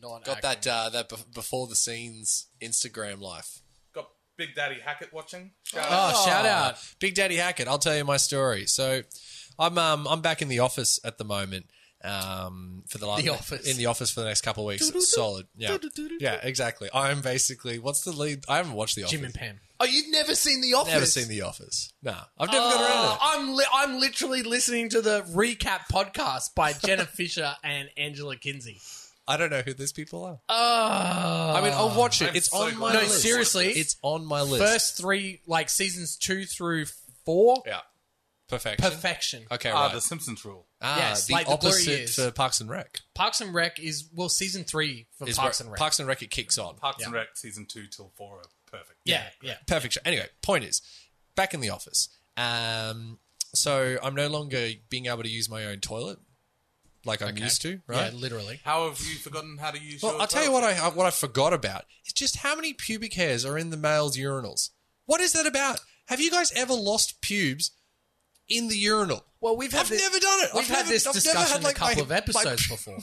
non. Got that uh, that bef- before the scenes Instagram life. Got Big Daddy Hackett watching. Oh, shout out, Big Daddy Hackett. I'll tell you my story. So, I'm um, I'm back in the office at the moment. Um, for the, last, The office. in the office for the next couple of weeks. Solid, yeah, yeah, exactly. I'm basically what's the lead? I haven't watched the office. Jim and Pam. Oh, you've never seen The Office? Never seen the office. Nah, I've never got around Oh, to Uh, it. I'm li- I'm literally listening to the Recap podcast by Jenna Fisher and Angela Kinsey. I don't know who these people are. Oh, I mean, I'll watch it. I'm it's so on glad my I no, watched list. seriously. It's on my list. first three like seasons two through four. yeah, perfection. Perfection. Okay, Ah, right. the Simpsons rule. ah, yes, the like the blurry opposite years. for Parks and Rec Parks and Rec is well season three for is Parks where- and Rec. Parks and Rec it kicks on. Parks and Rec season two till four are perfect. yeah, yeah. perfect show. Anyway, point is, back in the office. Um, so I'm no longer being able to use my own toilet like I'm used to, right? Yeah, literally. How have you forgotten how to use? well, your I'll tell you toilet? what I uh, what I forgot about is just how many pubic hairs are in the male's urinals. What is that about? Have you guys ever lost pubes in the urinal? Well, we've had I've the- never done it. We've I've had never- this I've never discussion had, in like, a couple my- of episodes before.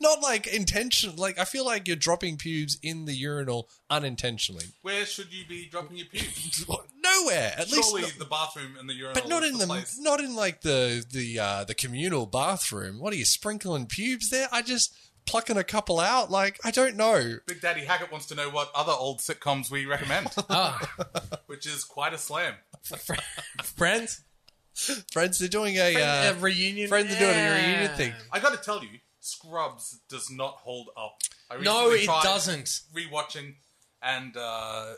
Not like intention. Like I feel like you're dropping pubes in the urinal unintentionally. Where should you be dropping your pubes? Nowhere. At least Surely not- the bathroom and the urinal. But not is in the place. not in like the the uh, the communal bathroom. What are you sprinkling pubes there? I just plucking a couple out. Like I don't know. Big Daddy Hackett wants to know what other old sitcoms we recommend, Ah, which is quite a slam. fr- friends. Friends, they're doing a, a uh, reunion. friends are doing a reunion thing. I got to tell you, Scrubs does not hold up. I No, recently it tried doesn't. Rewatching, and uh, uh,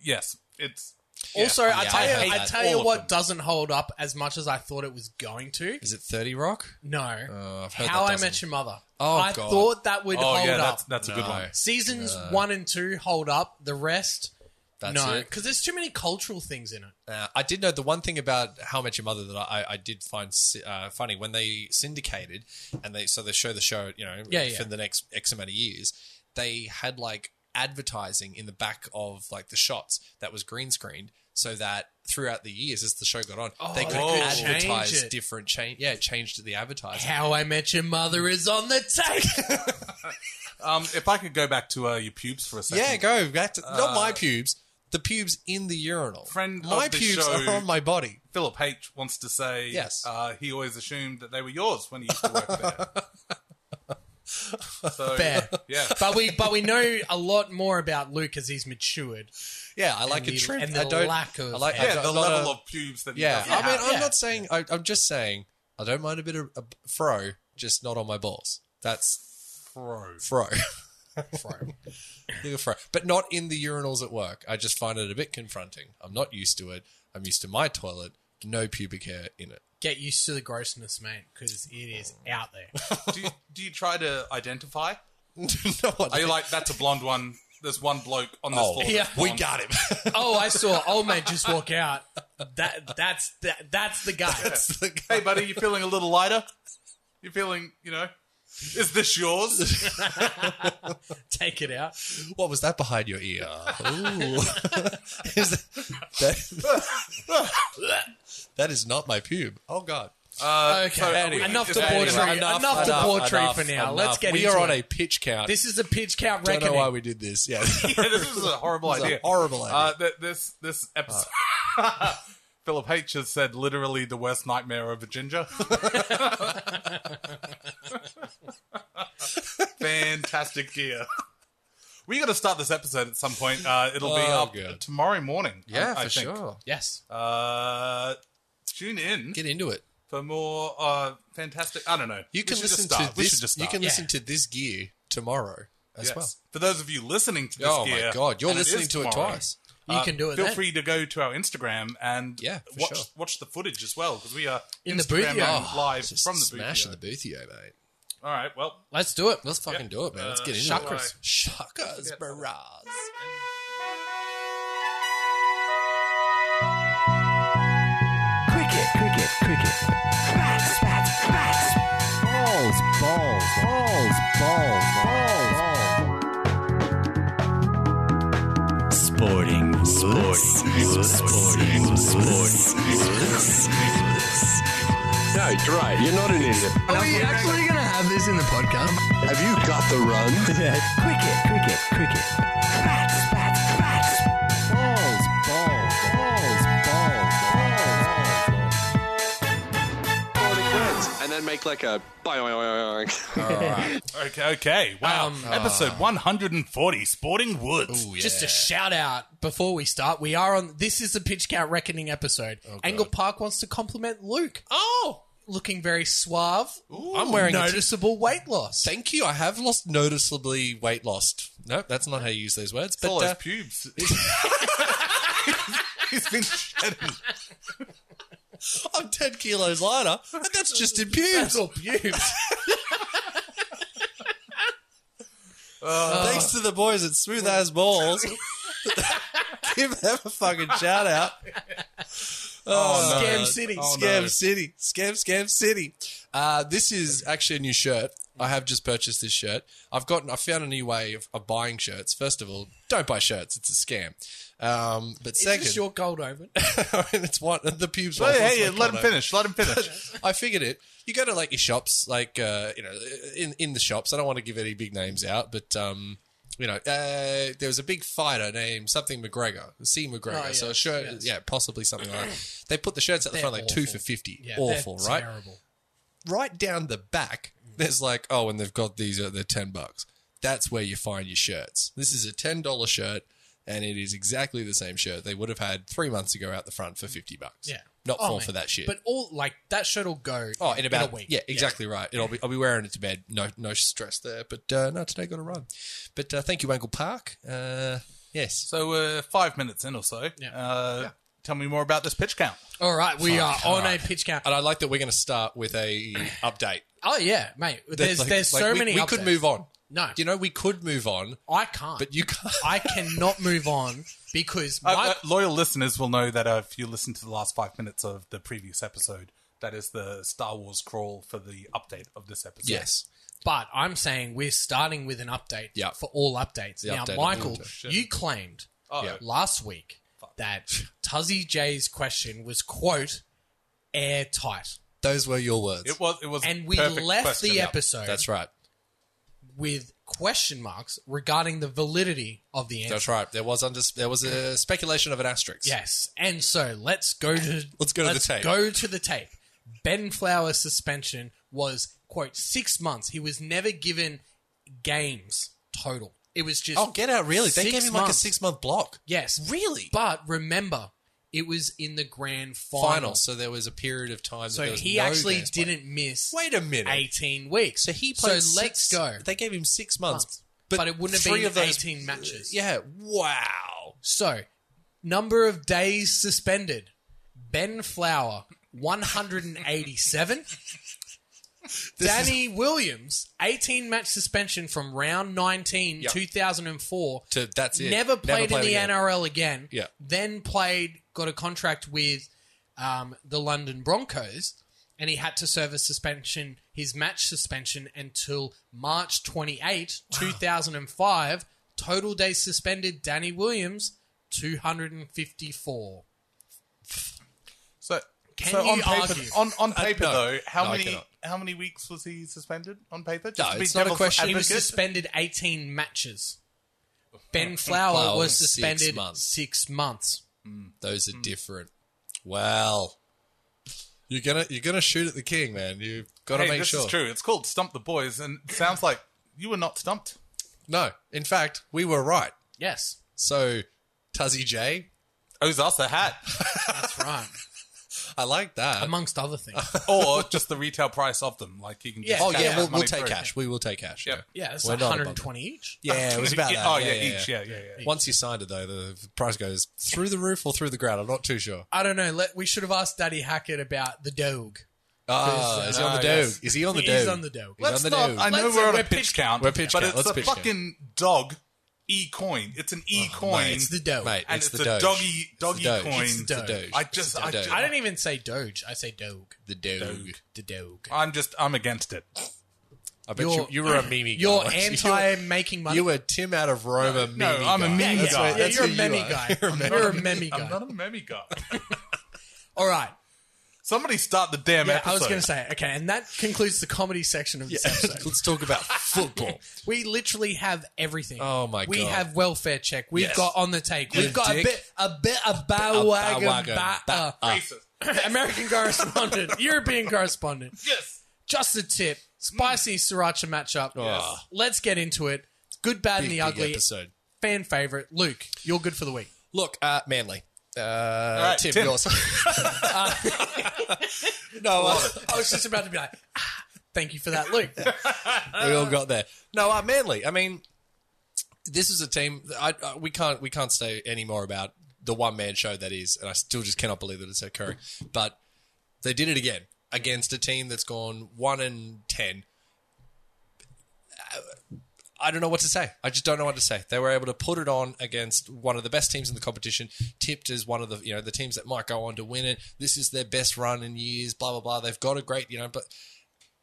yes, it's Also, I Yeah, tell I you, hate I that. tell you All of what them. doesn't hold up as much as I thought it was going to. Is it Thirty Rock? No, Oh, I've heard How that I doesn't. Met Your Mother. Oh, I God. thought that would oh hold yeah, up. that's that's a good No. one. Seasons one and two hold up. The rest, Uh, That's no, it. because there's too many cultural things in it. Uh, I did know the one thing about How I Met Your Mother that I, I did find sy- uh, funny when they syndicated and they so they show the show you know Yeah, yeah. for the next X amount of years they had like advertising in the back of like the shots that was green screened so that throughout the years as the show got on they could they could change advertise it. different Oh, change yeah it changed the advertising How I Met Your Mother is on the tape. Um, if I could go back to uh, your pubes for a second, yeah go back to, not my pubes the pubes in the urinal Friend of my the pubes show- are on my body Philip H wants to say Yes. Uh, he always assumed that they were yours when he used to work there. Oh, so, Fair. Yeah. but we but we know a lot more about Luke as he's matured. yeah I like the- a trim and the I don't lack of- I like I Yeah, don't- the I'm not level a- of pubes that he Yeah, does I mean, I'm Yeah. not saying. I, I'm just saying. I don't mind a bit of a fro, just not on my balls. That's Pro. fro. Little fro, but not in the urinals at work. I just find it a bit confronting. I'm not used to it. I'm used to my toilet, no pubic hair in it. Get used to the grossness, mate, because it is out there. do, you, do you try to identify? no one. Are you like, that's a blonde one? There's one bloke on this Oh, floor. yeah. that's we blonde." got him. Oh, I saw old man just walk out. That that's that, that's the guy. That's the guy. Hey, buddy, you feeling a little lighter? You feeling, you know, is this yours? Take it out. What was that behind your ear? Ooh. Is that, that, that is not my pube. Oh God. Uh, Okay, so- enough to Anyway, portray. enough, Enough, to portray for now. Let's get We into are on it. a pitch count. This is a pitch count I don't reckoning. know why we did this. Yeah, Yeah, this is a horrible This is a idea. horrible Uh. Uh, th- this this episode. Philip H has said literally the worst nightmare of a ginger. Fantastic gear. We got to start this episode at some point. Uh, it'll be Oh, up good. tomorrow morning. I- I think. yes. Uh, tune in Get into it. for more uh, fantastic. I don't know. You We can should just listen start. to We should this. just You start. can Yeah. listen to this gear tomorrow as Yes. well. For those of you listening to this oh gear, my god, you're and listening is to it tomorrow, twice. You Uh, can do it. Feel then. free to go to our Instagram and Yeah, for watch sure. watch the footage as well because we are In the booth, Instagramming yeah. live Oh, Just from the booth. smash yeah. in the boothio, mate. All right, well, Let's do it. Let's fucking do it, man. Let's Uh, get into shuckers. it. Shuckers, barras. Cricket, cricket, cricket. Bat, bat, bat. Balls, balls, balls, balls, balls, balls. Sporting, sporting, sporting, sporting, sporting. No, great. You're not an idiot. Are we actually going to have this in the podcast? Have you got the runs? Cricket, cricket, cricket. Bats, bats, bats. Balls, balls, balls, balls, balls, balls. And then make like a. Okay, okay. Wow. Episode 140, Sporting Woods. Um, uh, Ooh, Just a yeah. shout out before we start. We are on. This is the pitch count reckoning episode. Oh, Angle Park wants to compliment Luke. Oh, looking very suave. I'm wearing a t- noticeable weight loss. Thank you. I have lost noticeably weight lost. No, that's not how you use those words. It's But all his uh, pubes. He's been shedding. I'm 10 kilos lighter, and that's just in pubes. all pubes. Uh, Thanks to the boys at Smooth As Balls. Give them a fucking shout out. Oh, Scam City. Scam City. Scam, scam City. Uh, this is actually a new shirt. I have just purchased this shirt. I've gotten, I found a new way of, of buying shirts. First of all, don't buy shirts. It's a scam. Um, but Second. second, Is your gold open? it's one, the pubes. no. one, Hey, it's hey, one let him color. finish. Let him finish. I figured it. You go to like your shops, like uh, you know, in in the shops. I don't want to give any big names out, but um, you know, uh, there was a big fighter named something McGregor, C McGregor. Oh, So a yes, shirt, yes. yeah, possibly something like that. They put the shirts at the front like two awful. for fifty, Yeah, awful, they're right? Terrible. Right down the back, there's like oh, and they've got these at they're ten bucks. That's where you find your shirts. This is a ten dollar shirt. And it is exactly the same shirt they would have had three months ago out the front for fifty bucks. Yeah. not Oh, fall mate. for that shit. But all like that shirt will go. Oh, in about a week. Yeah, exactly right. It'll be I'll be wearing it to bed. No, no stress there. But uh, no, today got to run. But uh, thank you, Ankle Park. Uh, yes. so we're five minutes in or so. Yeah. Uh, Tell me more about this pitch count. All right, we are on a pitch count. And I like that we're going to start with a update. Oh yeah, mate. There's Like- there's like, so we, many. We could updates. move on. No, You know, we could move on, I can't. but you can't. I cannot move on because my Uh, uh, loyal listeners will know that uh, if you listen to the last five minutes of the previous episode, that is the Star Wars crawl for the update of this episode. yes. But I'm saying we're starting with an update Yeah. for all updates. The now, update of Michael, the update. you claimed Oh, Yeah. last week that Tuzzy J's question was quote airtight, Those were your words. It was. It was. and we perfect left question. the episode That's right. with question marks regarding the validity of the answer. That's right. There was under, there was a speculation of an asterisk. Yes, and so let's go to Let's go to the tape. Go to the tape. Ben Flower's suspension was quote six months. He was never given games total. It was just Oh, get out! Really? They Six gave him like a months. six month block. Yes. Really? But remember, it was in the grand final. Final. So there was a period of time. that So there was he no actually games played. didn't miss Wait a minute. 18 weeks. So he played. So let's six- go. They gave him six months, Months. But it wouldn't have three been of those, 18 matches. Yeah, wow. So, number of days suspended. Ben Flower, 187. Danny Williams, 18 match suspension from round 19, Yeah. 2004. To that's it. never played in the again. NRL again. Yeah. Then played, got a contract with um, the London Broncos, and he had to serve a suspension, his match suspension, until March 28, 2005. Total days suspended, Danny Williams, 254. So, Can so you on paper, argue? on, on paper Uh, no. though, how No, I many cannot. how many weeks was he suspended on paper? No, to be it's not a devil's question. He was advocate? suspended 18 matches. Ben Flower Flower was was six suspended six months. months. Those are different. Well, you're gonna you're gonna shoot at the king, man. You've got to hey, make this sure. is true. It's called Stump the Boys, and it sounds like you were not stumped. No, in fact, we were right. Yes, So, Tuzzy J, Owes us a hat, that's right. I like that. Amongst other things. or just the retail price of them. Like you can. Just Yeah. oh cash yeah, that we'll, we'll money take through. cash. We will take cash. Yep. Yeah, it's We're like not above 120 each. Yeah, it was about that. Yeah, oh, yeah, each, yeah, yeah, yeah. Once you signed it, though, the price goes through the roof or through the ground. I'm not too sure. I don't know. Let, we should have asked Daddy Hackett about the dog. Ah, is he on the Ah, dog? yes. Is he on the dog? He's on the dog. He's on Let's the not. dog. I know Let's- we're on we're a pitch, pitch- count. we're pitch but count. it's Let's a pitch count. fucking dog e coin. It's an e coin. mate, It's the dog. Mate, and it's, it's, the a Doge. doggy doggy Doge. coin. It's the Doge. I just, It's the I Doge. just I don't even say Doge. I say dog. the Oh, Doge. The dog. I'm just I'm against it. I bet you, You're- you were a meme guy. You're weren't you? anti making money. You were Tim out of Rome, a meme no, guy. I'm a meme yeah, That's yeah, guy. what- that's you're a who you meme are. guy. You're a meme You're a meme I'm guy. not a meme guy. All right. Somebody start the damn Yeah, episode. I was going to say. Okay, and that concludes the comedy section of this episode. Let's talk about football. We literally have everything. Oh, my We God. have welfare check. We've Yes. got on the take. With We've got dick. a bit, a bit of A bow wagon, wagon, ba- ba- uh, uh. American correspondent, European correspondent. Yes. Just a tip. Spicy sriracha matchup. Yes. Let's get into it. Good, bad, Big, and the big ugly. episode. Fan favorite. Luke, you're good for the week. Look, uh, Manly. Uh, right, Tim, Tim. yours. no, uh, Oh, I was just about to be like, ah, thank you for that, Luke. we all got there. No, uh, Manly. I mean, this is a team. that I, uh, we can't we can't say any more about the one man show that is, and I still just cannot believe that it's occurring. But they did it again against a team that's gone one and ten. Uh, I don't know what to say. I just don't know what to say. They were able to put it on against one of the best teams in the competition, tipped as one of the you know the teams that might go on to win it. This is their best run in years. Blah blah blah. They've got a great you know, but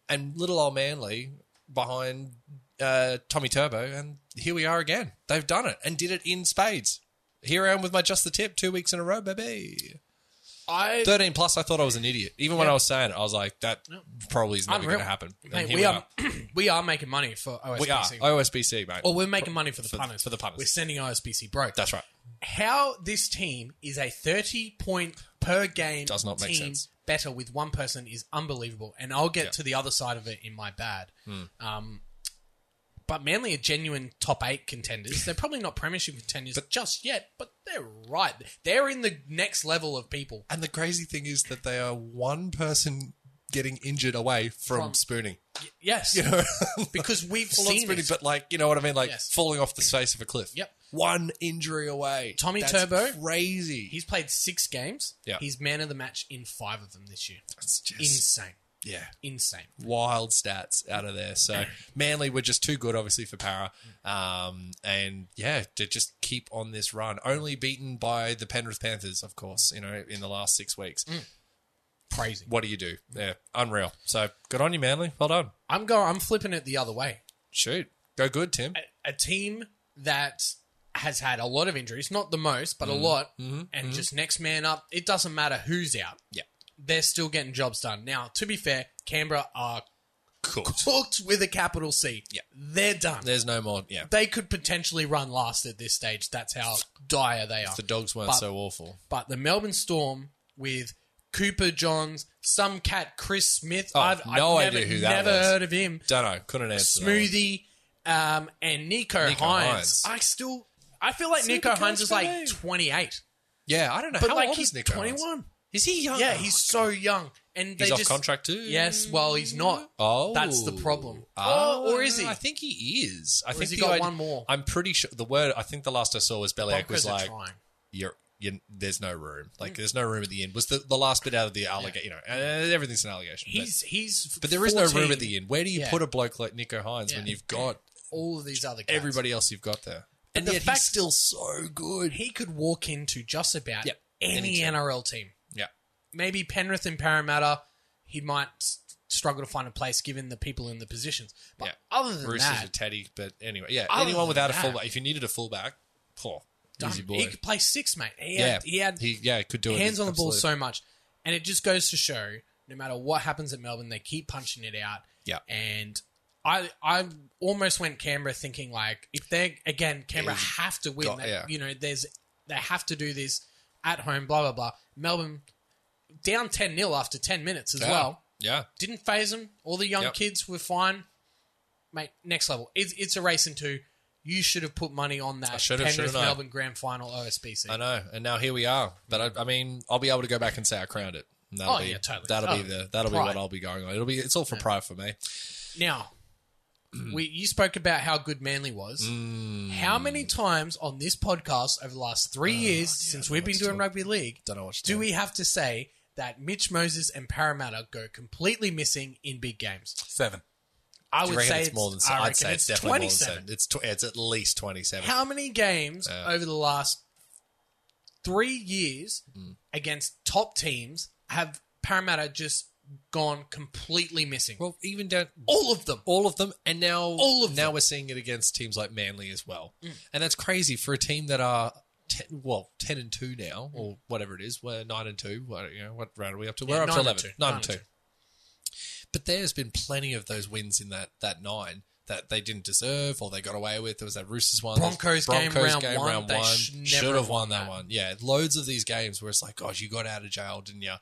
and little old Manly behind uh, Tommy Turbo, and here we are again. They've done it and did it in spades. Here I am with my just the tip two weeks in a row, baby. I, Thirteen plus, I thought I was an idiot. Even when I was saying it, I was like, that probably is never Unreal. going to happen. And mate, here we, are, we are making money for OSBC. We are OSBC, mate. Well, we're making money for the For- punters. for the punters. We're sending OSBC broke. That's right. How this team is a 30 point per game Does not make team sense. better with one person is unbelievable. And I'll get to the other side of it in my bad. Hmm. Um, but Manly are genuine top eight contenders. They're probably not premiership contenders just yet, but they're right. They're in the next level of people. And the crazy thing is that they are one person getting injured away from, spooning. Yes. because we've Well, not seen spooning, this. but like, you know what I mean? Like Yes. falling off the face of a cliff. Yep. One injury away. Tommy That's Turbo? Crazy. He's played six games. Yeah. He's man of the match in five of them this year. It's just- Insane. yeah. Insane. wild stats out of there. So Manly were just too good, obviously, for Para. Um, and yeah, to just keep on this run. Only beaten by the Penrith Panthers, of course, you know, in the last six weeks. Mm. Crazy. What do you do? Yeah, unreal. So good on you, Manly. Well done. I'm going. I'm flipping it the other way. Shoot. Go good, Tim. a team that has had a lot of injuries, not the most, Mm-hmm. but a lot, and just next man up. It doesn't matter who's out. Yeah. They're still getting jobs done. Now, to be fair, Canberra are Cool. cooked with a capital C. Yeah. They're done. There's no more. Yeah. they could potentially run last at this stage. That's how dire they are. The dogs weren't But- so awful. but the Melbourne Storm with Cooper Johns, some cat Chris Smith. Oh, I've, I've no never, idea who that never was. heard of him. Don't know. Couldn't answer. that one. Smoothie, um, and Nico, Nico Hines. Hines. I still, I feel like Nico Supercoach Hines is for like me. 28, Yeah, I don't know. but How like old he's is Nico Hines? 21. Is he young? Yeah, he's so young, and they He's off just, contract too. Yes, well, he's not. Oh, That's the problem. Oh, Or- or is he? I think he is. I think has he the got idea- one more? I'm pretty sure the word. I think the last I saw was Belichick was Broncos are like, trying. Mm. "You're." You, there's no room. Like, there's no room at the end. Was the, the last bit out of the allegation? You know, uh, everything's an allegation. but- He's he's. but, there is no room 14, at the end. Where do you Yeah. put a bloke like Nico Hines when Yeah. you've got All of these other guys. everybody else you've got there? And the yet fact- he's still so good. He could walk into just about Yeah, any any team. NRL team. yeah, maybe Penrith and Parramatta, he might s- struggle to find a place given the people in the positions. But yeah. other than Roosters that, a teddy, but anyway, yeah. Other anyone than without that- a fullback, if you needed a fullback, poor done. easy boy. he could play six, mate. He yeah, had, he had yeah could do it. hands on the ball Absolutely. so much, and it just goes to show, no matter what happens at Melbourne, they keep punching it out. Yeah. and. I, I almost went Canberra thinking like if they again Canberra have to win got- They- yeah. you know there's they have to do this at home blah blah blah Melbourne down 10 0 after 10 minutes as Yeah. well Yeah, didn't phase them. All the young Yep. kids were fine. Mate, next level. It's, it's a race in two. You should have put money on that should have, should Penrith have known. Melbourne Grand Final OSBC. I know, and now here we are. But I, I mean, I'll be able to go back and say I crowned it. And That'll Oh, be, yeah, totally. That'll Oh, be the that'll be pride. what I'll be going on. It'll be it's all for pride for me. Now, we you spoke about how good Manly was. Mm. How many times on this podcast over the last three Oh, years since we've been doing rugby league Don't know what to do do. we have to say that Mitch Moses and Parramatta go completely missing in big games? Seven. I Do you would reckon say it's more than I I'd reckon say it's, it's definitely more than 27. seven. It's tw- it's at least twenty seven. How many games over the last three years Hmm. against top teams have Parramatta just gone completely missing? Well, even down all of them. all of them, and now All of now them. Mm. we're seeing it against teams like Manly as well, and that's crazy for a team that are ten, well, ten and two now, or whatever it is. We're nine and two. What, you know, what round are we up to? We're Mm. Yeah, up to nine and eleven. two. Nine, Nine and two. and But there's been plenty of those wins in that that nine that they didn't deserve or they got away with. There was that Roosters one, Broncos game round one, they should never should have have won won that that. one. Yeah, loads of these games where it's like, gosh, you got out of jail, didn't you? um,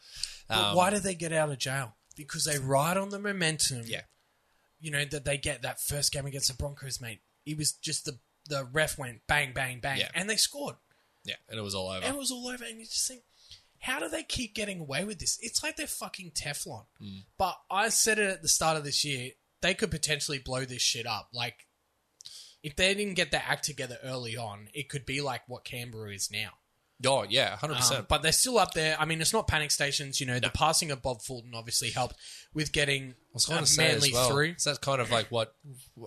But why do they get out of jail? Because they ride on the momentum. Yeah. You know, that they get that first game against the Broncos, mate. It was just the the ref went bang, bang, bang, Yeah. and they scored. Yeah, and it was all over. And it was all over. And you just think, how do they keep getting away with this? It's like they're fucking Teflon. Hmm. But I said it at the start of this year. They could potentially blow this shit up. Like, if they didn't get their act together early on, it could be like what Canberra is now. oh yeah, hundred Um, percent. but they're still up there. I mean, it's not panic stations. You know, the passing of Bob Fulton obviously helped with getting I was uh, going to say Manly as well. through. So that's kind of like what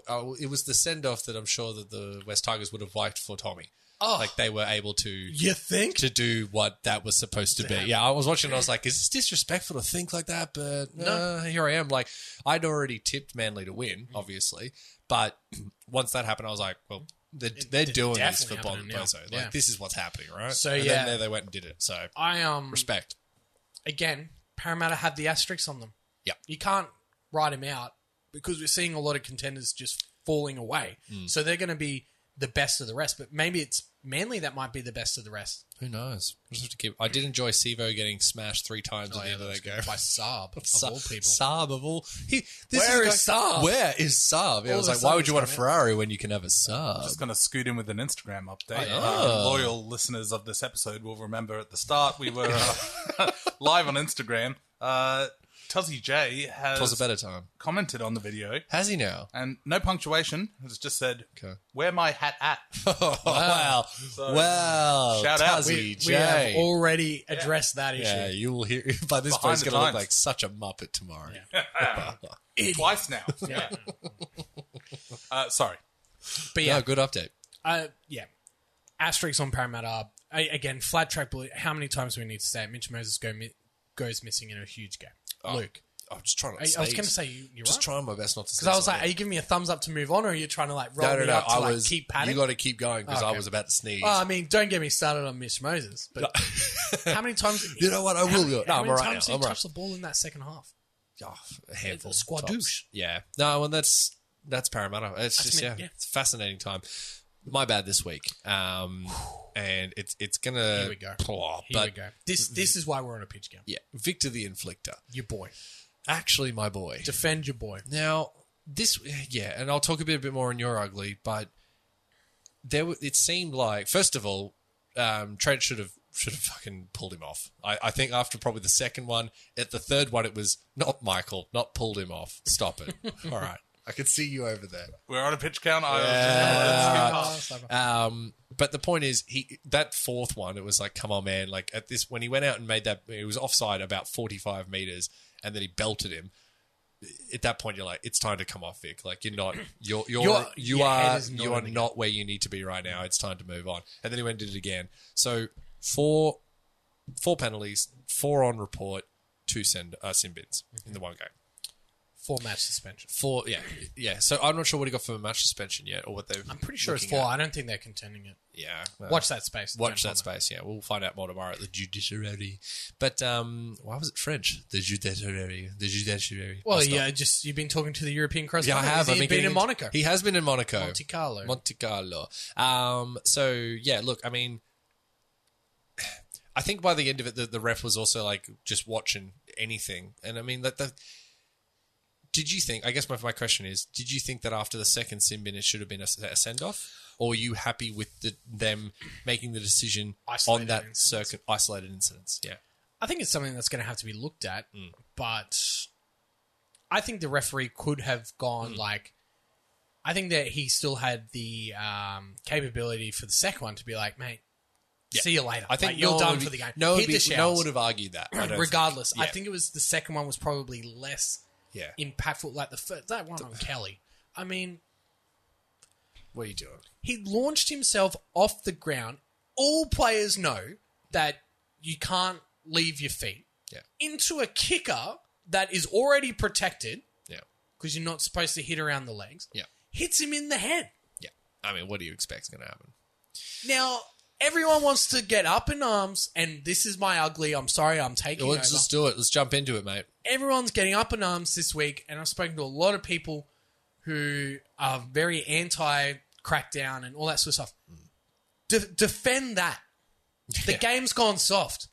uh, it was the send off that I'm sure that the West Tigers would have liked for Tommy. Oh, Like they were able to you think? to do what that was supposed to be. Yeah, I was watching. and I was like, is this disrespectful to think like that? But no, here I am. Like I'd already tipped Manly to win, Mm-hmm. obviously, but once that happened, I was like, well. They're, they're doing this for definitely Bob happening now. Bozo. Like Yeah. this is what's happening, right? So, and yeah. then there they went and did it. So I um respect. again, Parramatta have the asterisks on them. Yep. you can't write them out because we're seeing a lot of contenders just falling away. Mm. So they're going to be the best of the rest. But maybe it's Manly that might be the best of the rest. Who knows? We'll Just have to keep. I did enjoy Sivo getting smashed three times Oh, at the end of that game. By Saab of Sa- all people. Saab of all. He, this Where a is guy- Saab? Where is Saab? Yeah, I All was the like, why would Saabs you want a come out. Ferrari when you can have a Saab? just going to scoot in with an Instagram update. Oh. Uh, loyal listeners of this episode will remember at the start we were uh, live on Instagram. Uh, Tuzzy J has was a better time. commented on the video Has he now? and no punctuation. It's just said, Okay. "Where my hat at?" Oh, wow. wow. Shout out. Tuzzy We, we J. have already addressed that issue. yeah, you will hear. By this point, Behind he's going to the look times. like such a muppet tomorrow. Twice now. Yeah. uh, sorry. But Yeah, yeah, good update. Uh, yeah. Asterix on Parramatta. I, again, flat track bully. How many times do we need to say it? Mitch Moses go, mi- goes missing in a huge game. Luke. I'm just trying to. I, I was going to say, you, you're Oh, Just right. trying my best not to. Because I was like, are you giving me a thumbs up to move on, or are you trying to like roll no, no, me no. up to I like was. keep padding? Oh, You got to keep going because I Okay. was about to sneeze. Well, I mean, don't get me started on Mitch Moses. But how many times? you know what? I How, will go. No, how I'm many all right. times did now. I'm he all touch the ball in that second half? oh, a handful. A squadouche. tops. Yeah. No, and that's that's Parramatta. It's just me- yeah, yeah. it's a fascinating time. My bad this week. Um, and it's it's gonna. Here we go. Oh, Here but we go. This this is why we're on a pitch game. yeah, Victor the Inflictor, Your boy, actually my boy. defend your boy. Now this yeah, and I'll talk a bit, a bit more on your ugly, but there were- it seemed like first of all, um, Trent should have should have fucking pulled him off. I, I think after probably the second one, at the third one, it was not Michael, not pulled him off. Stop it. all right, I can see you over there. We're on a pitch count. I was Uh, Um, but the point is, he that fourth one, it was like, come on, man! Like at this, when he went out and made that, it was offside about forty-five meters, and then he belted him. At that point, you're like, it's time to come off, Vic. Like you're not, you're, you're, Your- you your are, head is not you are in the not where you need to be right now. It's time to move on. And then he went and did it again. So four, four penalties, four on report, two send uh, sin bins in the one game. Four match suspension. Four, yeah, yeah. So I'm not sure what he got for a match suspension yet, or what they've. I'm pretty sure it's looking four. at. I don't think they're contending it. Yeah, well. Watch that space. Uh, Watch Don't that comment. space. Yeah, we'll find out more tomorrow at the judiciary. But um, why was it French? The judiciary. The judiciary. Well, I'll stop. yeah, just you've been talking to the European cross. Yeah, I have. He's I've been getting in into- Monaco. He has been in Monaco. Monte Carlo. Monte Carlo. Um, so yeah, look, I mean, I think by the end of it, the, the ref was also like just watching anything, and I mean that the. Did you think? I guess my, my question is: Did you think that after the second sin bin, it should have been a, send off, or are you happy with the, them making the decision on Isolated that incidents. circuit isolated incidents? Yeah, I think it's something that's going to have to be looked at, Hmm. but I think the referee could have gone Hmm. like. I think that he still had the um, capability for the second one to be like, mate, see you later. I think Like, no you're one done would for be- the game. No, one Hit would the be- no one showers. would have argued that. I don't Regardless, think. Yeah. I think it was the second one was probably less yeah. impactful. Like the first, that one on Kelly. I mean, What are you doing? he launched himself off the ground. All players know that you can't leave your feet Yeah. into a kicker that is already protected Yeah. because you're not supposed to hit around the legs. Yeah. Hits him in the head. Yeah. I mean, what do you expect's going to happen? Now, Everyone wants to get up in arms, and this is my ugly. I'm sorry, I'm taking over. Let's just do it. Let's jump into it, mate. Everyone's getting up in arms this week, and I've spoken to a lot of people who are very anti crackdown and all that sort of stuff. De- defend that. The Yeah. game's gone soft.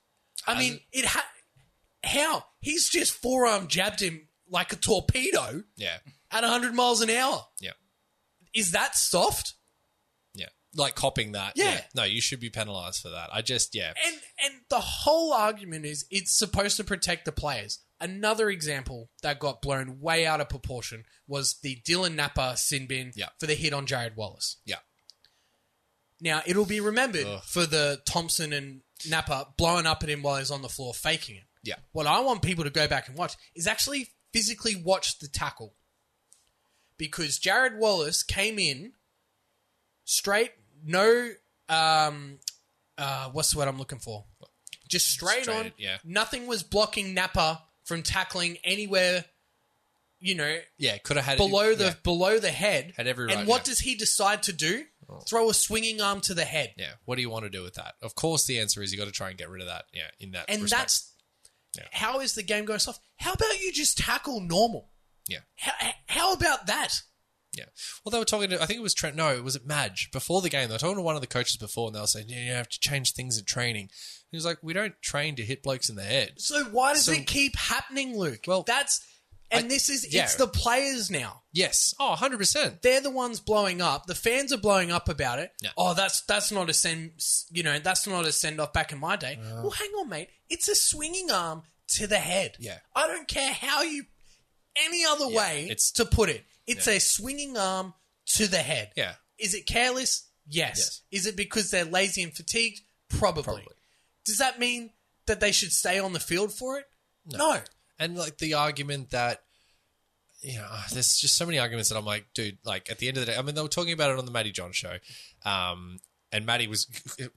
I mean, it ha- how he's just forearm jabbed him like a torpedo Yeah. at 100 miles an hour. Yeah. Is that soft? Yeah. Like copying that. Yeah. No, you should be penalized for that. I just, yeah. And and the whole argument is it's supposed to protect the players. Another example that got blown way out of proportion was the Dylan Napa sin bin Yeah. for the hit on Jared Wallace. Yeah. Now it'll be remembered Ugh. for the Thompson and Napa blowing up at him while he's on the floor faking it. Yeah. What I want people to go back and watch is actually physically watch the tackle. Because Jared Wallace came in straight, no um uh what's the word I'm looking for? Just straight, Straight, on. yeah. Nothing was blocking Napa from tackling anywhere, you know, Yeah. Could have had below the yeah. below the head. Had every right, and what yeah. Oh. does he decide to do? Throw a swinging arm to the head. Yeah. What do you want to do with that? Of course, the answer is you got to try and get rid of that. Yeah. In that. And respect. that's Yeah. how is the game going soft? How about you just tackle normal? Yeah. How, how about that? Yeah. Well, they were talking to, I think it was Trent, no, it was at Madge before the game. They were talking to one of the coaches before and they were saying, yeah, you have to change things in training. He was like, we don't train to hit blokes in the head. So why does So- it keep happening, Luke? Well, that's and I- this is yeah. it's the players now. Yes. Oh, 100%. They're the ones blowing up. The fans are blowing up about it. Yeah. Oh, that's that's not a send. You know, that's not a send off back in my day. Uh. well, hang on, mate. It's a swinging arm to the head. Yeah. I don't care how you any other Yeah, way it's- to put it. It's a swinging arm to the head. Yeah. Is it careless? Yes. Is it because they're lazy and fatigued? Probably. Probably. Does that mean that they should stay on the field for it? No. And like the argument that, you know, ah, there's just so many arguments that I'm like, dude, like at the end of the day, I mean, they were talking about it on the Maddie John show. Um, and Maddie was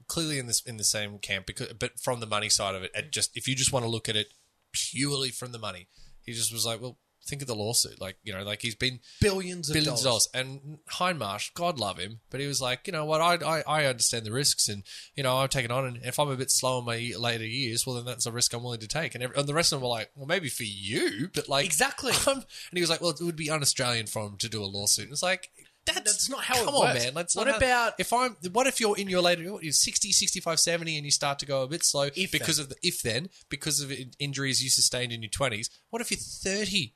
clearly in this in the same camp because, but from the money side of it, and just if you just want to look at it purely from the money, he just was like, well, think of the lawsuit, like you know, like he's been Billions of billions dollars. of dollars. And Hindmarsh, God love him, but he was like, you know what, I, I, I understand the risks and, you know, I've taken on. And if I'm a bit slow in my later years, well, then that's a risk I'm willing to take. And, every, and the rest of them were like, well, maybe for you, but like. Exactly. I'm- and he was like, well, it would be un Australian for him to do a lawsuit. And it's like, that's, That's not how it come on, works. man. Let's What not have- about- if I'm what if you're in your later you're 60 65 70 and you start to go a bit slow If because of the if then because of in- injuries you sustained in your 20s what if you're 30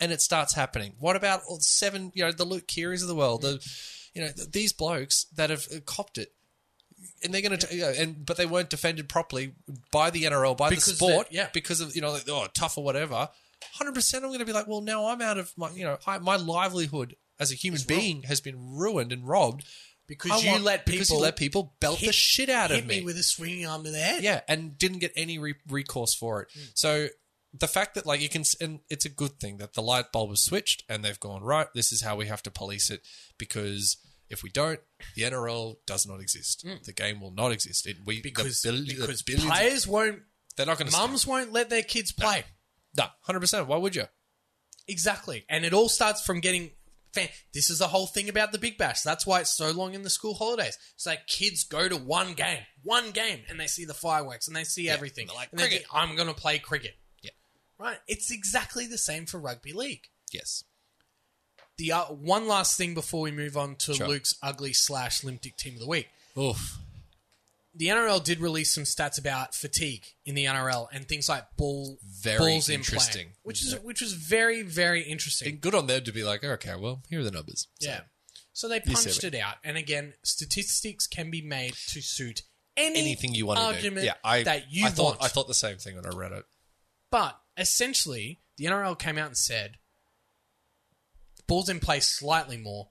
and it starts happening what about all seven you know the Luke Kearys of the world the you know th- these blokes that have uh, copped it and they're going to, you know, and but they weren't defended properly by the NRL, by the Because sport, they- yeah. because of you know, like, oh, tough or whatever. Hundred percent, I'm going to be like, well, now I'm out of my, you know, I, my livelihood as a human being has been ruined and robbed Because I you want- let people because you let people belt the hit- shit out hit of me. with a swinging arm to the head. yeah, and didn't get any re- recourse for Hmm. it. So the fact that like you can, s- and it's a good thing that the light bulb was switched and they've gone right. This is how we have to police it because if we don't, the NRL does not exist. The game will not exist. It, we the Hmm. Because, bill- the because billions of- players won't, they're not going to mums won't let their kids play. No, hundred percent. Why would you? Exactly. And it all starts from getting. Fan- this is the whole thing about the Big Bash. That's why it's so long in the school holidays. It's like kids go to one game, one game, and they see the fireworks and they see everything. and they're like, and they "Cricket." think, I'm going to play cricket. Yeah. Right? It's exactly the same for rugby league. Yes. The uh, One last thing before we move on to Sure. Luke's ugly slash Olympic team of the week. Oof. the NRL did release some stats about fatigue in the NRL and things like ball Very balls in interesting. play, which is which was very very interesting. And good on them to be like, okay, well, here are the numbers. So, yeah. So they You see punched what- it out, and again, statistics can be made to suit any Anything you want argument to do. Yeah, I, that you I thought, want. I thought the same thing when I read it. But essentially, the NRL came out and said balls in play slightly more.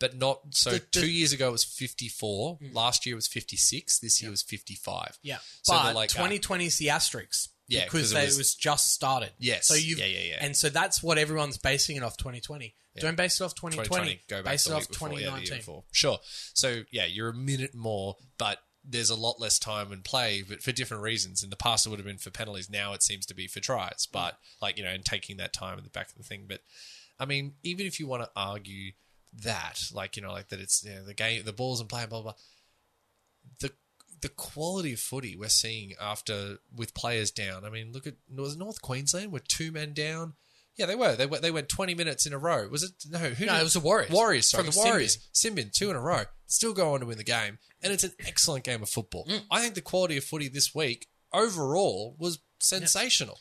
But not so. The- the- two years ago it was fifty-four. Last year it was fifty-six. This year was fifty-five. Yeah, So they're but like, uh, 2020 is the asterisks. Yeah, because 'cause it they- it, was, was- just started. Yes. So you Yeah, yeah, yeah. And so that's what everyone's basing it off 2020. Don't base it off 2020. 2020. Go back base to it the off week before, yeah, the year 2019. before. Sure. So yeah, you're a minute more, but there's a lot less time and play, but for different reasons. In the past, it would have been for penalties. Now it seems to be for tries, Mm. but like you know, and taking that time at the back of the thing. But I mean, even if you want to argue that, like you know, like that it's you know, the game, the balls and play, blah blah. blah the the quality of footy we're seeing after with players down. I mean, look at was it North Queensland were two men down. Yeah, they were. They went. They went twenty minutes in a row. Was it no? Who No, did- it was the Warriors. Warriors sorry, From the Warriors. Simbin two in a row. Still go on to win the game, and it's an excellent game of football. Mm. I think the quality of footy this week overall was sensational,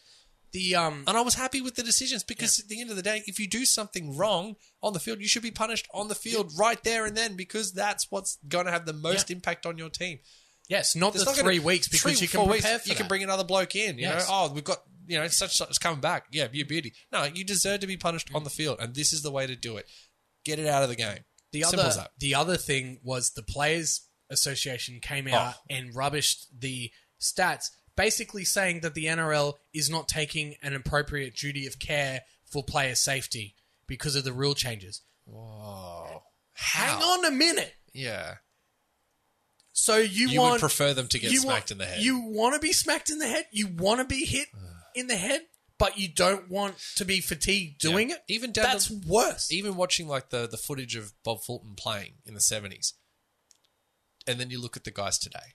The um, and I was happy with the decisions because at the end of the day, if you do something wrong on the field, you should be punished on the field right there and then because that's what's going to have the most impact on your team. yes, not There's the not gonna- three weeks because three, you can four prepare weeks, for You can that. bring another bloke in. You Yes. know, oh, we've got you know such such coming back. Yeah, you beauty. No, you deserve to be punished on the field, and this is the way to do it. Get it out of the game. The Simple other as that. the other thing was the players association Oh. came out and rubbished the stats, basically saying that the NRL is not taking an appropriate duty of care for player safety because of the rule changes. Hang on a minute. Yeah, So you, you want would prefer them to get you want, smacked in the head. You want to be smacked in the head. You want to be hit in the head, but you don't want to be fatigued doing it. Even down that's to- worse. even watching like the the footage of Bob Fulton playing in the seventies, and then you look at the guys today.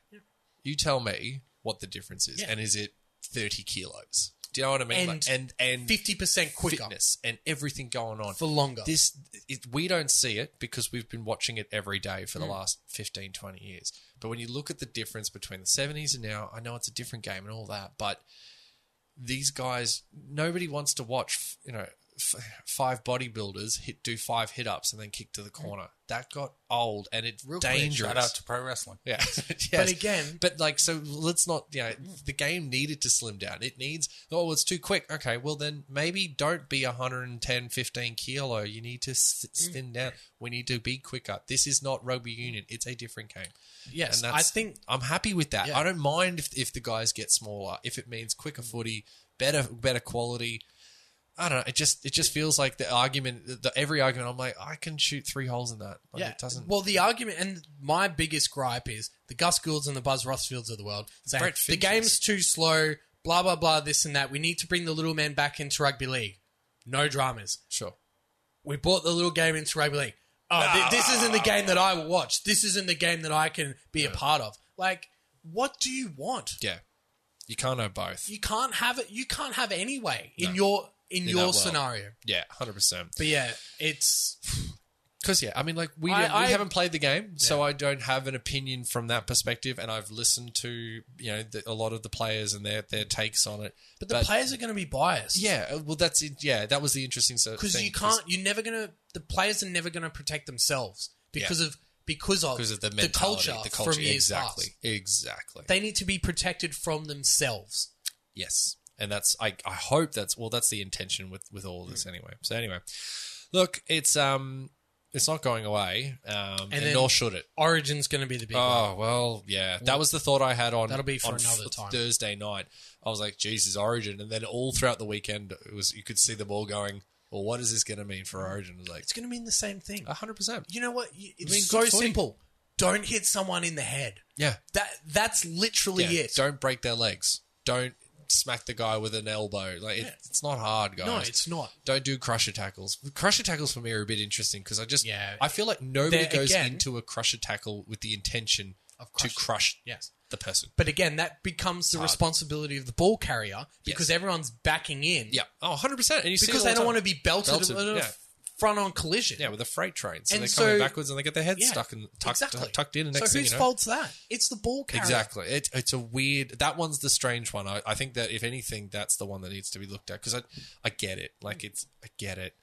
You tell me what the difference is, Yeah. and is it thirty kilos? Do you know what I mean? And Like, and and Fifty percent quicker fitness and everything going on for longer. This it, we don't see it because we've been watching it every day for the last 15, 20 years. But when you look at the difference between the 70s and now, I know it's a different game and all that, but these guys, nobody wants to watch, you know, f- five bodybuilders hit do five hit ups and then kick to the corner. That got old and it's Real quick, dangerous. Shout out to pro wrestling. Yeah. But again- but like, so let's not, you know, the game needed to slim down. It needs, oh, it's too quick. Okay, well, then maybe don't be 110, 15 kilo. You need to s- Mm. thin down. We need to be quicker. This is not rugby union. It's a different game. Yes, And that's- I think- I'm happy with that. Yeah. Mm. I don't mind if, if the guys get smaller, if it means quicker footy, better, better quality. I don't know. It just it just feels like the argument, the, every argument. I'm like, I can shoot three holes in that. Like, It doesn't. Well, the argument and my biggest gripe is the Gus Goulds and the Buzz Rossfields of the world. Saying, Brett the Finches. game's too slow. Blah blah blah. This and that. We need to bring the little man back into rugby league. No dramas. sure. We brought the little game into rugby league. Oh, thi- this isn't the game that I will watch. This isn't the game that I can be a part of. Like, what do you want? Yeah. You can't have both. You can't have it. You can't have it anyway in No. your in, that your world. scenario. Yeah, hundred percent. But yeah, it's Because yeah, I mean, like we, I- I- we haven't played the game, so I don't have an opinion from that perspective. And I've listened to you know the, a lot of the players and their their takes on it. but the players are going to be biased. yeah, uh, well, that's it. Yeah, that was the interesting thing because you can't. You're never gonna. The players are never gonna protect themselves because of because of because of the mentality, culture, from years exactly, past. exactly. They need to be protected from themselves. Yes, and that's I, I hope that's well that's the intention with with all Mm. this anyway. So anyway, look, it's um it's not going away, um, and, then- nor should it. Origin's gonna be the big one. Oh well, yeah. That was the thought I had on. That'll be for on another time. Thursday night, I was like, "Jesus, Origin!" And then all throughout the weekend, it was you could see the ball going. Well, what is this going to mean for Origin? I was like, It's gonna mean the same thing. hundred percent. You know what? You- It's I mean, so Ah. good footy. simple. Don't hit someone in the head. Yeah, That that's literally yeah. it. Don't break their legs. Don't smack the guy with an elbow. Like it, it's not hard, guys. no, it's not. Don't do crusher tackles. Crusher tackles for me are a bit interesting because I just Yeah. I feel like nobody They're- goes again- into a crusher tackle with the intention Of to crushing. crush Yes. the person. But again, that becomes the responsibility of the ball carrier because Yes. everyone's backing in. Yeah, oh, 100 percent. And you see Because it all they the don't time. want to be belted, Belted, with a yeah. front-on collision. Yeah, with a freight train. So And they're coming so- backwards and they get their heads Yeah, stuck and tucked, uh, tucked in. And next so thing whose you know, fault's that? It's the ball carrier. Exactly. It, it's a weird. That one's the strange one. I, I think that if anything, that's the one that needs to be looked at because I, I get it. Like it's, I get it.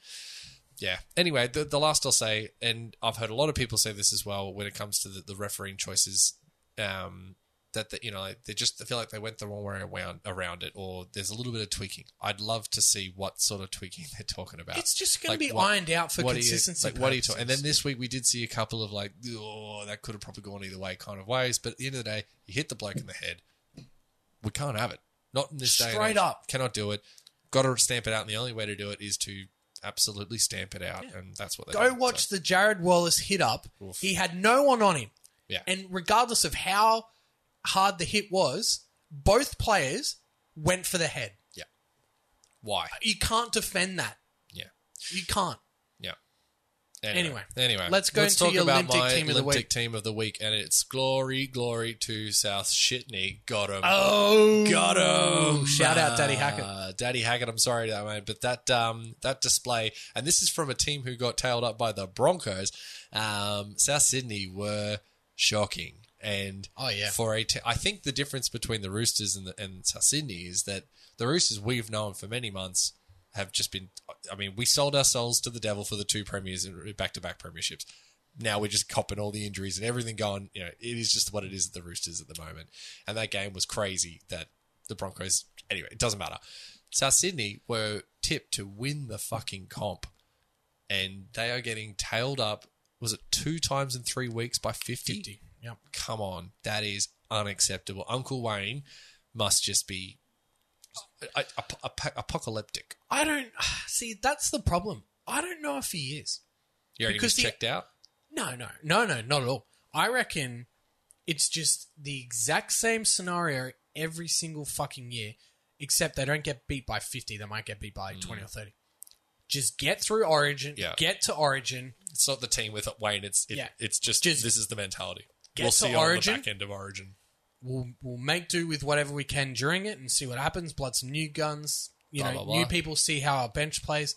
Yeah. Anyway, the, the last I'll say, and I've heard a lot of people say this as well when it comes to the, the refereeing choices, um, that the, you know they just feel like they went the wrong way around around it, or there's a little bit of tweaking. I'd love to see what sort of tweaking they're talking about. It's just gonna Like, be ironed out for what do you- consistency like, what are you purposes. talking? And then this week we did see a couple of like, oh, that could have probably gone either way kind of ways. But at the end of the day, you hit the bloke in the head. We can't have it. Not in this day. and Straight age. up. cannot do it. Got to stamp it out, and the only way to do it is to absolutely stamp it out, and that's what they Go watch the Jared Wallace hit up. He had no one on him. Yeah. And regardless of how hard the hit was, both players went for the head. Why? You can't defend that. Yeah, You can't. yeah. Anyway. anyway, Let's go let's into talk your about Olympic my team of the Olympic week. team of the week, and it's glory, glory to South Shitney. Got him, Oh, got him. Shout out, Daddy Hackett. Uh, Daddy Hackett. I'm sorry, that man, but that um that display, and this is from a team who got tailed up by the Broncos. Um, South Sydney were shocking, and Oh, yeah. for a te- I think the difference between the Roosters and the, and South Sydney is that the Roosters we've known for many months have just been. I mean, we sold our souls to the devil for the two premiers and back to back premierships. Now we're just copping all the injuries and everything going. You know, it is just what it is at the Roosters at the moment. And that game was crazy. That the Broncos. Anyway, it doesn't matter. South Sydney were tipped to win the fucking comp, and they are getting tailed up. Was it two times in three weeks by 50? Yep. come on, that is unacceptable. Uncle Wayne must just be a- a- a- apocalyptic. I don't see. That's the problem. I don't know if he is. You reckon Because he's the- checked out? No, no, no, no, not at all. I reckon it's just the exact same scenario every single fucking year, except they don't get beat by 50. They might get beat by 20 or 30. Just get through Origin, Yeah. get to Origin, It's not the team with Wayne. It's it, Yeah. it's just, Just this is the mentality. get We'll to see Origin. on the back end of Origin. we'll, we'll make do with whatever we can during it and see what happens. Blood some new guns, you Blah, know, blah, blah. new people, see how our bench plays.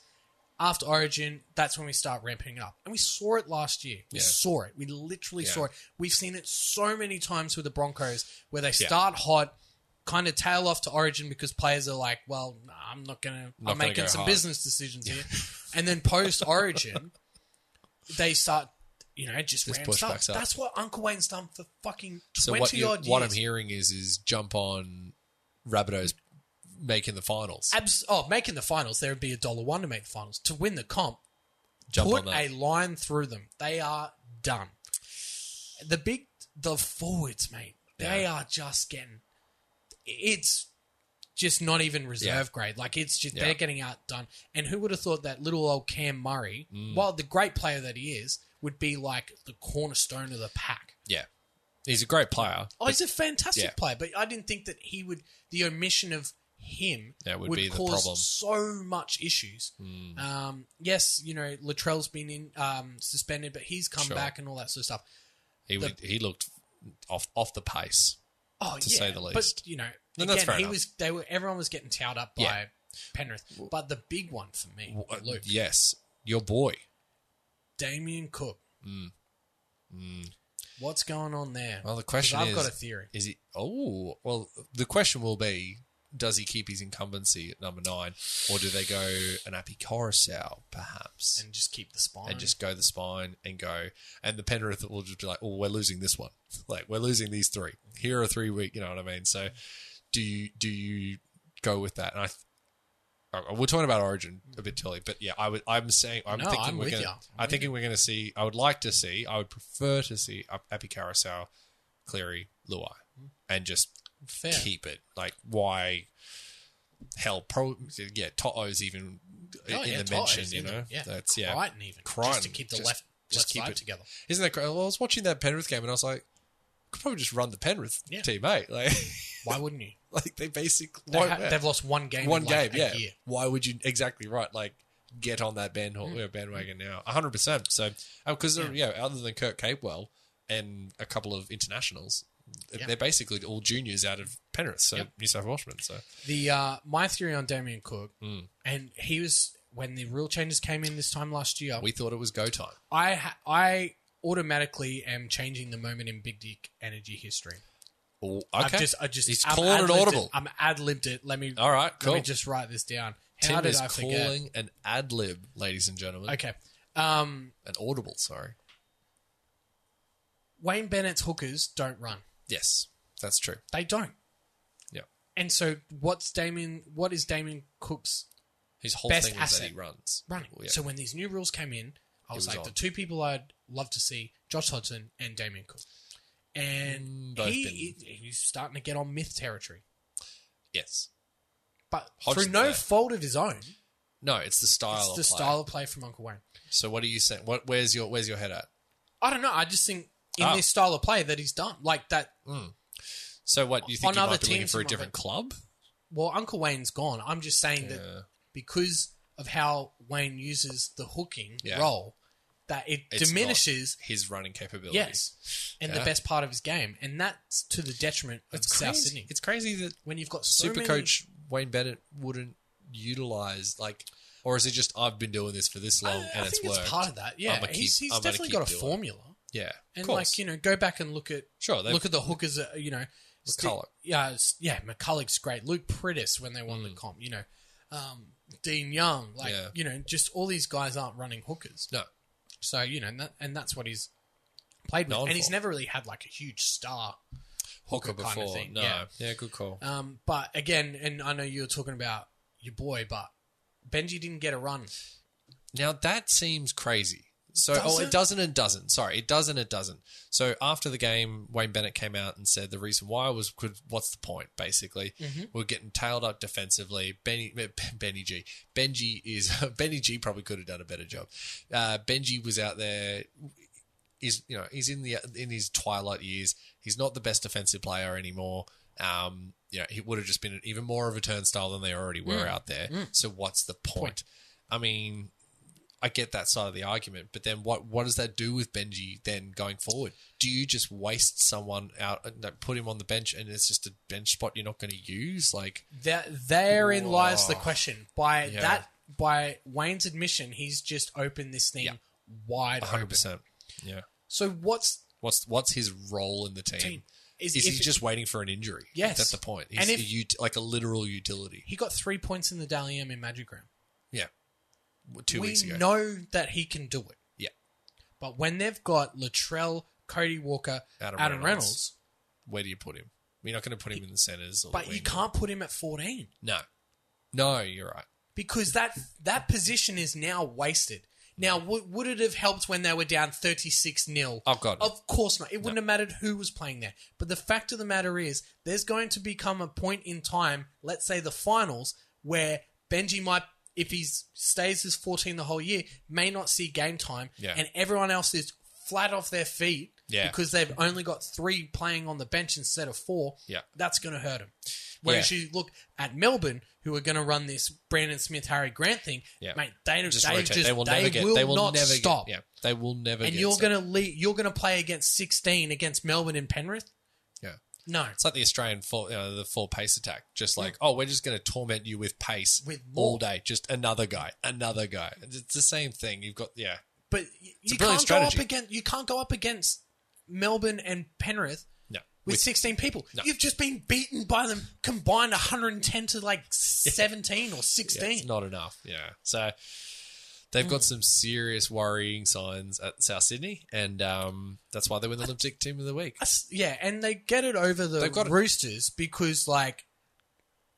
After Origin, that's when we start ramping up. And we saw it last year. We Yeah. saw it. We literally Yeah. saw it. We've seen it so many times with the Broncos where they start hot, kind of tail off to Origin because players are like, well, nah, I'm not going to, Not I'm gonna making go some hard." business decisions here. and then post Origin, they start, you know, just, Just ramps up. pushbacks up. That's what Uncle Wayne's done for fucking 20 So what, you, odd years. what I'm hearing is is jump on Rabbitohs making the finals. Abs- oh, making the finals, there would be a dollar one to make the finals. To win the comp, jump put on that. a line through them. They are done. The big, the forwards, mate, they Yeah. are just getting. It's just not even reserve Yeah. grade. Like it's just Yeah. they're getting outdone. And who would have thought that little old Cam Murray, Mm. while the great player that he is, would be like the cornerstone of the pack. yeah, he's a great player. Oh, he's a fantastic Yeah. player, but I didn't think that he would. The omission of him That would be the cause problem. Hmm. so much issues. Um, yes, you know Latrell's been in um, suspended, but he's come Sure. back and all that sort of stuff. He would he looked off off the pace. Oh, To yeah, say the least. But you know, No, again, that's fair he enough. was. They were. Everyone was getting towed up by Yeah. uh, Penrith, but the big one for me, Luke, Yes, your boy. Damien Cook. What's going on there? Hmm. Well, the question 'Cause is, I've got a theory. Is he? Oh, well, the question will be: Does he keep his incumbency at number nine, or do they go an Appy Coruscant, perhaps, and, And just keep the spine. just go the spine and go? And the Penrith will just be like, "Oh, we're losing this one. Like we're losing these three. Here are three week. You know what I mean? So, do you do you go with that? And I. th- oh, We're talking about Origin a bit tilly, but yeah, I would. I'm saying I'm No, thinking I'm we're with gonna. ya. I'm I'm with thinking we're gonna see. I would like to see. I would prefer to see Ap- Appy Carousel Cleary, Luai, and just Fair. keep it. Like why? Hell, pro yeah, Toto's even in Oh, yeah, the Toto's mention. in You there. know, Yeah. that's yeah. Crichton even just to Crichton, keep the just- left just left keep side it. together. Isn't that cra Well, I was watching that Penrith game and I was like, could probably just run the Penrith Yeah. team, mate. Like, Why wouldn't you? like they basically They won't ha- matter. they've lost one game. one in like game. a Yeah, year. why would you exactly right? Like, get on that band Mm. bandwagon now, hundred percent. So, because yeah. other than Kirk Capewell and a couple of internationals, Yeah. they're basically all juniors out of Penrith, so Yep. New South Welshmen. So, The uh, my theory on Damien Cook, Hmm. and he was when the rule changes came in this time last year. We thought it was go time. I ha- I automatically am changing the moment in Big Dick Energy history. Oh, okay. I've just I just he's I'm calling it ad-libbed audible. I'm ad libbed it. Let me All right, cool. Let me just write this down. How Tim did is I forget? calling an ad lib, ladies and gentlemen, Okay. Um, an audible. Sorry. Wayne Bennett's hookers don't run. Yes, that's true. They don't. Yep. And so what's Damien what is Damien Cook's His whole Best thing is that asset. he runs. running. Well, yeah. So when these new rules came in, I was, was like, on. the two people I'd love to see, Josh Hodgson and Damien Cook. And Mm, both he, he's starting to get on myth territory. yes. But Hodgson's through no there. fault of his own, No, it's the style. it's of the play. style of play from Uncle Wayne. So what are you saying? What? Where's your Where's your head at? I don't know. I just think in Oh. this style of play that he's done, like that. So what you think On you other might be looking teams, for a you might different be- club? Uh, Well, Uncle Wayne's gone. I'm just saying that because of how Wayne uses the hooking Yeah. role, that it It's not diminishes his running capabilities. yes, and the Yeah. best part of his game, and that's to the detriment of It's South crazy. Sydney. It's crazy that when you've got so Super many- Coach Wayne Bennett wouldn't utilize like, or is it just I've been doing this for this I, long I um, and it's think worked? it's part of that. Yeah, I'ma keep- he's, he's I'm gonna definitely keep got a doing it. formula, yeah, and of course. like you know, go back and look at sure, they look at the hookers. Uh, you know, sti- McCulloch. yeah, s- yeah, McCulloch's great. Luke Prittis when they won the comp. You know, um, Dean Young. Like Mm. Yeah. you know, just all these guys aren't running hookers. no, So you know, and, that, and that's what he's played with, Known and he's for. never really had like a huge star. hooker kind of before. thing, No, yeah. yeah. good call. Um, but again, and I know you were talking about your boy, but Benji didn't get a run. Now that seems crazy. So, oh, Does it it? doesn't and doesn't. Sorry, it doesn't and doesn't. So after the game, Wayne Bennett came out and said the reason why was could, what's the point? Basically, we're getting tailed up defensively. Benny, eh, Benny G, Benji is Benny G probably could have done a better job. Uh, Benji was out there is you know he's in the in his twilight years. He's not the best defensive player anymore. Um, you know he would have just been even more of a turnstile than they already were out there. So what's the Mm. point? I mean, I get that side of the argument, but then what what does that do with Benji then going forward? Do you just waste someone out, and like, put him on the bench, and it's just a bench spot you're not going to use? Like, That therein lies the question. By Yeah. that, by Wayne's admission, he's just opened this thing Yeah. wide hundred open. percent. Yeah. So what's What's what's his role in the team? Team. Is, Is- he if- just waiting for an injury? Yes. that's the point. He's And if- a ut- like a literal utility. he got three points in the Daly M in Magic Round. Yeah. W- Two we weeks ago. know that he can do it. Yeah. But when they've got Latrell, Cody Walker, Adam, Adam Reynolds. Reynolds, Where do you put him? You're not going to put him in the centers. Or the but you wing. can't put him at fourteen. No. No, you're right. because that that position is now wasted. Now, w- would it have helped when they were down 36 0? Oh, God, no. Of course not. It wouldn't have mattered who was playing there. But the fact of the matter is, there's going to become a point in time, let's say the finals, where Benji might, if he stays as 14 the whole year, may not see game time. Yeah. And everyone else is flat off their feet Yeah. because they've only got three playing on the bench instead of four. Yeah. That's going to hurt him. Whereas Yeah. you look at Melbourne, who are going to run this Brandon Smith, Harry Grant thing, Yeah. mate, they don't Just they rotate. Just, they will never get. will they will not never stop. Get, yeah. They will never. and get you're stopped. going to lead, you're going to play against 16 against Melbourne and Penrith. Yeah. No, It's like the Australian full, you know, the full pace attack. Just like, oh, we're just going to torment you with pace With all more. day. Just another guy, another guy. It's the same thing. You've got yeah, but y- you can't brilliant go strategy. up against you can't go up against Melbourne and Penrith no. with, With- 16 people. No. You've just been beaten by them combined 110 to like 17 or Yeah, 16. it's not enough. Yeah. So they've Mm. got some serious worrying signs at South Sydney, and um, that's why they win the Olympic Team of the Week. Us- yeah, and they get it over the They've got it. Roosters because like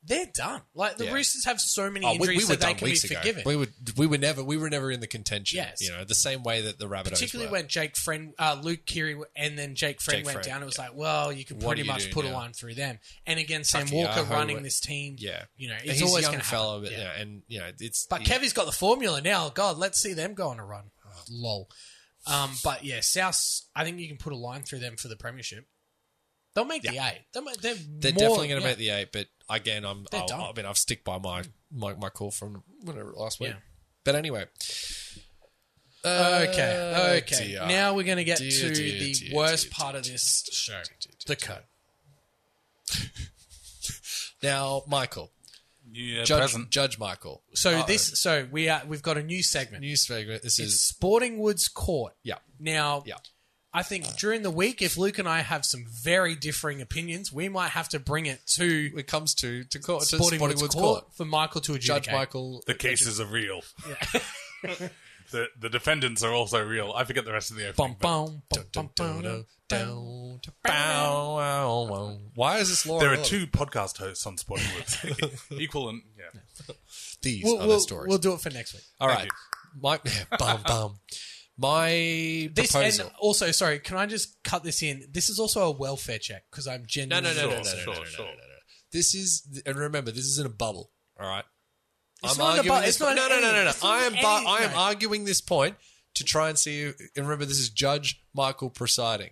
they're done. Like the Yeah. Roosters have so many Oh, we, we injuries were that they done can be weeks ago. forgiven. We were we were never we were never in the contention. Yes. You know, the same way that the Rabbitohs Particularly were. when Jake Friend, uh, Luke Keary, and then Jake Friend Jake went Friend, down. It was yeah. like, well, you can What pretty do you much do put a now? line through them. And again, Sam Tucky Walker Aho running went- this team. yeah, you know, And it's he's always a young going to fellow, happen. but Yeah. yeah, and you know, it's But Kevin's got the formula now. God, let's see them go on a run. Oh, Lol. Um, but yeah, South. I think you can put a line through them for the premiership. They'll make the eight. They're, they're, They're more- definitely going to yeah. make the eight, but again, I'm. They're I'll, done. I mean, I've stick by my my, my call from whatever last week. Yeah. But anyway, Okay, okay. Oh, dear. Now we're going to get Dear, to dear, the dear, worst dear, part of this show the cut. now Michael, Yeah, Judge present. Judge Michael, Uh, So this, so we are we've got a new segment. news segment. This it's is Sporting Woods Court. yeah, Now, yeah. I think during the week, if Luke and I have some very differing opinions, we might have to bring it to It comes to to court to Sporting, Woods, Court, for Michael to adjudicate. Judge Michael. The cases are real. the the defendants are also real. I forget the rest of the opening. Bum, but bum, bum, bum, bum, bum. Why is this law? There are relevant? two podcast hosts on Sporting Woods. Equal and yeah. These We'll, other we'll- stories. we'll do it for next week. All Thank right, my bum bum. My This proposal. and also, sorry, can I just cut this in? This is also a welfare check because I'm No, genuinely no, no, no, no, no, exhausted. no, no, no, no, sure, sure. no, no. This is, and remember, this is in a bubble. All right. It's not in a bubble. this It's not point- in no, no, no, no, any- no. it's not I am, in bu- any- I am no. arguing this point to try and see. And remember, this is Judge Michael presiding.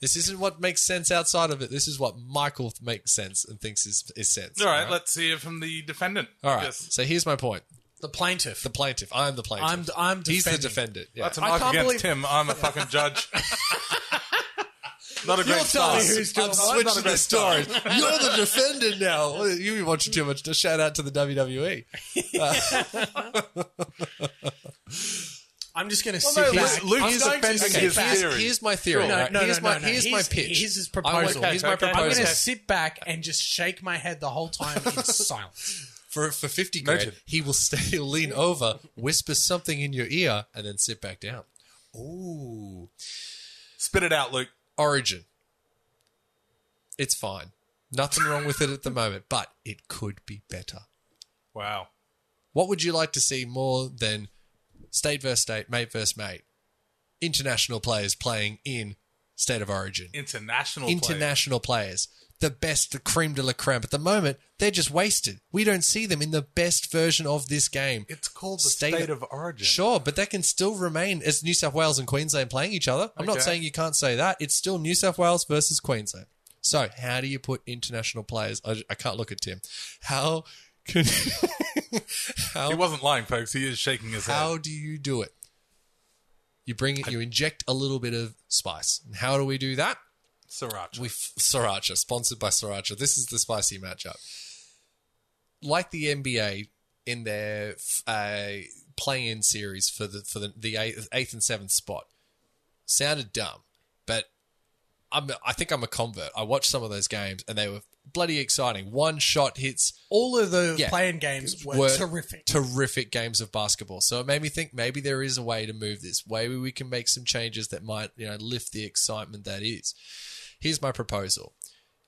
This isn't what makes sense outside of it. This is what Michael makes sense and thinks is, is sense. All right, let's hear from the defendant. All right. Yes. So here's my point. The plaintiff. The plaintiff. I'm the plaintiff. I'm I'm He's the defending. defendant. Yeah. That's a I knock can't against believe- him. I'm a fucking judge. Not a great You'll tell start. me who's doing I'm what. not a switching the great story. You're the defendant now. You've been watching too much. Shout out to the E. WWE. I'm just going to no, sit Luke- back. Luke I'm is going to defending sit his back. here's, theory. here's my theory. No, right? no, no, here's no, my no. here's my Here's- pitch. here's his I want- proposal. here's my Okay, okay. I'm going proposal. to sit back and just shake my head the whole time in silence. For for fifty grand, Noted. he will stay, he'll lean over, whisper something in your ear, and then sit back down. Ooh, Spit it out, Luke. origin. It's fine. Nothing wrong with it at the moment, but it could be better. Wow. What would you like to see more than state versus state, mate versus mate, international players playing in state of origin? International. International. international players, the best, the cream de la creme. At the moment, they're just wasted. We don't see them in the best version of this game. It's called the state, of origin. Sure, but that can still remain as New South Wales and Queensland playing each other. I'm not Okay. saying you can't say that. It's still New South Wales versus Queensland. So, how do you put international players? I, I can't look at Tim. How can He how wasn't lying, folks. He is shaking his head. how do you do it? You bring it. You inject a little bit of spice. And How do we do that? Sriracha. We f- Sriracha, sponsored by Sriracha. This is the spicy matchup. Like the NBA in their f- uh, play-in series for the for the, the eighth, eighth and seventh spot, sounded dumb, but I'm I think I'm a convert. I watched some of those games and they were bloody exciting. One shot hits All of the Yeah. playing games were, were terrific. terrific games of basketball. So it made me think maybe there is a way to move this, way we can make some changes that might, you know, lift the excitement that is. Here's my proposal.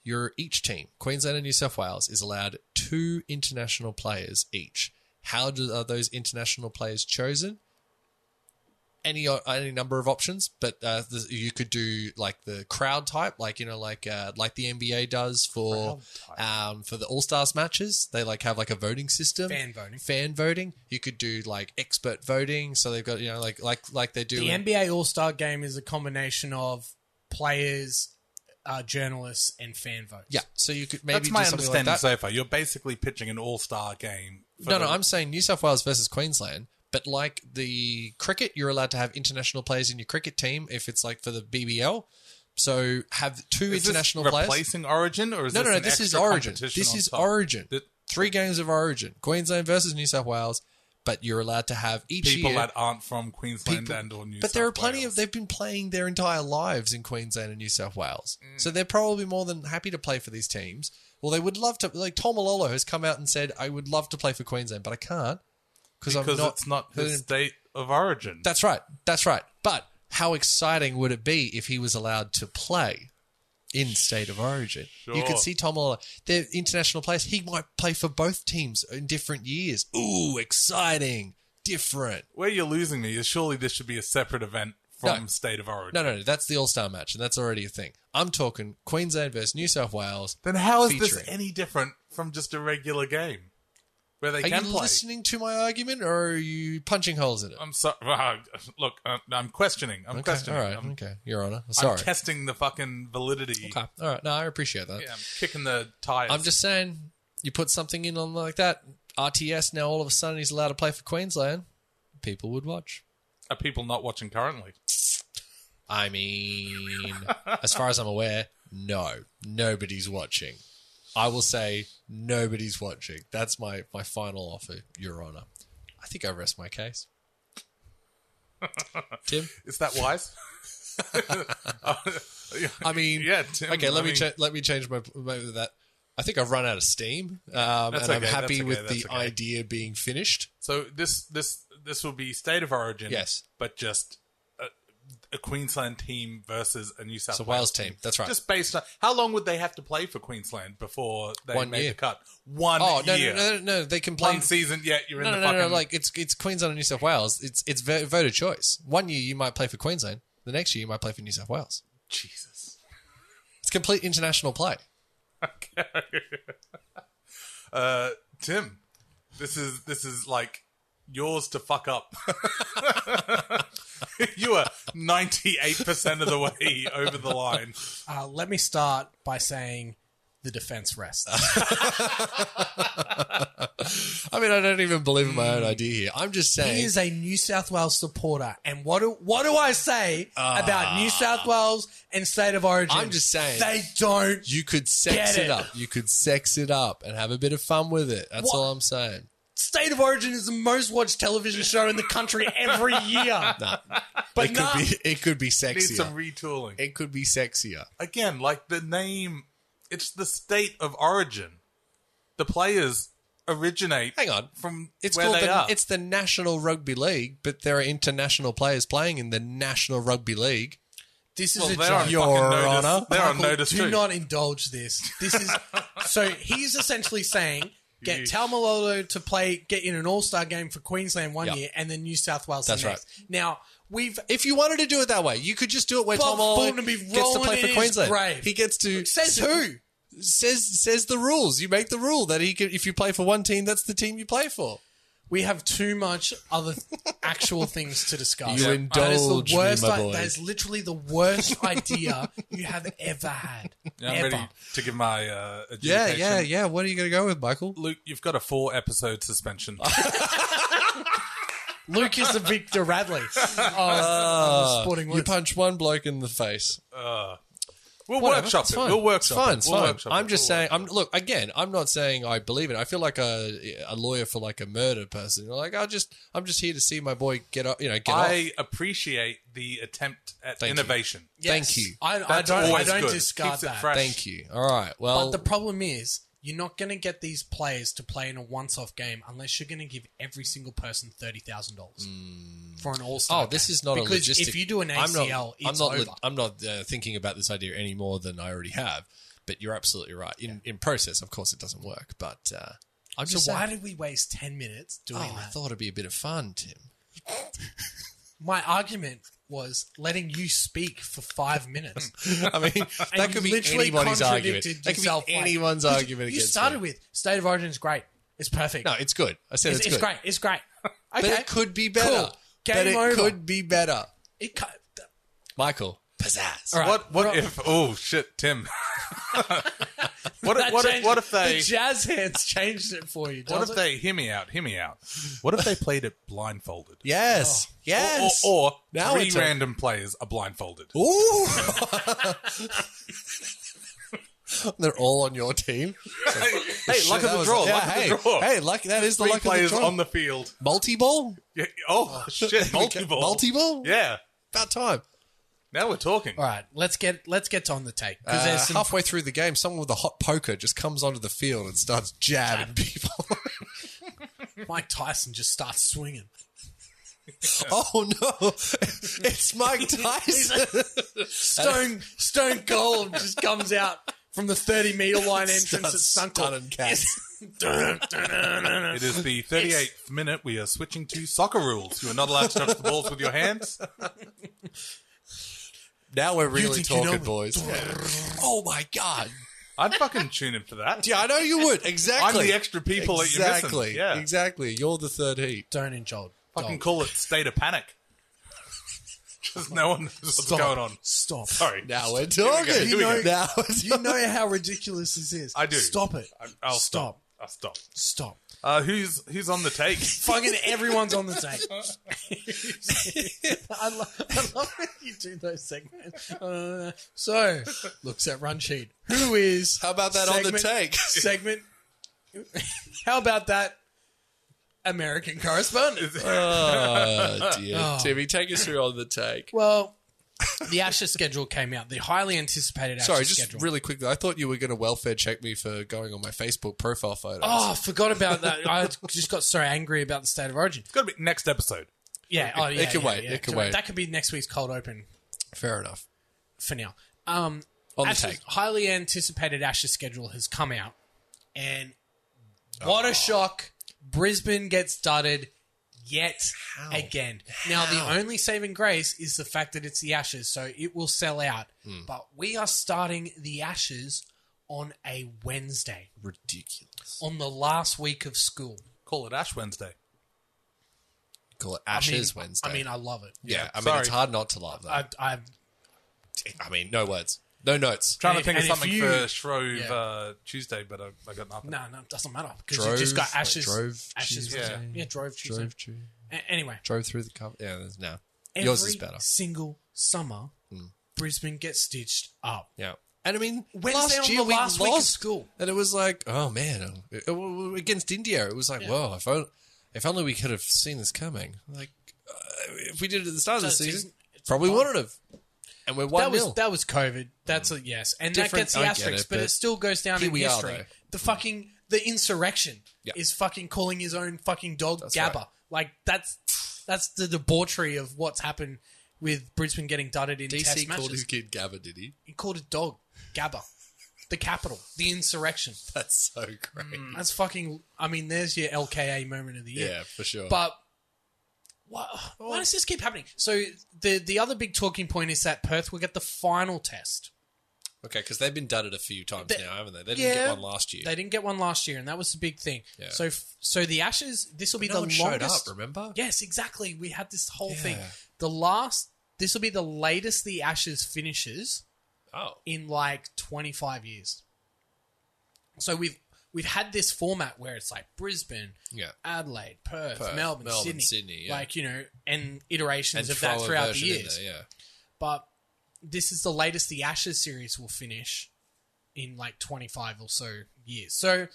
Your each team, Queensland and New South Wales, is allowed two international players each. How do, are those international players chosen? Any any number of options, but uh, the, you could do like the crowd type, like you know, like uh, like the NBA does for um, for the All Stars matches. They like have like a voting system, Fan voting. fan voting. You could do like expert voting, so they've got you know like like like they do. The in- NBA All Star Game is a combination of players, uh, journalists, and fan votes. yeah, so you could maybe That's my do something like understanding that. so far. You're basically pitching an all-star game. for No, no, the- I'm saying New South Wales versus Queensland. But like the cricket, you're allowed to have international players in your cricket team if it's like for the BBL. So have two Is this international players. replacing Origin, or is No, this no, no. an This is extra Origin. competition This on is top? Origin. That Three games of Origin: Queensland versus New South Wales. But you're allowed to have each people year that aren't from Queensland people- and or New but there South are plenty Wales. of they've been playing their entire lives in Queensland and New South Wales, Mm. so they're probably more than happy to play for these teams. Well, they would love to. Like Tom Malolo has come out and said, "I would love to play for Queensland, but I can't because I'm because not." it's not they're his in- state of origin. that's right. That's right. But how exciting would it be if he was allowed to play in state of origin? You Sure. could see Tom Malolo, they're international players. He might play for both teams in different years. Ooh, exciting, different. Where you're losing me is surely this should be a separate event from No. state of origin. No, no, no. That's the All Star match, and that's already a thing. I'm talking Queensland versus New South Wales. Then how is this Featuring. any different from just a regular game where they Are can you play? listening to my argument, or are you punching holes in it? I'm sorry. Look, I'm, I'm questioning. okay, I'm all questioning. right, I'm, okay, Your Honor. I'm Sorry. testing the fucking validity. okay, all right. No, I appreciate that. Yeah, I'm kicking the tires. I'm just saying, you put something in on like that. RTS now all of a sudden he's allowed to play for Queensland. People would watch. Are people not watching currently? I mean, as far as I'm aware, no, nobody's watching. I will say nobody's watching. That's my my final offer, Your Honor. I think I rest my case. Tim, Is that wise? I mean, Yeah, Tim, okay, let I me mean- cha- let me change my, my that. I think I've run out of steam, um, and That's I'm okay, happy that's okay, with the that's okay. idea being finished. so this this this will be state of origin. Yes. but just a, a Queensland team versus a New South So Wales Wales team, that's right. Just based on how long would they have to play for Queensland before they One made year. the cut? One Oh no, year, no, no, no, no! They can play one season. Yeah, you're No, in no, the no, fucking. no, Like it's it's Queensland and New South Wales. It's it's vo- voter choice. One year you might play for Queensland. The next year you might play for New South Wales. Jesus. It's complete international play. Uh, Tim, this is this is like yours to fuck up. you are ninety eight percent of the way over the line. Uh, let me start by saying the defense rests. I mean, I don't even believe in my own idea here. I'm just he saying. is a New South Wales supporter, and what do what do I say Ah. about New South Wales and state of origin? I'm just saying. they don't. you could sex Get it. it. up. You could sex it up and have a bit of fun with it. That's What? all I'm saying. State of Origin is the most watched television show in the country every year. but it nah, could be. It could be Need some sexier. retooling. it could be sexier. Again, like the name, it's the state of origin. The players originate Hang on. from It's where called they the, are. it's the National Rugby League, but there are international players playing in the National Rugby League. this is well, a they're on joke. Your fucking notice. Honor. They're on Michael, notice do too. not indulge this. This is so he's essentially saying get You- Talmalolo to play, get in an All Star game for Queensland one Yeah. year, and then New South Wales That's the next. Now we've If you wanted to do it that way, you could just do it where Bob Tom Fulton Oliver would be gets to rolling play in for his Queensland. grave. He gets to says who? says says the rules. You make the rule that he could, if you play for one team, that's the team you play for. We have too much other actual things to discuss. You That is indulge me, worst my i- boy. That is literally the worst idea you have ever had. Yeah, I'm ever. ready to give my uh, Yeah, adjudication. yeah, yeah. What are you going to go with, Michael? Luke, you've got a four episode suspension. Luke is the Victor Radley of, of the sporting Ah, You words. punch one bloke in the face. We'll Whatever, workshop it's it. fine. We'll It's workshop fine. it. It's We'll fine. workshop I'm it. just We'll saying. I'm look again. I'm not saying I believe it. I feel like a a lawyer for like a murder person. You're like I just I'm just here to see my boy get up. You know, get off. I appreciate the attempt at Thank you. innovation. Thank you. I, I That's don't, I always don't good. discard Keeps it that. fresh. Thank you. All right. Well, But the problem is, you're not going to get these players to play in a once-off game unless you're going to give every single person thirty thousand dollars for an all-star. oh, this game. is not because a logistic. if you do an ACL, I'm not, it's I'm not, over. li- I'm not uh, thinking about this idea any more than I already have. But you're absolutely right. In in process, of course, it doesn't work. But uh, I'm so just why saying, did we waste ten minutes doing oh, I that? thought it'd be a bit of fun, Tim. My argument was letting you speak for five minutes. I mean, that you could be literally anybody's argument. contradicted That could yourself, be like- anyone's argument you against started me. with state of origin is great. It's perfect. No, it's good. I said it's, it's, it's good. great. It's great. Okay. But it could be better. Cool. Game but it over. could be better. It cut. Michael, pizzazz. All right. What what Rob- if oh shit, Tim. what if That what if, changed- what if they the jazz hands changed it for you? what does if it? they hear me out, hear me out. What if they played it blindfolded? Yes. Yes. Or, or, or Now three it's a- random players are blindfolded. Ooh. They're all on your team. hey, Shit, luck that of the was- draw, yeah, luck hey, of the draw. Hey, luck, that is the three luck of the players draw. on the field. multi-ball? Yeah, oh shit, multiple. Multi-ball? Yeah. About time. Now we're talking. All right, let's get let's get on the take because Uh, there's some halfway through the game, someone with a hot poker just comes onto the field and starts jabbing people. Mike Tyson just starts swinging. Oh no! It's Mike Tyson. Stone Stone Cold just comes out from the thirty meter line entrance at Starts stunning Suncorp. cats. Dun, dun, dun, dun, dun. It is the 38th minute. We are switching to soccer rules. You are not allowed to touch the balls with your hands. Now we're really think you know talking, me? boys. oh my god! I'd fucking tune in for that. Yeah, I know you would. Exactly. I'm the extra people that you're Exactly. missing. Yeah. Exactly. You're the third heat. Don't indulge. Fucking call it state of panic. Just no one knows what's Stop. going on. Stop. Sorry. Now we're go, talking. here we go. now it's You know how ridiculous this is. I do. Stop it. I'll stop. stop. I'll stop. Stop. Uh, who's who's on the take? Fucking everyone's on the take. I, lo- I love when you do those segments. Uh, so, looks at run sheet. Who is How about that on the segment- Uh, take? segment. How about that American correspondent? oh dear, Timmy, take us through on the take. Well, the Ashes schedule came out, the highly anticipated Ashes Sorry, just schedule. really quickly. I thought you were going to welfare check me for going on my Facebook profile photo. oh, I forgot about that. I just got so angry about the state of origin. Got to be next episode. Yeah, oh, yeah, can yeah, wait, yeah, it can wait. That could be next week's cold open Fair enough. for now. Um, On the Ashes- take. highly anticipated Ashes schedule has come out, and Oh. what a shock! Brisbane gets dudded yet again. Now the only saving grace is the fact that it's the Ashes, so it will sell out. Hmm. But we are starting the Ashes on a Wednesday, Ridiculous. on the last week of school. Call it Ash Wednesday. Call it I mean, Ashes Wednesday. I mean, I love it. yeah, I mean, sorry. it's hard not to love that. I, I I mean, no words. No notes. Trying And if- to think of and if something you- for Shrove Yeah. uh, Tuesday, but I, I got nothing. No, no, it doesn't matter because you Drove, just got like ashes. drove ashes. Tuesday. was- Yeah. drove Tuesday. Drove, through- A- anyway, drove through the cover. Yeah, there's no. every Yours is better. Hmm. single summer, Brisbane gets stitched up. Yeah. And I mean, Wednesday last on year the we last week of lost school. and it was like, oh man, um, it- it- against India, it was like, whoa, if only, if only we could have seen this coming. Like, uh, if we did it at the start of the It's- it's- season, it's probably fine. wouldn't have. And we're one that was nil. that was COVID. That's a yes, and that Hmm. Different- gets the I get asterisk, it, but, it but still goes down here in we are, history. though. the fucking the insurrection Yeah. is fucking calling his own fucking dog That's Gabba. right. Like that's that's the debauchery of what's happened with Brisbane getting dudded in DC test called matches. his kid Gabba, did he? he called it dog Gabba, the capital, the insurrection. That's so great. That's fucking. I mean, there's your LKA moment of the yeah. year. for sure. But why, why does this keep happening? So the the other big talking point is that Perth will get the final test. okay, because they've been dudded a few times They- now, haven't they? They didn't yeah. get one last year. They didn't get one last year, and that was the big thing. Yeah. So, f- so the Ashes. This will be no the one longest. showed up, remember? Yes, exactly. We had this whole Yeah. thing. The last. This will be the latest the Ashes finishes Oh, in like 25 years. So we've we've had this format where it's like Brisbane, yeah. Adelaide, Perth, Perth, Melbourne, Melbourne, Sydney, Sydney, yeah. like you know, and iterations And of that throw a throughout the version in years. there, yeah. But this is the latest the Ashes series will finish in like 25 or so years. So,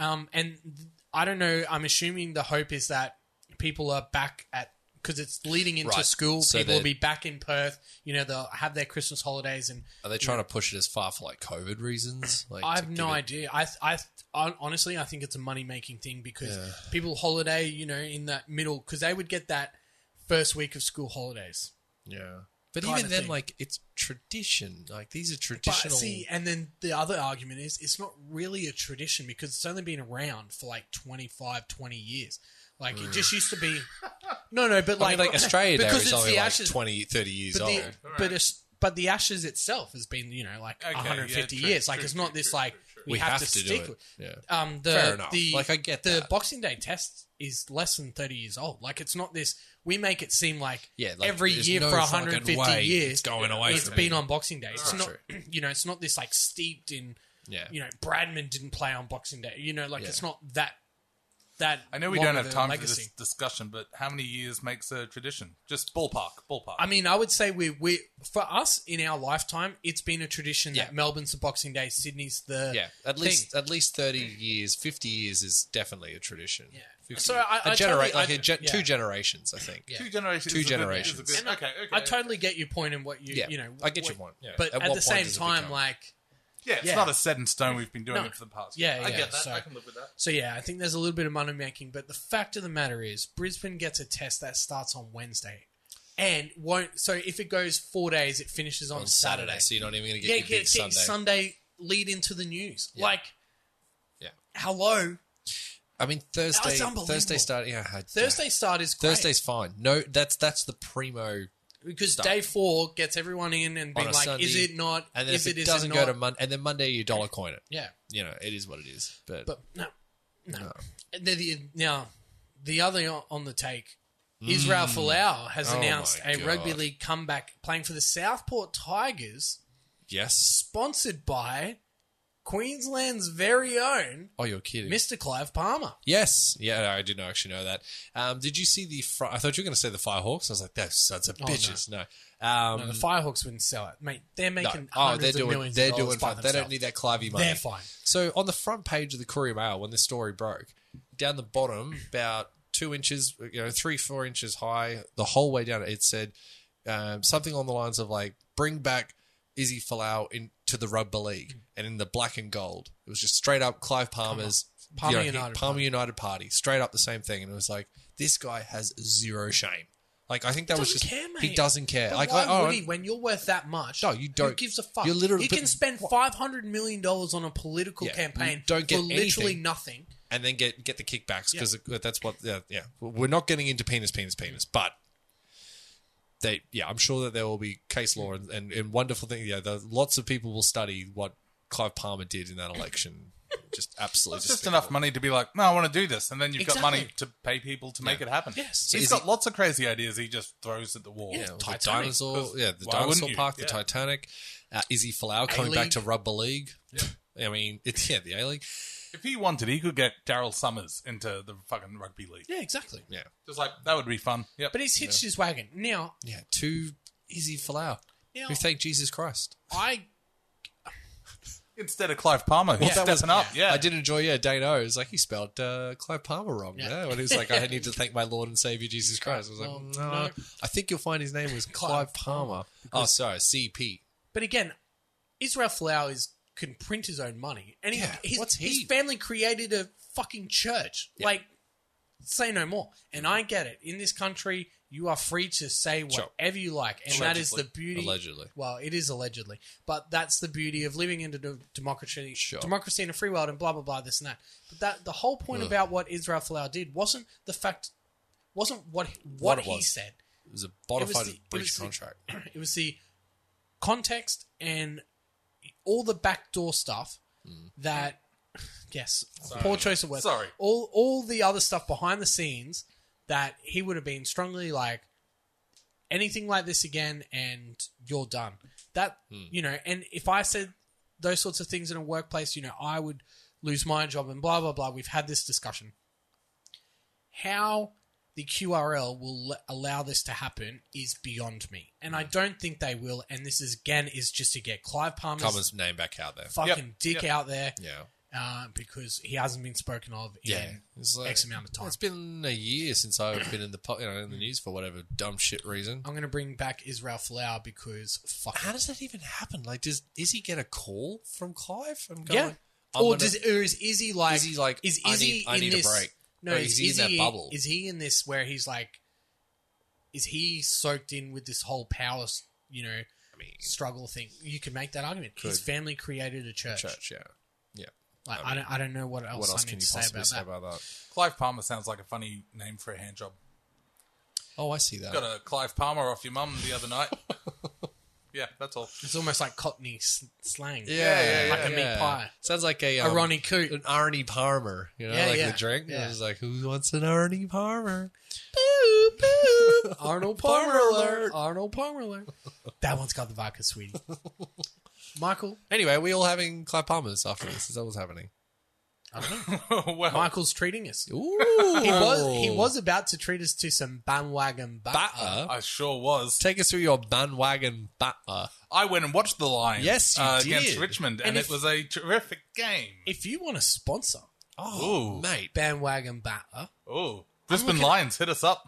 um, and th- I don't know. I'm assuming the hope is that people are back at because it's leading into Right. school. So people will they're- be back in Perth. You know, they'll have their Christmas holidays and Are they trying to push it as far for like COVID reasons? Like I to have give no it- idea. I, th- I th- hon- honestly, I think it's a money making thing because people holiday, you know, in that middle because they would get that first week of school holidays. Yeah. But kinda even then, thing. like it's tradition. Like these are But traditional. see, and then the other argument is it's not really a tradition because it's only been around for like 25, 20 years. Like it just used to be. No, no, but I like, mean, like Australia Day because is it's only the like Ashes. 20, 30 years but old. the, but, it's- but the ashes itself has been you know like Okay, yeah, 150 true, years. Like true, it's not true, this true, like true, true. we, have, to, stick with. do it. Yeah. um the Fair enough. the Like, I get the that. Boxing Day test is less than thirty years old. Like it's not this. We make it seem like, Yeah, like, every there's year no for fucking 150 way years, it's going away It's from been here. on Boxing Day. It's Right. not you know it's not this like steeped in Yeah. you know Bradman didn't play on Boxing Day. You know like Yeah. it's not that that. I know we long don't of have a time legacy. for this discussion, but how many years makes a tradition? Just ballpark, ballpark. I mean, I would say we we for us in our lifetime, it's been a tradition Yeah. that Melbourne's the Boxing Day, Sydney's the yeah. At thing. least at least thirty years, fifty years is definitely a tradition. Yeah. So I- I a genera- totally- like I- a gen- yeah. two generations, I think. two generations. Two is a good- is a generations. good- And I- okay, okay. I totally get your point and what you Yeah, you know. I get what- your point, yeah. but At at, what the point same does it time, become- like Yeah, it's Yeah. not a set in stone. We've been doing No. it for the past. Yeah, I yeah, get that. so- I can live with that. so, yeah, I think there's a little bit of money making. But the fact of the matter is, Brisbane gets a test that starts on Wednesday, and won't. So if it goes four days, it finishes on, On Saturday. Saturday, so you're not even going to get yeah, your get, big get Sunday. Sunday. lead into the news. Like, Yeah. hello, I mean, Thursday, Oh, unbelievable. Thursday start. Yeah, I- Thursday start is great. Thursday's fine. No, that's that's the primo. because day four gets everyone in and being a like, Sunday, is it not? And then is if it, is doesn't not? go to Monday, and then Monday you dollar coin it. yeah, You know, it is what it is. But, but no, no. And then the, now, the other on- on the take, Israel Folau has Mm. Oh announced my a God. rugby league comeback playing for the Southport Tigers, yes. sponsored by Queensland's very own Oh, you're kidding. Mr. Clive Palmer. Yes. Yeah, no, I didn't actually know that. Um, did you see the? Fri- I thought you were going to say the Firehawks. I was like, those sons of Oh, no. bitches. No. Um, No, the Firehawks wouldn't sell it, mate. They're no. making Oh, hundreds they're of doing. millions. They're of dollars doing by fine. They don't themselves. need that Clivey money. They're fine. So on the front page of the Courier Mail, when this story broke, down the bottom, about two inches, you know, three four inches high, the whole way down, it said um, something on the lines of like, "Bring back Izzy Falau into the rugby league," Mm. and in the black and gold, it was just straight up Clive Palmer's Palmer he- United Palmer Party. United Party, straight up the same thing, and it was like, "This guy has zero shame." Like I think that was doesn't just care, mate. he doesn't care. But like why I- oh, would he when you're worth that much? No, Who you don't- gives a fuck? you're literally- he can but- spend five hundred million dollars on a political Yeah, campaign. you don't get for literally anything. nothing. and then get get the kickbacks because that's what yeah, yeah we're not getting into penis penis penis but they yeah i'm sure that there will be case law and, and, and wonderful things yeah the, lots of people will study what clive palmer did in that election just absolutely It's just despicable. enough money to be like, no, I want to do this, and then you've got money Exactly. to pay people to make it happen. Yes. he's is got he- lots of crazy ideas. He just throws at the wall. yeah, the Titanic. dinosaur yeah the Why wouldn't dinosaur you? park Yeah. the titanic Uh, Izzy Flower coming back A-League. to rugby league. I mean, it's yeah, the A League. If he wanted, he could get Daryl Summers into the fucking rugby league. Yeah, exactly. Yeah, Just like that would be fun. Yep. But he's hitched his wagon. Now, yeah. Two Izzy Flower. now Who thank Jesus Christ. I instead of Clive Palmer, who's that stepping was- up. Yeah, I did enjoy, yeah, Dane O. It was like, he spelled uh, Clive Palmer wrong. Yeah. Yeah. And he was like, I need to thank my Lord and Savior Jesus Christ. I was like, "Mm, Well, no, no. I think you'll find his name was Clive Palmer. Oh, sorry, CP. But again, Israel Folau is can print his own money, and he, Yeah, his, what's he? his family created a fucking church. Like, say no more. And I get it. In this country, you are free to say Sure. whatever you like, and that is the beauty. Allegedly. well, it is allegedly, but that's the beauty of living in a de- democracy, Sure. democracy in a free world, and blah blah blah, this and that. But that the whole point about what Israel Folau did wasn't the fact, wasn't what what, it he was. said It was a It was bonafide the- it breach was the- contract. it was the context and all the backdoor stuff that yes poor choice of words Mm. Sorry. all all the other stuff behind the scenes that he would have been strongly like anything like this again and you're done that Hmm. you know and if i said those sorts of things in a workplace you know i would lose my job and blah blah blah we've had this discussion how the QRL will l- allow this to happen is beyond me, and I don't think they will. And this is again is just to get Clive Palmer's Palmer's name back out there. fucking Yep, dick yep. out there Yeah. uh, because he hasn't been spoken of in Yeah. It's like- X amount of time. It's been a year since I've been in the po- you know, in the news for whatever dumb shit reason. I'm going to bring back Israel Folau because fuck. Oh, How does that even happen? Like, does is he get a call from Clive? I'm Yeah. I'm or gonna- does or is Izzy like Is he like, is I Izzy need- I in need a this? break? No, Or is, is he in that Izzy- bubble? Is he in this where he's like? Is he soaked in with this whole power? s- You know. struggle thing. You can make that argument. His Could. family created a church. church, yeah. Yeah. Like, I, don't, I don't know what else, What else I can need to you say possibly about say that. about that? Clive Palmer sounds like a funny name for a hand job. Oh, I see that. Got a Clive Palmer off your mum the other night. yeah, that's all. It's almost like Cockney s- slang. yeah, Like a meat pie. Sounds like a A um, Ronnie Coot. an Arnie Palmer. You know, Yeah, like yeah, the drink. yeah. It was like, who wants an Arnie Palmer? Arnold Palmer Palmer alert. alert. Arnold Palmer alert. that one's got the vodka, sweetie. Michael. Anyway, are we all having Clive Palmers after this. Is that what's happening? I don't know. Oh. well, Michael's treating us. Ooh, He was he was about to treat us to some bandwagon butter. Oh. batter. I sure was. Take us through your bandwagon batter. I went and watched the Lions. Yes, you uh, did. against Richmond, and, And it if- was a terrific game. If you want to sponsor Oh, Ooh. mate. bandwagon batter oh, Brisbane Lions hit us up.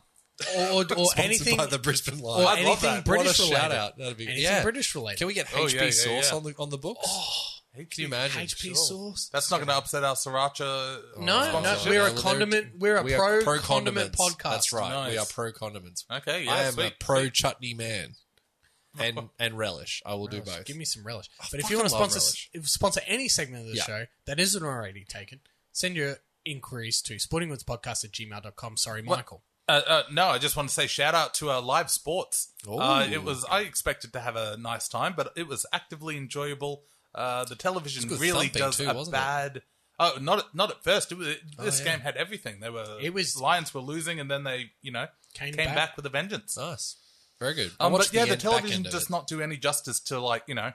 or, or, or Sponsored anything, by the Brisbane or Lions. love anything that. What a British shout related, out. That'd be anything yeah. British related. Can we get Oh, HP yeah, yeah, sauce yeah. on the on the books? Can you imagine? HP sauce. That's not going to upset our sriracha. uh, No, no, sponsorship. we're a Well, they're- condiment. We're a We are pro, condiment pro-condiments. podcast. That's right. We are Nice. pro condiments. Okay, Oh, yeah, I am a sweet. pro chutney man, and and relish. I will do both. Give me some relish. But if fucking you want to love sponsor if you sponsor any segment of the Yeah. show that isn't already taken, send your inquiries to sportingwoodspodcast at gmail.com. Sorry, Michael. Uh, uh, no, I just want to say shout out to uh, live sports. Ooh. Uh, it was I expected to have a nice time, but it was actively enjoyable. Uh, the television It's good really thumping does too, a wasn't it? Oh, bad. Oh, not at- not at first. It was, this yeah. game had everything. They were It was- Lions were losing, and then they you know Came came, back. back. with a vengeance. Nice, very good. I Um, watched but yeah, the, end- back television end of does it. not do any justice to like you know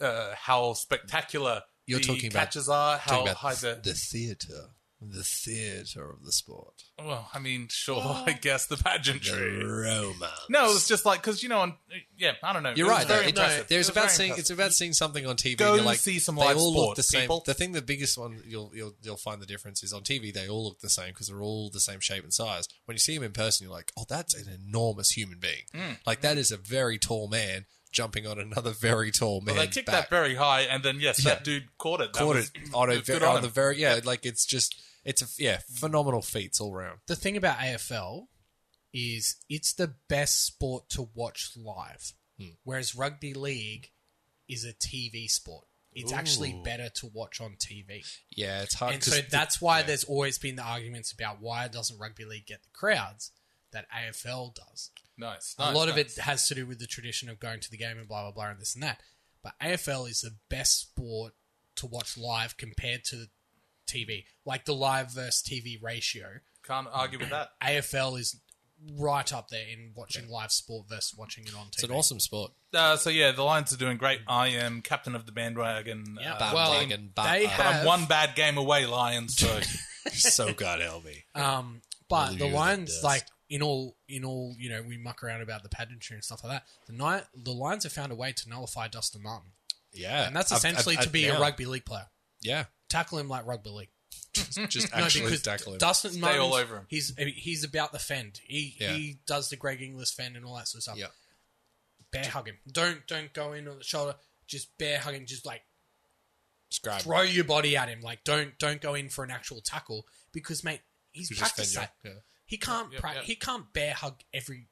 uh, how spectacular You're the talking about- catches are, Talking how about high the, the. the theater, the theater of the sport, Well, I mean, sure, I guess the pageantry. the romance. No, it was just like because you know, on, yeah, I don't know. You're It was right. Very though. It- impressive. there's It was about very seeing impressive. it's about seeing something on TV. Go and you're and like, see some they live all look sport, the same. people. The thing, the biggest one you'll you'll you'll find the difference is on TV. They all look the same because they're all the same shape and size. When you see them in person, you're like, oh, that's an enormous human being. Hmm. Like that is a very tall man jumping on another very tall man. Well, they kicked back. that very high, and then yes, Yeah. that dude caught it. That caught was- it on a was very, good on on the him. very yeah. Like it's just it's a yeah phenomenal feats all round. The thing about AFL is it's the best sport to watch live, whereas rugby league is a TV sport. It's actually better to watch on TV. Yeah, it's hard. and Uh, 'cause so the- that's why there's always been the arguments about why doesn't rugby league get the crowds that AFL does. nice, a lot of it has to do with the tradition of going to the game and blah blah blah and this and that. But AFL is the best sport to watch live compared to TV, like the live versus TV ratio. Can't argue with that. AFL is right up there in watching live sport versus watching it on TV. It's an awesome sport. Uh, so yeah, the Lions are doing great. I am captain of the bandwagon. Yeah, Uh, well, bandwagon, but- they but but have I'm one bad game away, Lions. So so God help me. Um, but Really the use it Lions, does. like in all, in all, you know, we muck around about the pageantry and stuff like that. The night, the Lions have found a way to nullify Dustin Martin, Yeah, and that's I've- essentially I've- to I've be a now- rugby league player. Yeah, Tackle him like rugby league. just actually because tackle him. Dustin Martin, all over him. he's he's about the fend. He Yeah. he does the Greg Inglis fend and all that sort of stuff. Yeah. Bear hug him. Don't don't go in on the shoulder. Just bear hug him. Just like Just grab him. throw your body at him. Like don't don't go in for an actual tackle because mate, he's Just practiced fend that. you. Yeah. He can't Yep, pra- yep. he can't bear hug every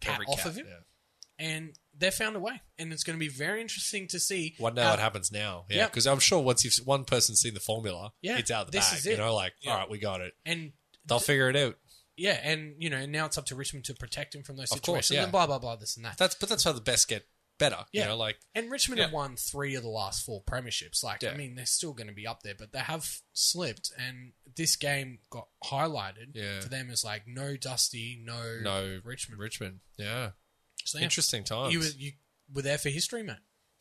cat Every off cat, of him, yeah. and they found a way. And it's going to be very interesting to see. Well, now how- it happens now. Yeah, Um, Yeah. because I'm sure once you've one person's seen the formula, Yeah, it's out the this bag. is You it. know, like Yeah. all right, we got it. And They'll figure it out. yeah, and you know now it's up to Richmond to protect him from those Of situations. course, yeah. And blah blah blah, this and that. That's but that's how the best get better. You Yeah. know, like and Richmond Yeah. have won three of the last four premierships. Like Yeah. I mean, they're still going to be up there, but they have slipped. And this game got highlighted Yeah. to them as like no Dusty, no no Richmond. Richmond. Yeah, So, yeah, interesting times. You were you were there for history, mate.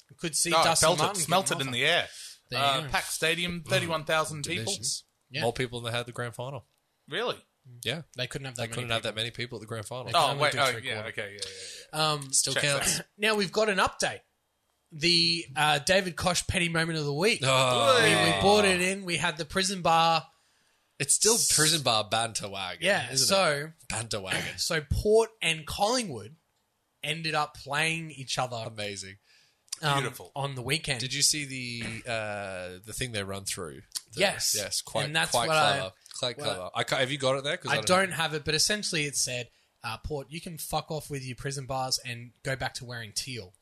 You could see no, I Dusty felt Oh, it, Martin smelt it in the air. There you Uh, go. Mm. packed stadium, thirty-one thousand people. Delicious. Yeah. More people than they had the grand final. Really? Yeah, They couldn't have that. they many couldn't have people. that many people at the grand final. They Oh only wait, do oh three yeah, quarter. okay, yeah, yeah. yeah. Um, Still Check counts. now we've got an update. The uh, David Kosh petty moment of the week. Oh, We, we brought it in. We had the prison bar. It's still prison bar banter wagon. Yeah. isn't it? so banter wagon. so Port and Collingwood ended up playing each other Amazing. um, Beautiful. on the weekend. Did you see the uh, the thing they run through? The- Yes. yes, quite, And that's quite what I- clever. quite what I- clever. I, ca- have you got it there? 'Cause I know. don't have it, but essentially it said, uh, "Port, you can fuck off with your prison bars and go back to wearing teal."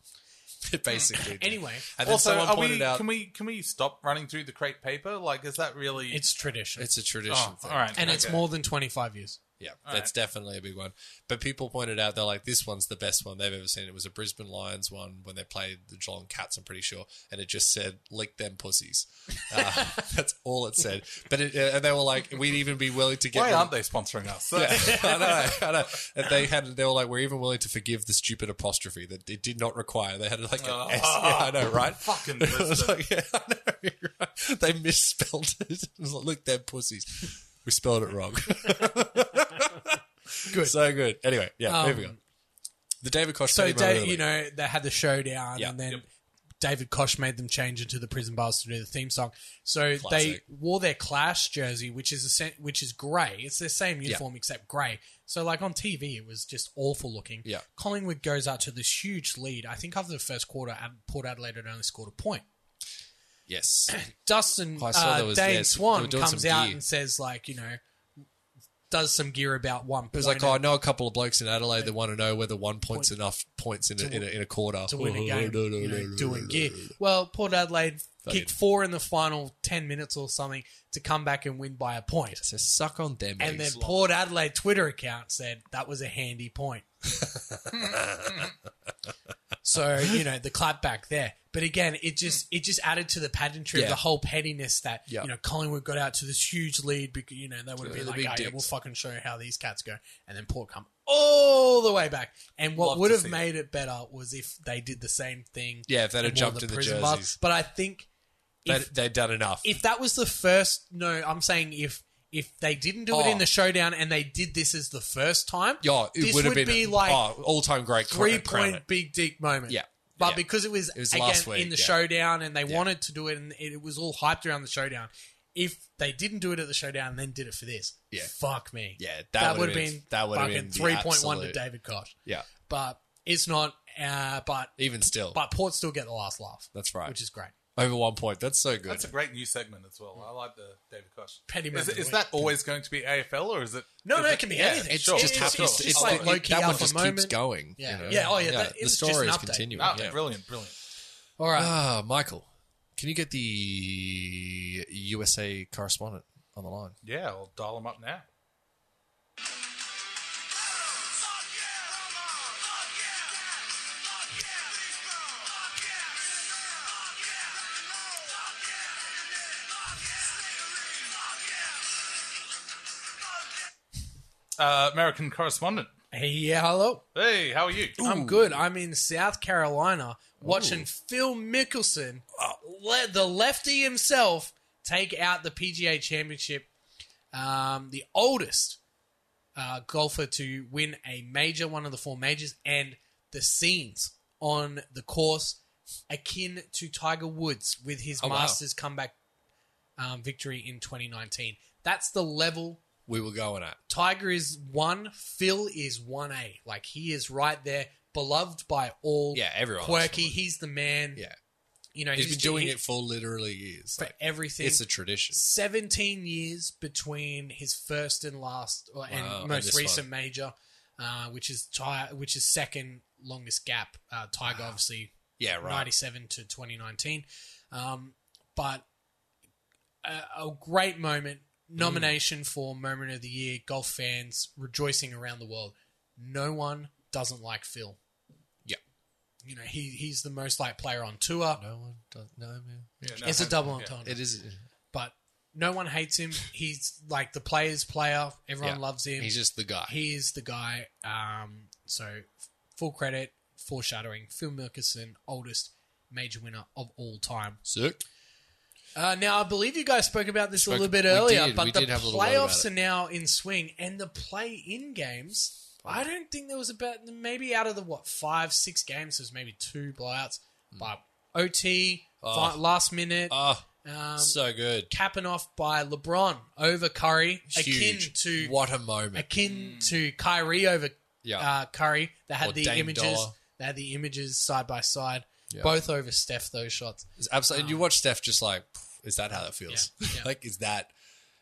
Basically, Anyway, and then Also, someone are pointed we, out can we can we stop running through the crepe paper? Like, is that really? it's tradition, it's a tradition. oh, thing. all right, and it's okay. more than twenty five years. Yeah, that's definitely a big one. But people pointed out they're like, this one's the best one they've ever seen. It was a Brisbane Lions one when they played the Geelong Cats, I'm pretty sure, and it just said, "Lick them pussies." Uh, that's all it said. But it, uh, and they were like, we'd even be willing to get. Why rid- aren't they sponsoring us? Yeah, I know, I know. And they had, they were like, we're even willing to forgive the stupid apostrophe that it did not require. They had like an S. Oh. Yeah, I know, right? Fucking It was Brisbane. like, yeah, I know, you're right. They misspelled it. It was like, look, they're pussies. We spelled it wrong. Good. So good. Anyway, yeah, Um, moving on. The David Koch. So, petty moment of da- the you week. know, they had the showdown, Yeah. and then David Kosh made them change into the prison bars to do the theme song. So they Classic. wore their Clash jersey, which is a sen- which is grey. It's their same uniform except grey. So, like on TV, it was just awful looking. Yeah. Collingwood goes out to this huge lead. I think after the first quarter, Ad- Port Adelaide had only scored a point. yes. Dustin I saw uh, there was- Dane yeah, they were Swan doing comes some out gear. and says, like, you know, does some gear about one. It was like, oh, I know a couple of blokes in Adelaide that want to know whether one point's enough points in a, in a, in a quarter Oh, to win a game, you know, doing gear. Well, Port Adelaide kicked four in the final 10 minutes or something to come back and win by a point. So suck on them. And then eggs. Port Adelaide Twitter account said that was a handy point. so, you know, the clap back there. But again, it just it just added to the pageantry Yeah. of the whole pettiness that Yeah. you know Collingwood got out to this huge lead because you know they would have been They're the like, big oh, yeah, dicks." we'll fucking show you how these cats go, and then Port come all the way back. And what Love would to have see made it better was if they did the same thing. Yeah, if they'd and have wore jumped in the prison bars. jerseys. But I think they, if- they'd done enough. if that was the first no i'm saying if if they didn't do it Oh. in the showdown and they did this as the first time yeah, it this would have been be like oh, all time great. cr- three crown point it. big dick moment Yeah. but Yeah. because it was, It was again last week, in the yeah. showdown and they wanted to do it and it, it was all hyped around the showdown if they didn't do it at the showdown and then did it for this Yeah. fuck me Yeah, that would would've have been- been, that would've fucking been the 3.1 to absolute- david koch Yeah, but it's not uh, but even still, but port still get the last laugh That's right. which is great over one point. That's so good. That's a great new segment as well. I like the David Koch. Petty is, moment of is the that always going to be AFL or is it? No, is no, it can be anything. it's sure, just sure, happens. sure. it's- it's I like low-key that one alpha just keeps moment. going. Yeah. you know? Yeah, oh, yeah, that- it the was just story an is update. continuing. Ah, yeah. Brilliant, brilliant. all right Ah, Michael, can you get the USA correspondent on the line? Yeah, I'll dial them up now. Uh, American correspondent Hey, yeah, hello. Hey, how are you? I'm good. I'm in South Carolina watching Phil Mickelson, le- the lefty himself, take out the PGA Championship, um, the oldest uh, golfer to win a major, one of the four majors, and the scenes on the course akin to Tiger Woods with his wow. Masters comeback um, victory in 2019. That's the level we were going at. Tiger is one, Phil is one A. Like he is right there, beloved by all. Yeah, everyone Quirky, loves he's the man. Yeah. you know He's been doing he- it for literally years. for Like, everything. it's a tradition. Seventeen years between his first and last, or, Wow, and and most this recent major, uh, which is ti- which is second longest gap. Uh, Tiger obviously Yeah, right. 97 to 2019. Um, but a, a great moment, nomination Mm. for Moment of the Year, golf fans rejoicing around the world. No one doesn't like Phil. Yeah. You know, he, he's the most liked player on tour. No one does. No, man. it's a double entendre. It is. But no one hates him. He's like the player's player. Everyone Yeah. loves him. He's just the guy. He is the guy. Um, so f- full credit, foreshadowing. Phil Mickelson, oldest major winner of all time. Sick. Uh, now, I believe you guys spoke about this a Spoke- little bit we earlier, did, but we the did have a little word about playoffs it. are now in swing, and the play-in games. I don't think there was about maybe out of the what five, six games, there's maybe two blowouts, but OT, Hmm. Oh. fi- last minute, Oh, um, so good. capping off by LeBron over Curry, Huge. akin to what a moment. akin to Kyrie over Yeah. uh, Curry. They had Or the Dame images. Dollar. They had the images side by side. Yeah. Both over Steph those shots. It's absolutely. and you watch Steph just like, is that how it feels? um, Yeah, yeah. like, is that?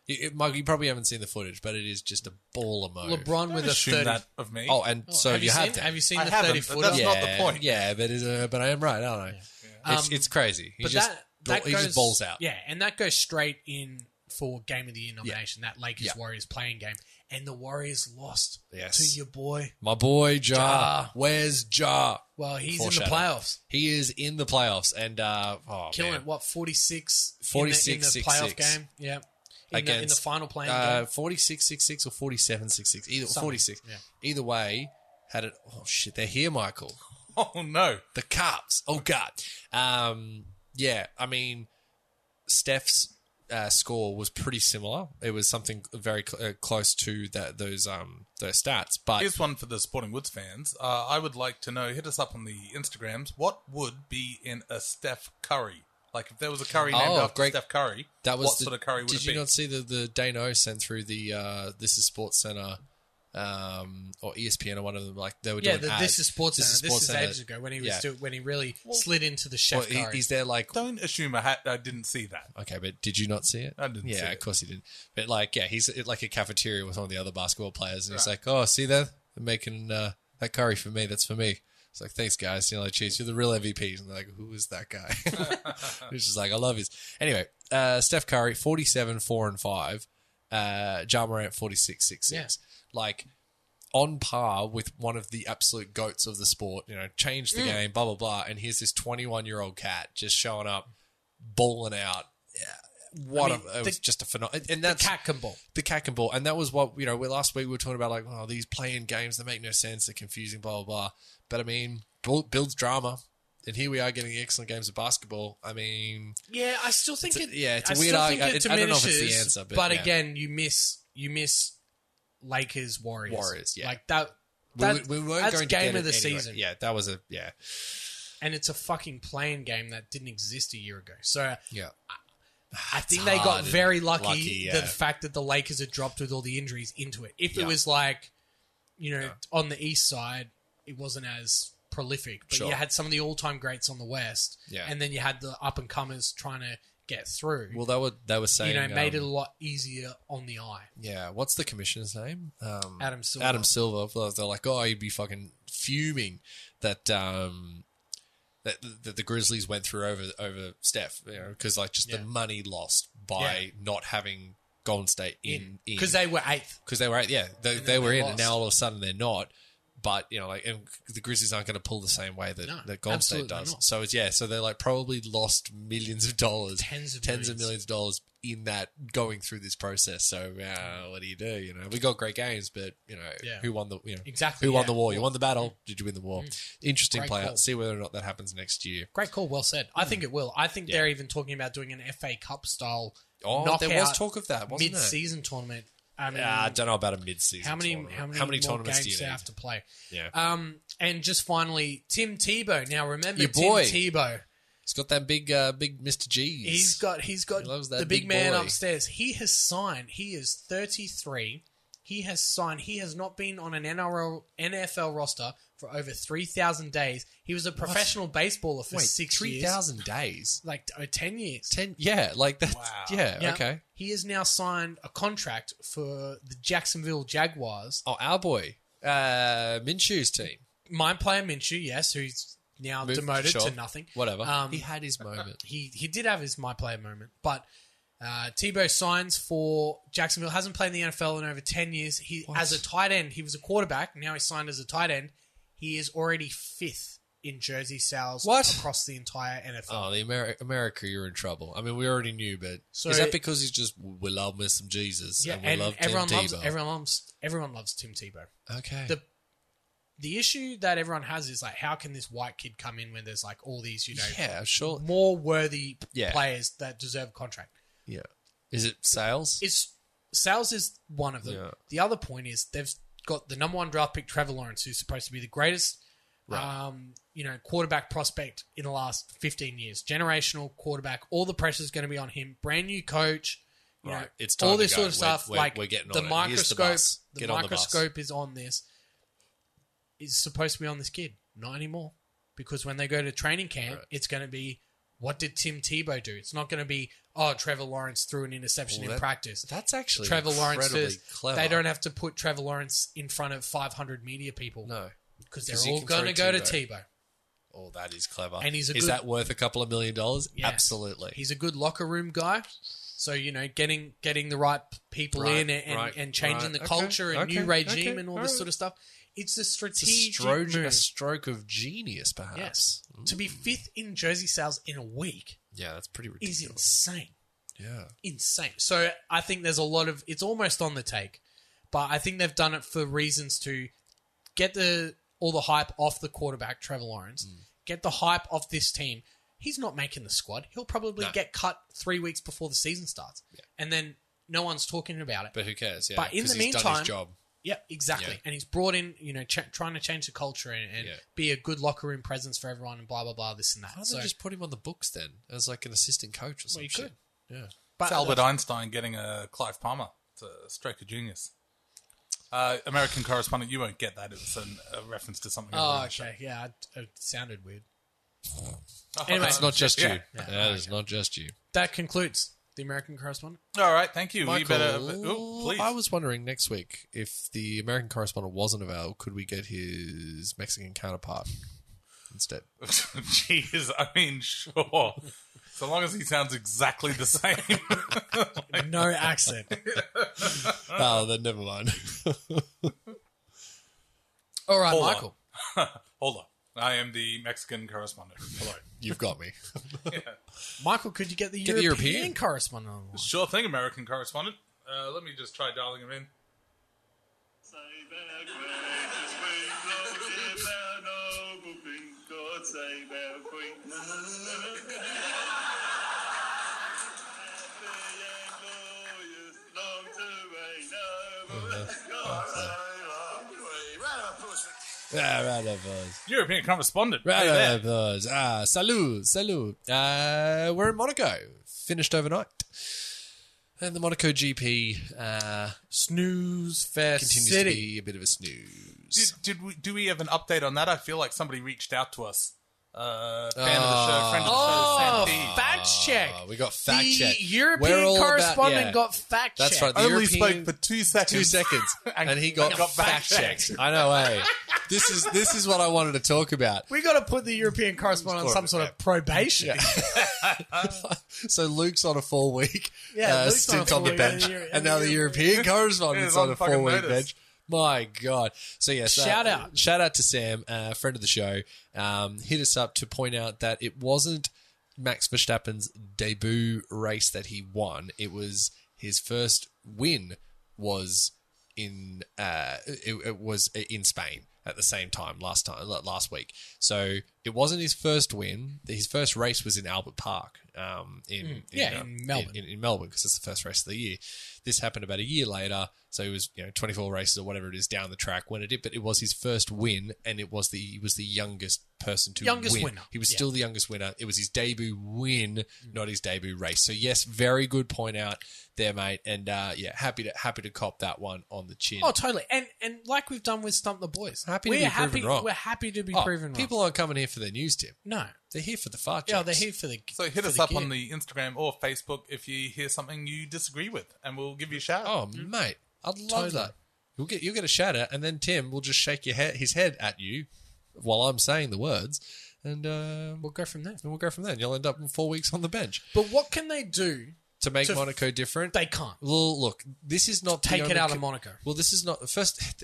It, it- Mike, you probably haven't seen the footage, but it is just a ball of mode. LeBron with a assume thirty. that of me. Oh, and so have you, you, seen, have that. Have you seen I the haven't, thirty but footer? that's yeah, not the point. Yeah, but is uh, but I am right, aren't I? It's, Um, it's crazy. He but just that, ball- that he goes, just balls out. Yeah, and that goes straight in for game of the year nomination. That Lakers Yeah. Warriors playing game, and the Warriors lost Yes. to your boy. My boy Ja, Ja. where's Ja? Well, he's in the Foreshadow. playoffs, He is in the playoffs and uh, oh, killing man. it. What forty six? 46, in the playoff 6-6. game. Yeah, in, the, in the Against, final playing Uh, game. 46 66 or 47 66. Either Something, 46. yeah. Either way, had it. Oh, shit. They're here, Michael. Oh no! The cops. Oh, God. Um, yeah. I mean, Steph's uh, score was pretty similar. It was something very cl- uh, close to that those um those stats. But Here's one for the Sporting Woods fans. Uh, I would like to know. Hit us up on the Instagrams. What would be in a Steph Curry? Like if there was a curry named Oh, after great. Steph Curry, that was what the, sort of curry would Did it you be? not see the the Dano sent through the uh, this is Sports Center um, or ESPN or one of them? Like they were yeah, doing the, ads. this is sports. Center. This, is Center. ages ago when he was uh, Yeah. still, when he really slid into the Well, chef he, curry. he's there like Don't assume I, had, I didn't see that. Okay, but did you not see it? I didn't Yeah, see of it. course he did. But like, yeah, he's at like a cafeteria with one of the other basketball players, and he's like, "Oh, see that? They're making uh, that curry for me. That's for me." It's like, "Thanks, guys. You know, like, cheers. You're the real MVPs." And they're like, "Who is that guy?" Which is like, "I love his." Anyway, uh, Steph Curry, forty-seven, four and five. Uh, Ja Morant, forty-six, six, six. Like on par with one of the absolute goats of the sport. You know, changed Mm. the game, blah blah blah. And here's this twenty-one-year-old cat just showing up, balling out. Yeah, what I mean, a, it was the- just a phenomenal. And the that's cat can ball. the cack and ball. And that was what you know. We, last week we were talking about like, oh, these playing games they make no sense. They're confusing, blah blah blah. But I mean, build, builds drama. And here we are getting excellent games of basketball. I mean, Yeah, I still think It's a- it. yeah, it's a I still weird arg- think I- it it- I don't know if it's the diminishes, answer, but yeah. again, you miss you miss Lakers Warriors. Warriors, yeah. like that. we, that we weren't that's going to game get of the it anyway. season, Yeah, that was a yeah, and it's a fucking playing game that didn't exist a year ago. So yeah. I think they Ah, hard, got isn't it? very lucky, Lucky, that yeah. the fact that the Lakers had dropped with all the injuries into it. If Yeah. it was like, you know, on the east side, it wasn't as prolific, but Sure. you had some of the all-time greats on the west, Yeah. and then you had the up and comers trying to get through. Well, they were they were saying you know, made it um, a lot easier on the eye. Yeah, what's the commissioner's name? Um, Adam Silver. Adam Silver. Well, They're like, oh, he'd be fucking fuming that um, that, that the Grizzlies went through over over Steph, you know, because like just Yeah. the money lost by not having Golden State in in because they were eighth. because they were yeah they, they then were they in and now lost. all of a sudden they're not But you know, like and the Grizzlies aren't going to pull the same way that, No, that Golden State absolutely does. not. So it's yeah, so they like probably lost millions of dollars, Tens of tens of millions. millions of dollars in that going through this process. So uh, what do you do? You know, we got great games, but you know, Yeah. who won the you know Exactly, who won yeah. Mm. the war? You won the battle. Did you win the war? Interesting Great play call. out. See whether or not that happens next year. Great call, well said. I think it will. I think Hmm. Yeah. they're even talking about doing an FA Cup style Oh, knockout there was talk of that, wasn't there? mid-season tournament. I mean, Yeah, I don't know about a mid-season. how many tournament. how many, more tournaments games do you need? have to play? Yeah, Um, and just finally, Tim Tebow. Now remember Your Tim boy. Tebow. he's got that big, uh, big Mister G's. He's got he's got He loves that the big, big man boy. upstairs. He has signed. He is 33. He has signed. He has not been on an NRL NFL roster for over 3,000 days. He was a professional baseballer for wait six three years. thousand days. Like oh, 10 years. Ten, yeah, like that's Wow. yeah, Yeah. okay. He has now signed a contract for the Jacksonville Jaguars. Oh, our boy, uh, Minshew's team. My player Minshew, yes, who's now Moved- demoted sure. to nothing. Whatever. Um, he had his moment. he he did have his my player moment, but uh, Tebow signs for Jacksonville. Hasn't played in the NFL in over ten years. He as a tight end, he was a quarterback. Now he's signed as a tight end. He is already fifth in jersey sales What? across the entire NFL. Oh, the Ameri- America, you're in trouble. I mean, we already knew, but So- is that because he's just we love Miss some Jesus yeah, and we and love Tim everyone loves Tebow"? everyone loves everyone loves Tim Tebow. okay, the the issue that everyone has is like, how can this white kid come in when there's like all these you know yeah, sure, more worthy Yeah. players that deserve a contract? yeah. Is it sales? It's sales is one of them. Yeah. The other point is they've got the number one draft pick Trevor Lawrence, who's supposed to be the greatest, um, you know, quarterback prospect in the last fifteen years, generational quarterback. All the pressure's going to be on him. Brand new coach. You know, Right. It's all time to this go. sort of We're- stuff. we're- like we're getting the on it. Here's the microscope. bus. The, Get on the bus. microscope is on this. Is supposed to be on this kid, not anymore, because when they go to training camp, Right. it's going to be. What did Tim Tebow do? It's not going to be, oh, Trevor Lawrence threw an interception Well, in that- practice. That's actually Trevor Lawrence incredibly does. Clever. They don't have to put Trevor Lawrence in front of 500 media people no. because they're 'Cause you all can going to go throw to Tebow. Tebow. Oh, that is clever. And he's a is good- that worth a couple of million dollars? Yeah. Absolutely. He's a good locker room guy, so you know, getting getting the right people Right, in and, and, right, and changing right. the Okay, culture and okay, new regime okay, and all this alright. sort of stuff. It's a It's a strategic stroke, Mm. a move. stroke of genius, perhaps. Yes, to be fifth in jersey sales in a week Yeah, that's pretty is ridiculous. insane. Yeah. insane. So I think there's a lot of it's almost on the take, but I think they've done it for reasons to get the all the hype off the quarterback Trevor Lawrence, Mm. get the hype off this team. He's not making the squad. He'll probably No. get cut three weeks before the season starts, and then no one's talking about it. But who cares? Yeah. But in 'cause the he's done meantime- his job. yeah, exactly. Yeah. And he's brought in, you know, ch- trying to change the culture and, and Yeah. be a good locker room presence for everyone, and blah blah blah, this and that. Why don't so, they just put him on the books then as like an assistant coach or Well, something? you could. Yeah. but It's Albert Einstein getting a Clive Palmer to stroke a genius. Uh, American correspondent, you won't get that. It was an, a reference to something. over Oh, in the show. okay, yeah, it, it sounded weird. Anyway. That's not just you. Yeah. That is Yeah. not just you. That concludes the American correspondent. All right, thank you. Michael, we better. Oh, please. I was wondering next week if the American correspondent wasn't available, could we get his Mexican counterpart instead? Uh. Jeez, I mean, sure. So long as he sounds exactly the same. Like, no accent. oh, then never mind. All right, Hold on. Michael. Hold on. I am the Mexican correspondent. Hello. You've got me. Michael, could you get the, Get the European, European. correspondent on? the line? Sure thing, American correspondent. Uh, let me just try dialing him in. ah, round of applause. European correspondent. Round Hey of there. applause. Ah, salut, salut. Uh, we're in Monaco. Finished overnight. And the Monaco GP uh, Snooze Fest continues City. to be a bit of a snooze. Did, did we do we have an update on that? I feel like somebody reached out to us. Uh, fan of the show, friend of the show, Oh, Sam P. fact check. Ah, Oh, we got fact the check. We're all European about- correspondent yeah. got fact That's check. right. The only European- spoke for two seconds. two seconds, And and, he got, got fact fact-checked. checked. I know, eh? This is this is what I wanted to talk about. Oh, We got to put the European correspondent on some sort of probation. Yeah, So Luke's on a four week Yeah, uh, Luke's on a stint on four-week, the bench, and the Euro- and now the European He's correspondent's on on a fucking four week notice. bench. My God. So, yes. uh, Shout out. Shout out to Sam, uh, friend of the show. Um, hit us up to point out that it wasn't Max Verstappen's debut race that he won. It was his first win was in uh, it, it was in Spain at the same time last time last week. So it wasn't his first win. His first race was in Albert Park um, in, in Hmm. yeah, uh, in Melbourne. in, in Melbourne because it's the first race of the year. This happened about a year later, so it was you know 24 races or whatever it is down the track when it did, but it was his first win, and it was the he was the youngest person to Youngest win. winner, He was yeah. Mm. still the youngest winner. It was his debut win, not his debut race. So yes, very good point out there, mate, and uh, yeah, happy to happy to cop that one on the chin. Oh, totally. And and like we've done with Stump the Boys, Happy to we're be proven happy. wrong. We're happy to be Oh, proven people aren't coming here for their news tip. wrong. No, They're here for the fart. yeah, they're jokes. here for the. So hit for us up gear. on the Instagram or Facebook if you hear something you disagree with, and we'll give you a shout. Oh, mate, I'd love Hmm? Totally. that. You'll get you'll get a shatter, and then Tim will just shake your head, his head at you while I'm saying the words, and uh, We'll we'll, go from there. and we'll go from there. And you'll end up in four weeks on the bench But what can they do? to make To- Monaco different. They can't. well, look, this is not the Take it only out co- of Monaco. Well, this is not first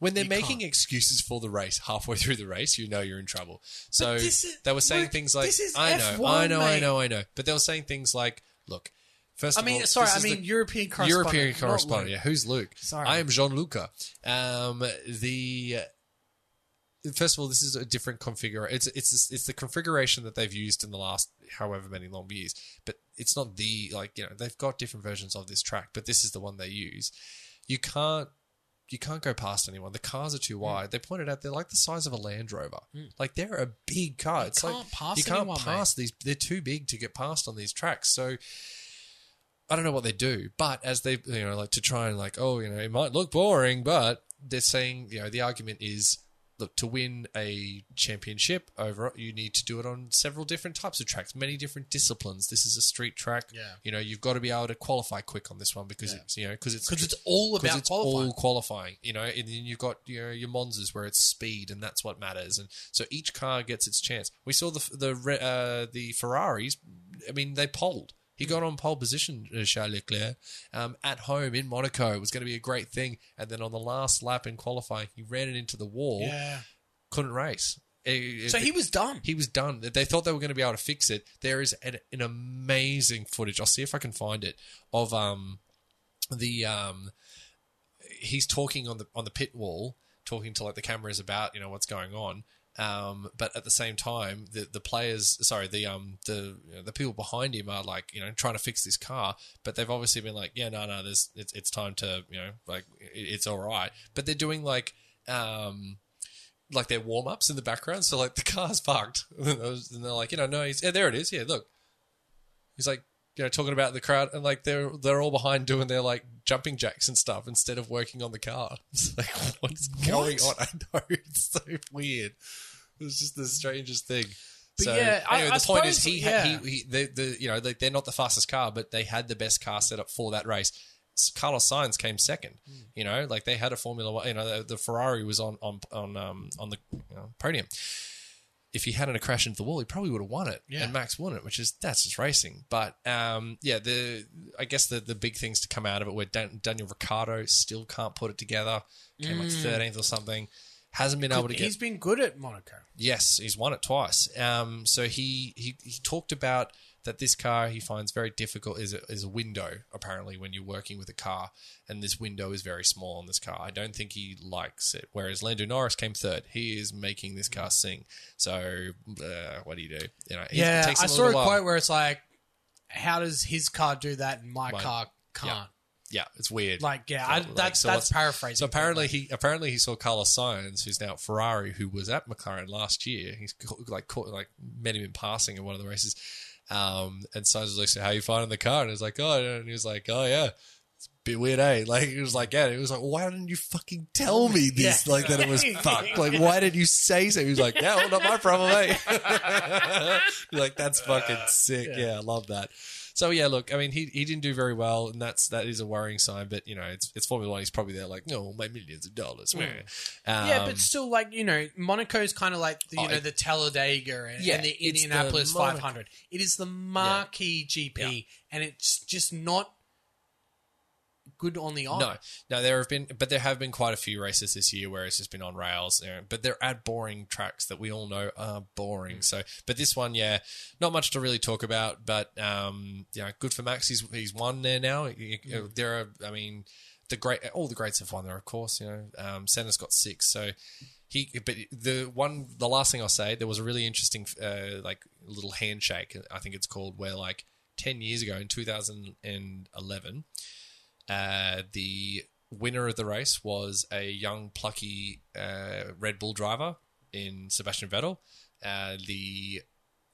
when they're You making can't. excuses for the race halfway through the race. You know you're in trouble. So this is- they were saying look, things like, this is "I know, F1, I know, I mate. know, I know," but they were saying things like, "Look, first I of mean, all, sorry. this I is the- mean, European correspondent. European not correspondent. Luke. Yeah, who's Luke? Sorry. I am Jean-Luca. Um, the first of all, this is a different configuration. It's it's it's the configuration that they've used in the last however many long years. But it's not the like you know they've got different versions of this track, but this is the one they use. You can't you can't go past anyone. The cars are Hmm. too wide. They pointed out they're like the size of a Land Rover. Like they're a big car. it's like can't pass you can't anyone, mate. pass these. They're too big to get past on these tracks. So. I don't know what they do, but as they, you know, like to try and like, oh, you know, it might look boring, but they're saying, you know, the argument is, look, to win a championship over, you need to do it on several different types of tracks, many different disciplines. This is a street track. Yeah. You know, you've got to be able to qualify quick on this one because it's, you know, because it's, 'Cause it's all 'cause about it's qualifying. all qualifying, you know, and then you've got, you know, your Monzas where it's speed and that's what matters. And so each car gets its chance. We saw the, the, re- uh, the Ferraris, I mean, they polled. He got on pole position, uh, Charles Leclerc, um, at home in Monaco. It was going to be a great thing. And then on the last lap in qualifying, he ran it into the wall, Yeah. couldn't race. It- So it- he was done. he was done. They thought they were going to be able to fix it. There is an, an amazing footage. I'll see if I can find it of um the um he's talking on the on the pit wall, talking to like the cameras about you know what's going on. Um, but at the same time, the the players, sorry, the um the you know, the people behind him are like you know trying to fix this car, but they've obviously been like, yeah, no, no, there's it's it's time to you know like it, it's all right. But they're doing like um like their warm ups in the background. So like the car's parked, and they're like, you know, no, he's, yeah, there it is. Yeah, look, he's like, you know, talking about the crowd, and like they're they're all behind doing their like jumping jacks and stuff instead of working on the car. It's like what's going on? I know it's so weird. It's just the strangest thing. But so yeah, I- anyway, I the point is suppose- he, had yeah. he, he the, the you know like they're not the fastest car, but they had the best car set up for that race. S- Carlos Sainz came second. Hmm. You know, like they had a Formula One. You know, the, the Ferrari was on on on um on the you know, podium. If he hadn't have crashed into the wall, he probably would have won it, Yeah. and Max won it, which is that's just racing. But um, yeah, the I guess the the big things to come out of it were Dan, Daniel Ricciardo still can't put it together, came like thirteenth or something, hasn't been able to get Mm. He's been good at Monaco. Yes, he's won it twice. Um, so he, he he talked about that this car he finds very difficult is a, is a window apparently when you're working with a car, and this window is very small on this car. I don't think he likes it. Whereas Lando Norris came third, he is making this car sing. So uh, what do you do? You know, he's- yeah, I him saw a little while. quote where it's like, "How does his car do that and my Mine. car can't?" yeah, it's weird. Like, yeah, So, I, like, that's so that's what's- paraphrasing. So apparently he apparently he saw Carlos Sainz, who's now at Ferrari, who was at McLaren last year. He's ca- like caught, like met him in passing in one of the races, um, and Sainz was like, "So how you finding the car?" And he was like, "Oh," and he was like, "Oh yeah." It's a Bit weird, eh? Like it was like, yeah. It was like, why didn't you fucking tell me this? Yeah. Like that it was fucked. Like why did you say so? He was like, yeah, well, not my problem, eh? like that's fucking sick. yeah, I love that. So yeah, look, I mean, he, he didn't do very well, and that's that is a worrying sign. But you know, it's it's Formula One. He's probably there, like, no, my millions of dollars. meh." Um, Mm. yeah, but still, like you know, Monaco's kind of like the, you Oh, know it- the Talladega and, Yeah, and the it's the Indianapolis Monaco. 500. It is the marquee GP, and it's just not good on the eye. No, no, there have been, but there have been quite a few races this year where it's just been on rails. uh, But they're at boring tracks that we all know are boring. So, but this one, yeah, not much to really talk about. But um, yeah, good for Max. He's he's won there now. He- he- There are, I mean, the great all the greats have won there, of course. You know, um, Senna's got six, so. He, but the one, the last thing I'll say, there was a really interesting, uh, like little handshake. I think it's called where, like, ten years ago in 2011, uh, the winner of the race was a young, plucky uh, Red Bull driver in Sebastian Vettel. Uh, the,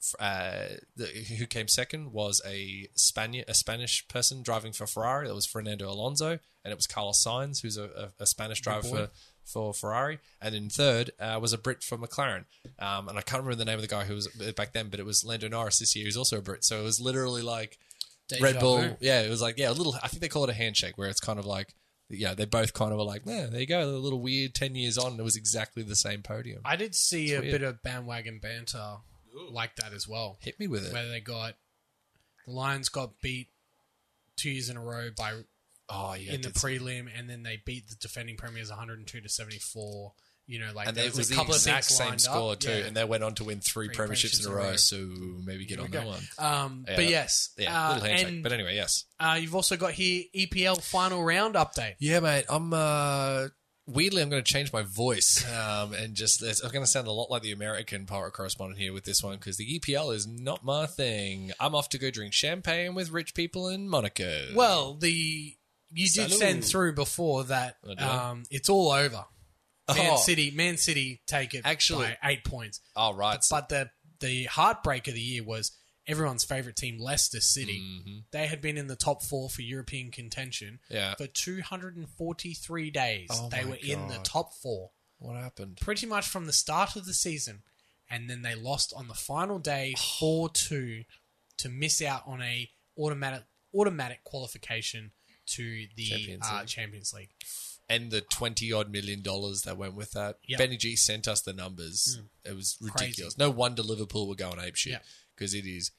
f- uh, the who came second was a Spanish a Spanish person driving for Ferrari. That was Fernando Alonso, and it was Carlos Sainz, who's a, a, a Spanish driver for. For Ferrari, and in third uh, was a Brit from McLaren, um, and I can't remember the name of the guy who was back then, but it was Lando Norris this year, who's also a Brit. So it was literally like Red vu. Bull, yeah, it was like yeah, a little. I think they call it a handshake, where it's kind of like yeah, they both kind of were like, yeah, there you go, a little weird. Ten years on, it was exactly the same podium. I did see a bit of bandwagon banter like that as well, Hit me with it. where they got the Lions got beat two years in a row by oh yeah, in the it's- prelim, and then they beat the defending premiers 102 to 74. You know, like and there it was, was a the couple of exact things same lined score up. too, Yeah. and they went on to win three Three premierships in a row. So maybe get on that Okay. one. Um, Yeah, but that- yes, Yeah, uh, little handshake. and but anyway, yes. uh, you've also got here EPL final round update. Yeah, mate. I'm uh, weirdly I'm going to change my voice um, and just it's, I'm going to sound a lot like the American pirate correspondent here with this one because the EPL is not my thing. I'm off to go drink champagne with rich people in Monaco. Well, the you did Salud. send through before that Oh, did I? um, it's all over. Man Oh. City, Man City take it Actually- by eight points. oh right, But the the heartbreak of the year was everyone's favorite team, Leicester City. They had been in the top four for European contention Yeah. for 243 days. Oh they my were in the God. top four what happened? pretty much from the start of the season, and then they lost on the final day four two to miss out on a automatic automatic qualification to the Champions Champions League. Uh, League. Champions League. And the twenty odd million dollars that went with that. Yeah. Hmm. Benny G sent us the numbers. It was ridiculous. No wonder Liverpool were going ape shit Yeah. because it is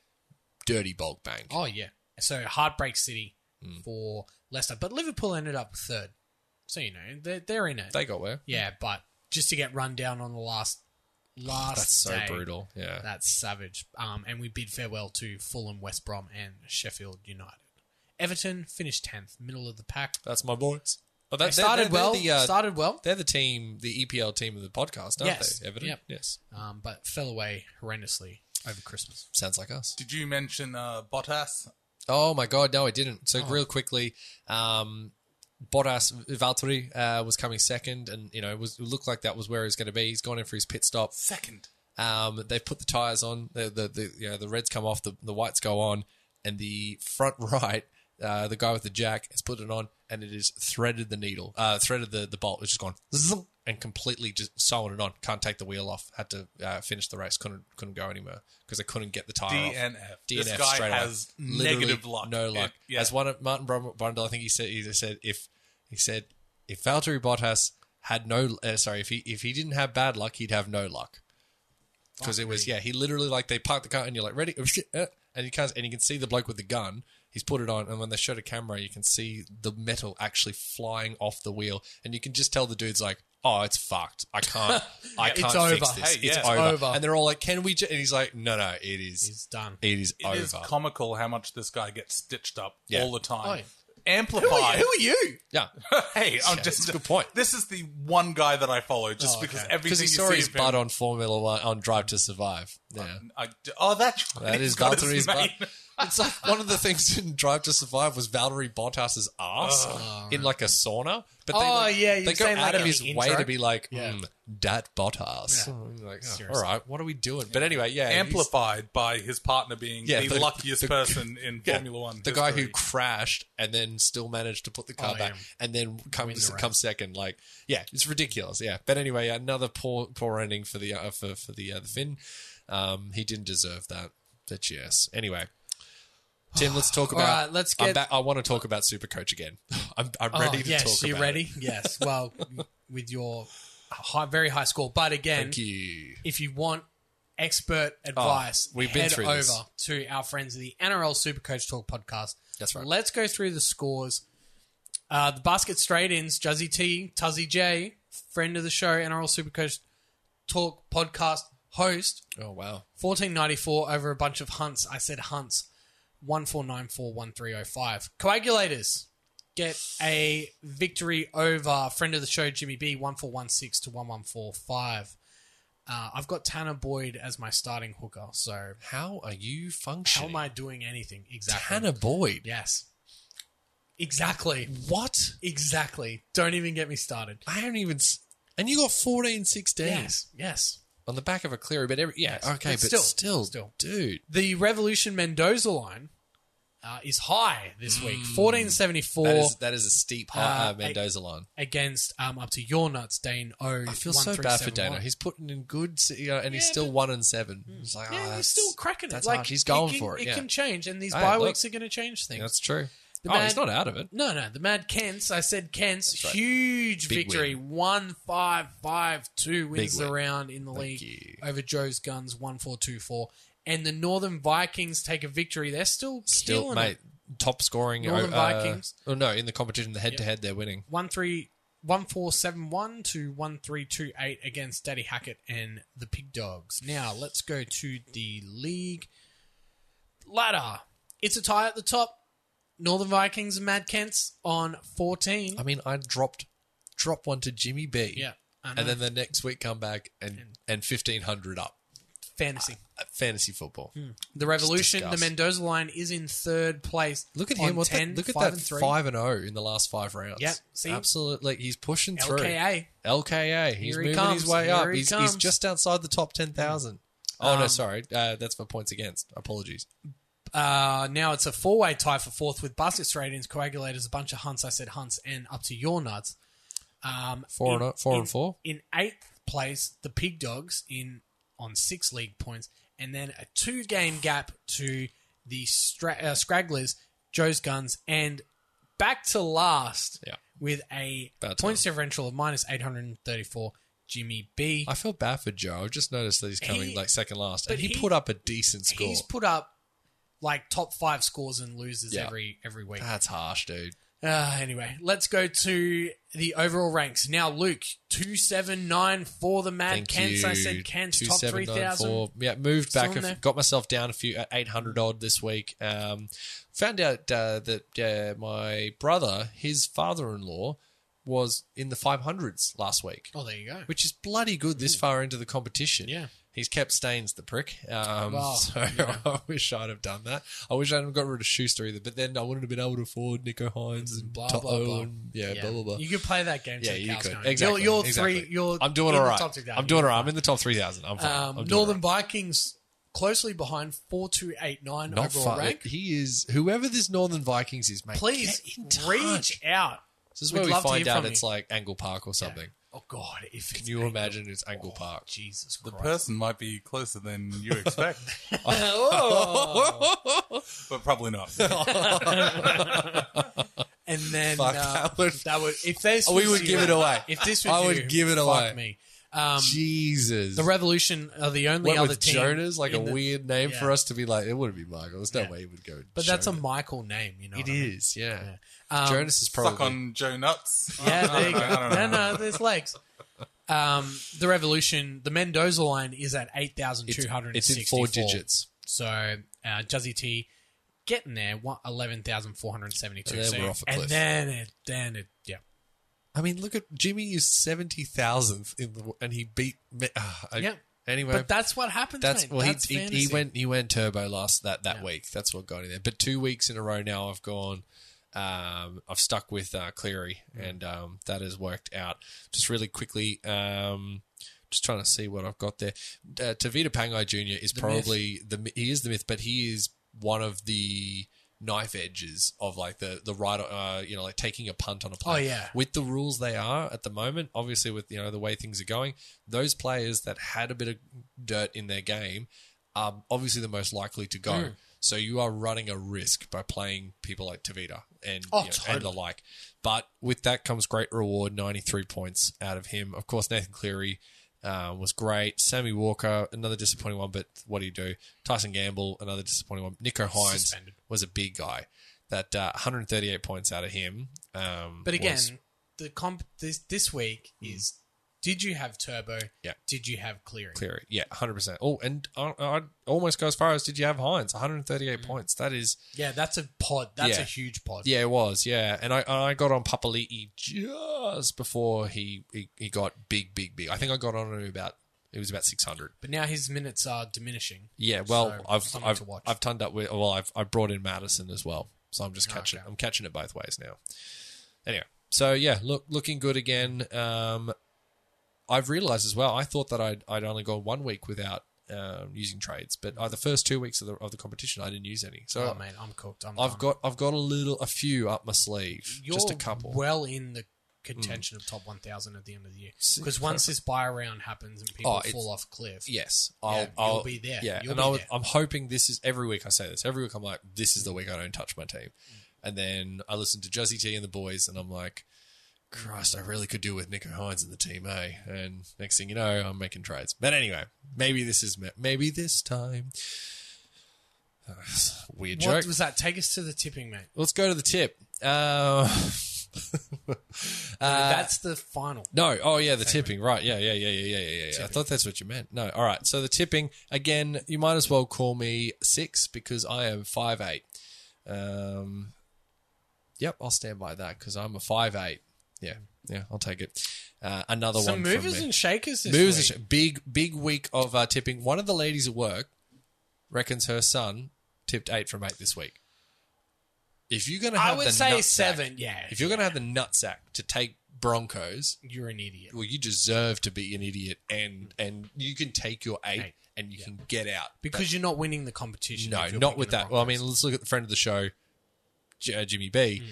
dirty bulk bank. Oh yeah, so heartbreak city Hmm. for Leicester, but Liverpool ended up third. So you know they're, they're in it. They got where? yeah, but just to get run down on the last last Oh, That's so day, brutal. Yeah. That's savage. Um, and we bid farewell to Fulham, West Brom, and Sheffield United. Everton finished tenth, middle of the pack. That's my boys. Oh, They started well. uh, started well, They're Uh, the team, the EPL team of the podcast, aren't Yes. they? Everton. Yep. Yes. um, but fell away horrendously over Christmas. Sounds like us. Did you mention uh, Bottas? Oh my god, no, I didn't. Oh. So real quickly, um, Bottas Valtteri uh, was coming second, and you know it was it looked like that was where he was going to be. He's gone in for his pit stop. Second. Um, they've put the tires on. The the, the you know the reds come off, the, the whites go on, and the front right, uh, the guy with the jack has put it on, and it has threaded the needle, uh, threaded the the bolt, which has gone zoom, and completely just sewn it on. Can't take the wheel off. Had to uh, finish the race. Couldn't couldn't go anywhere because they couldn't get the tire off. DNF. This DNF guy straight away. has Literally negative luck. No It- luck. yeah. As one of Martin Brum- Brundle, I think he said he said if he said if Valtteri Bottas had no uh, sorry if he if he didn't have bad luck he'd have no luck because it was yeah he literally like they parked the car and you're like ready Uh, and you can't and you can see the bloke with the gun he's put it on and when they showed a camera you can see the metal actually flying off the wheel and you can just tell the dude's like oh it's fucked I can't I can't fix over. this Hey, yeah, it's it's over. over. and they're all like can we ju-? and he's like no no it is It's done. it is It over. is comical how much this guy gets stitched up Yeah. all the time. Oh, yeah. Amplified. you? yeah, hey, I'm Yeah, just it's a good point. This is the one guy that I follow just Oh, because okay. because everything he you saw see his of him- butt on Formula One on Drive to Survive. Yeah, I, oh, that's right. that He's is got his Valtteri's butt. name. It's like one of the things in Drive to Survive was Valerie Bottas's ass in like a sauna. But they, Oh, like, yeah, you they were go saying, like, out of in his the way intro. to be like, Yeah. mm, "Dat Bottas." Yeah. I'm like, oh, all Seriously. right, what are we doing? But anyway, yeah, he's- Amplified by his partner being Yeah, the, the- luckiest the- person in yeah, Formula One. the guy who history. crashed and then still managed to put the car Oh, back yeah. and then comes the race. comes second. Like, yeah, it's ridiculous. Yeah, but anyway, another poor poor ending for the uh, for for the uh, the Finn. Um, he didn't deserve that. But yes, anyway. Tim, let's talk All about. right, let's I'm get- back- I want to talk about Supercoach again. I'm, I'm Oh, ready to yes, talk. you about ready? it. Yes. Well, with your high, very high score, but again, Thank you. if you want expert advice, Oh, we've been head through over this. to our friends of the NRL Supercoach Talk podcast. That's right. Let's go through the scores. Uh, the Basket Straight Ins, Juzzy T, Tuzzy J, friend of the show, NRL Supercoach Talk podcast host, Oh wow. 1494 over a bunch of hunts. I said hunts. 14941305. Coagulators get a victory over friend of the show Jimmy B 1416 to 1145. Uh, I've got Tanner Boyd as my starting hooker, so How are you how functioning? am I doing anything exactly? Hannah Boyd. Yes. Exactly. What? Exactly. Don't even get me started. I don't even. s- And you got 14, 16 Yes. Yes. on the back of a cleary, but every, yeah, Yes. okay, But but, still, still, still, still. dude, The Revolution Mendoza line uh, is high this week. 1474. Hmm. that is that is a steep uh, Uh, uh, Mendoza line. against um up to your nuts, Dane. Oh, I feel so bad for Dano. He's putting in good, se- you know, and he's Yeah, still but- Hmm. one and seven. It's like, oh, yeah, he's that's- still cracking it. That's like harsh. He's going can- for it. yeah. can change, and these Hey, bye look. weeks are going to change things. Yeah, that's true. The oh, he's man- not out of it. no, no, the Mad Kents. I said Kents. right. Huge Big victory. One five five two wins Big the win. round in the league you. over Joe's Guns one four two four. And the Northern Vikings take a victory. They're still Still, killing mate, it. top scoring. Northern uh, Vikings. Oh no, in the competition, the head to head, they're winning. One three one four seven one to one three two eight against Daddy Hackett and the Pig Dogs. Now let's go to the league ladder. It's a tie at the top. Northern Vikings and Mad Kents on fourteen. I mean, I dropped drop one to Jimmy B. yeah, I know. and then the next week come back and and fifteen hundred up. fantasy. Uh, Fantasy football. The Revolution, the disgust. Mendoza line is in third place. Look at on him. What's that- 10, look at 5 that and 3. five and zero in the last five rounds. Yep, see? absolutely. Like, he's pushing through. LKA. LKA. He's Here he moving comes. his way up. Here he he's, comes. Um, he's just outside the top ten thousand. Oh no, sorry. Uh, that's for points against. Apologies. Uh, now it's a four way tie for fourth with Basket Straight Ins, Coagulators, a bunch of Hunts, I said Hunts, and up to your nuts. Um, Four and o- four in, and four. In eighth place, the Pig Dogs in on six league points, and then a two game gap to the Stra- uh, Scragglers, Joe's Guns, and back to last Yeah. with a About points differential of minus 834, Jimmy B. I feel bad for Joe. I've just noticed that he's coming He- like second last, but and he, he- put up a decent score. He's put up like top five scores and loses Yeah. every every week. That's harsh, dude. Uh, anyway, let's go to the overall ranks now. Luke two seven nine for the Mad Thank Kents. you. I said Kents Two top three seven nine thousand. four. Yeah, moved Still back. in A, there. f- got myself down a few at eight hundred odd this week. Um, found out uh, that uh, my brother, his father-in-law, was in the five hundreds last week, Oh, there you go. which is bloody good this far into the competition. Yeah. He's kept stains, the prick. Um, Well, so I wish I'd have done that. I wish I hadn't got rid of Schuster either. But then I wouldn't have been able to afford Nico Hines and Mm, Blah, Toto blah, blah. and yeah, blah blah blah. You could play that game. Yeah, till the you cows could. come home. Exactly. You're, you're exactly. three. You're. I'm doing in all the right. top 2,000. I'm doing all right. I'm in the top 3,000. I'm fine. Um, I'm doing Northern all Vikings closely behind four two eight nine right. Not overall fun. rank. He is whoever this Northern Vikings is, mate. Please get in touch. reach out. This is We'd where we love to find hear out from it's you. like Angle Park or something. Oh God, if Oh, Can you imagine it's Angle Park? Jesus The Christ. person might be closer than you expect, Oh. but probably not. And then Fuck, uh, that, that would, would- if this Oh, we was would you- give it away. If this was I you, would give it fuck away. Me, um, Jesus. the Revolution are the only Went other with team. Jonas, like a in the- weird name yeah. for us to be like, it wouldn't be Michael. There's no Yeah. way he would go. but that's a Jonas. Michael name, you know. It what I mean? is, yeah. Um, Jonas is probably. Fuck on Joe Nuts. Yeah, there you go. I don't know. No, no, there's legs. Um, the Revolution, the Mendoza line is at eight thousand it's, two hundred. it's in four digits. So uh, Juzzy T getting there, eleven thousand four hundred seventy-two. And then so, we're off a and cliff. then it, then it, yeah. I mean, look at Jimmy is seventy thousandth in the and he beat. Me, ah, I- Yeah. Anyway, But that's what happens. that's mate. well, he- that's he, he, fantasy. went he went turbo last that that Yeah. week. That's what got him there. But two weeks in a row now, I've gone. Um, I've stuck with uh, Cleary, Mm. and um, that has worked out. Just really quickly, um, just trying to see what I've got there. Uh, Tavita Pangai Jr. is probably the the he is the myth, but he is one of the knife edges of like the the right, uh, you know, like taking a punt on a play. Oh, yeah. with the rules they are at the moment, obviously with you know the way things are going, those players that had a bit of dirt in their game are obviously the most likely to go. Mm. So you are running a risk by playing people like Tavita and Oh, you know, and the like. But with that comes great reward, ninety three points out of him. Of course, Nathan Cleary. Um, was great. Sammy Walker, another disappointing one, but what do you do? Tyson Gamble, another disappointing one. Nico Hines Suspended. was a big guy. that uh, 138 points out of him. Um, But again, was- Hmm. the comp this this week is did you have Turbo? Yeah. Did you have Clearing? Cleary. Yeah, 100%. Oh, and I, I almost go as far as did you have Hines? 138 points. That is, Yeah, that's a pod. That's Yeah. a huge pod. yeah, it was. Yeah. And I, I got on Papali'i just before he, he, he got big, big, big. I think I got on him about, it was about 600. But now his minutes are diminishing. Yeah, well, So, I've something I've, to watch. I've turned up with well, I've I've brought in Madison as well, so I'm just catching Oh, okay. I'm catching it both ways now. Anyway, so yeah, look looking good again. Um, I've realized as well. I thought that I'd I'd only gone one week without um, using trades, but uh, the first two weeks of the of the competition, I didn't use any. So Oh, mate, I'm cooked. I'm I've done. got I've got a little a few up my sleeve, You're just a couple. Mm. Well, in the contention of top 1,000 at the end of the year, because once this buy round happens and Oh, people it's- fall off cliff, Yes, I'll, you'll I'll- be there. Yeah, You'll and be I was, there. I'm hoping this is every week. I say this every week. I'm like, this is the week I don't touch my team, Mm. and then I listen to Juzzy T and the boys, and I'm like, Christ, I really could do with Nico Hines in the team, eh? And next thing you know, I'm making trades. But anyway, maybe this is me- maybe this time. Weird what joke. was that? Take us to the tipping, mate. Let's go to the tip. Uh, that's the final. No. Oh, yeah, the tipping. Right. Yeah, yeah, yeah, yeah, yeah, yeah, yeah. I thought that's what you meant. No. All right. So the tipping again. You might as well call me six because I am five eight. Um. Yep, I'll stand by that because I'm a five eight. Yeah, yeah, I'll take it. Uh, another Some one. from movers me. and shakers this Movers and week. sh- big big week of uh, tipping. One of the ladies at work reckons her son tipped eight from eight this week. If you're gonna, I have would the say nutsack- seven, yeah. If you're gonna have the nutsack to take Broncos, You're an idiot. well, you deserve to be an idiot, and and you can take your eight, Eight. and you can get out. Because you're not winning the competition. No, if you're not picking with the that. Well, I mean, Broncos. let's look at the friend of the show, J- uh, Jimmy B. Hmm.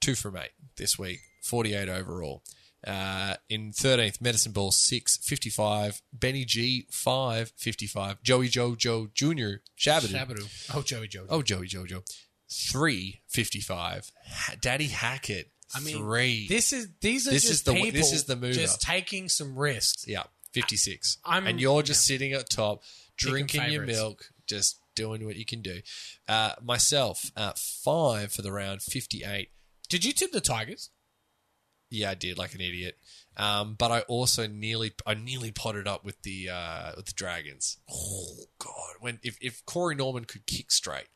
Two from eight this week, 48 overall. Uh, in 13th, Medicine Ball, 6, 55. Benny G, 5, 55. Joey Joe Joe Jr., Shabadoo. Shabadoo. Oh, Joey, Joey. Oh, Joey Joe Joe. 3, 55. Ha- Daddy Hackett, I mean, 3. This is these are This just is the- people. this is the mover. Just taking some risks. Yeah, 56. I'm- and you're just sitting at top, drinking your favourites. milk, just doing what you can do. Uh, myself, uh, five for the round, 58. Did you tip the Tigers? Yeah, I did like an idiot. Um, but I also nearly, I nearly potted up with the uh, with the Dragons. Oh God! When if, if Corey Norman could kick straight,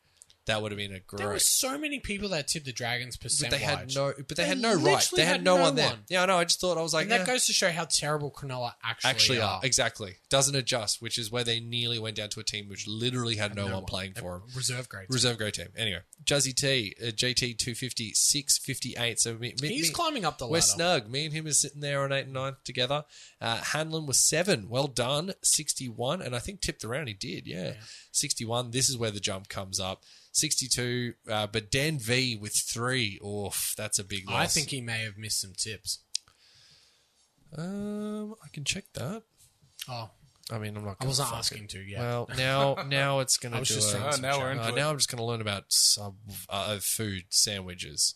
that would have been a great. There were so many people that tipped the Dragons but percent they had no, but they, They had no right. literally They had, had no, no one there. one. Yeah, I know. I just thought I was like, And that eh. goes to show how terrible Cronulla actually, actually are. are. Exactly. Doesn't adjust, which is where they nearly went down to a team which literally had no, one, playing for them. Reserve grades. Reserve grade team. Anyway, Juzzy T, uh, JT 250, 658. So me, me, He's me- climbing up the We're ladder. snug. Me and him are sitting there on 8 and 9 together. Uh, Hanlon was 7. Well done. 61. And I think tipped around. He did. Yeah. 61. This is where the jump comes up. 62. Uh, but Dan V with 3. Oof. That's a big loss. I think he may have missed some tips. Um, I can check that. Oh, I mean, I'm not. I gonna wasn't fuck asking it. to, yeah. Well, now now it's gonna. I was do just a- throwing Oh, some now we're shade. into Uh, it. now I'm just gonna learn about sub uh, food sandwiches.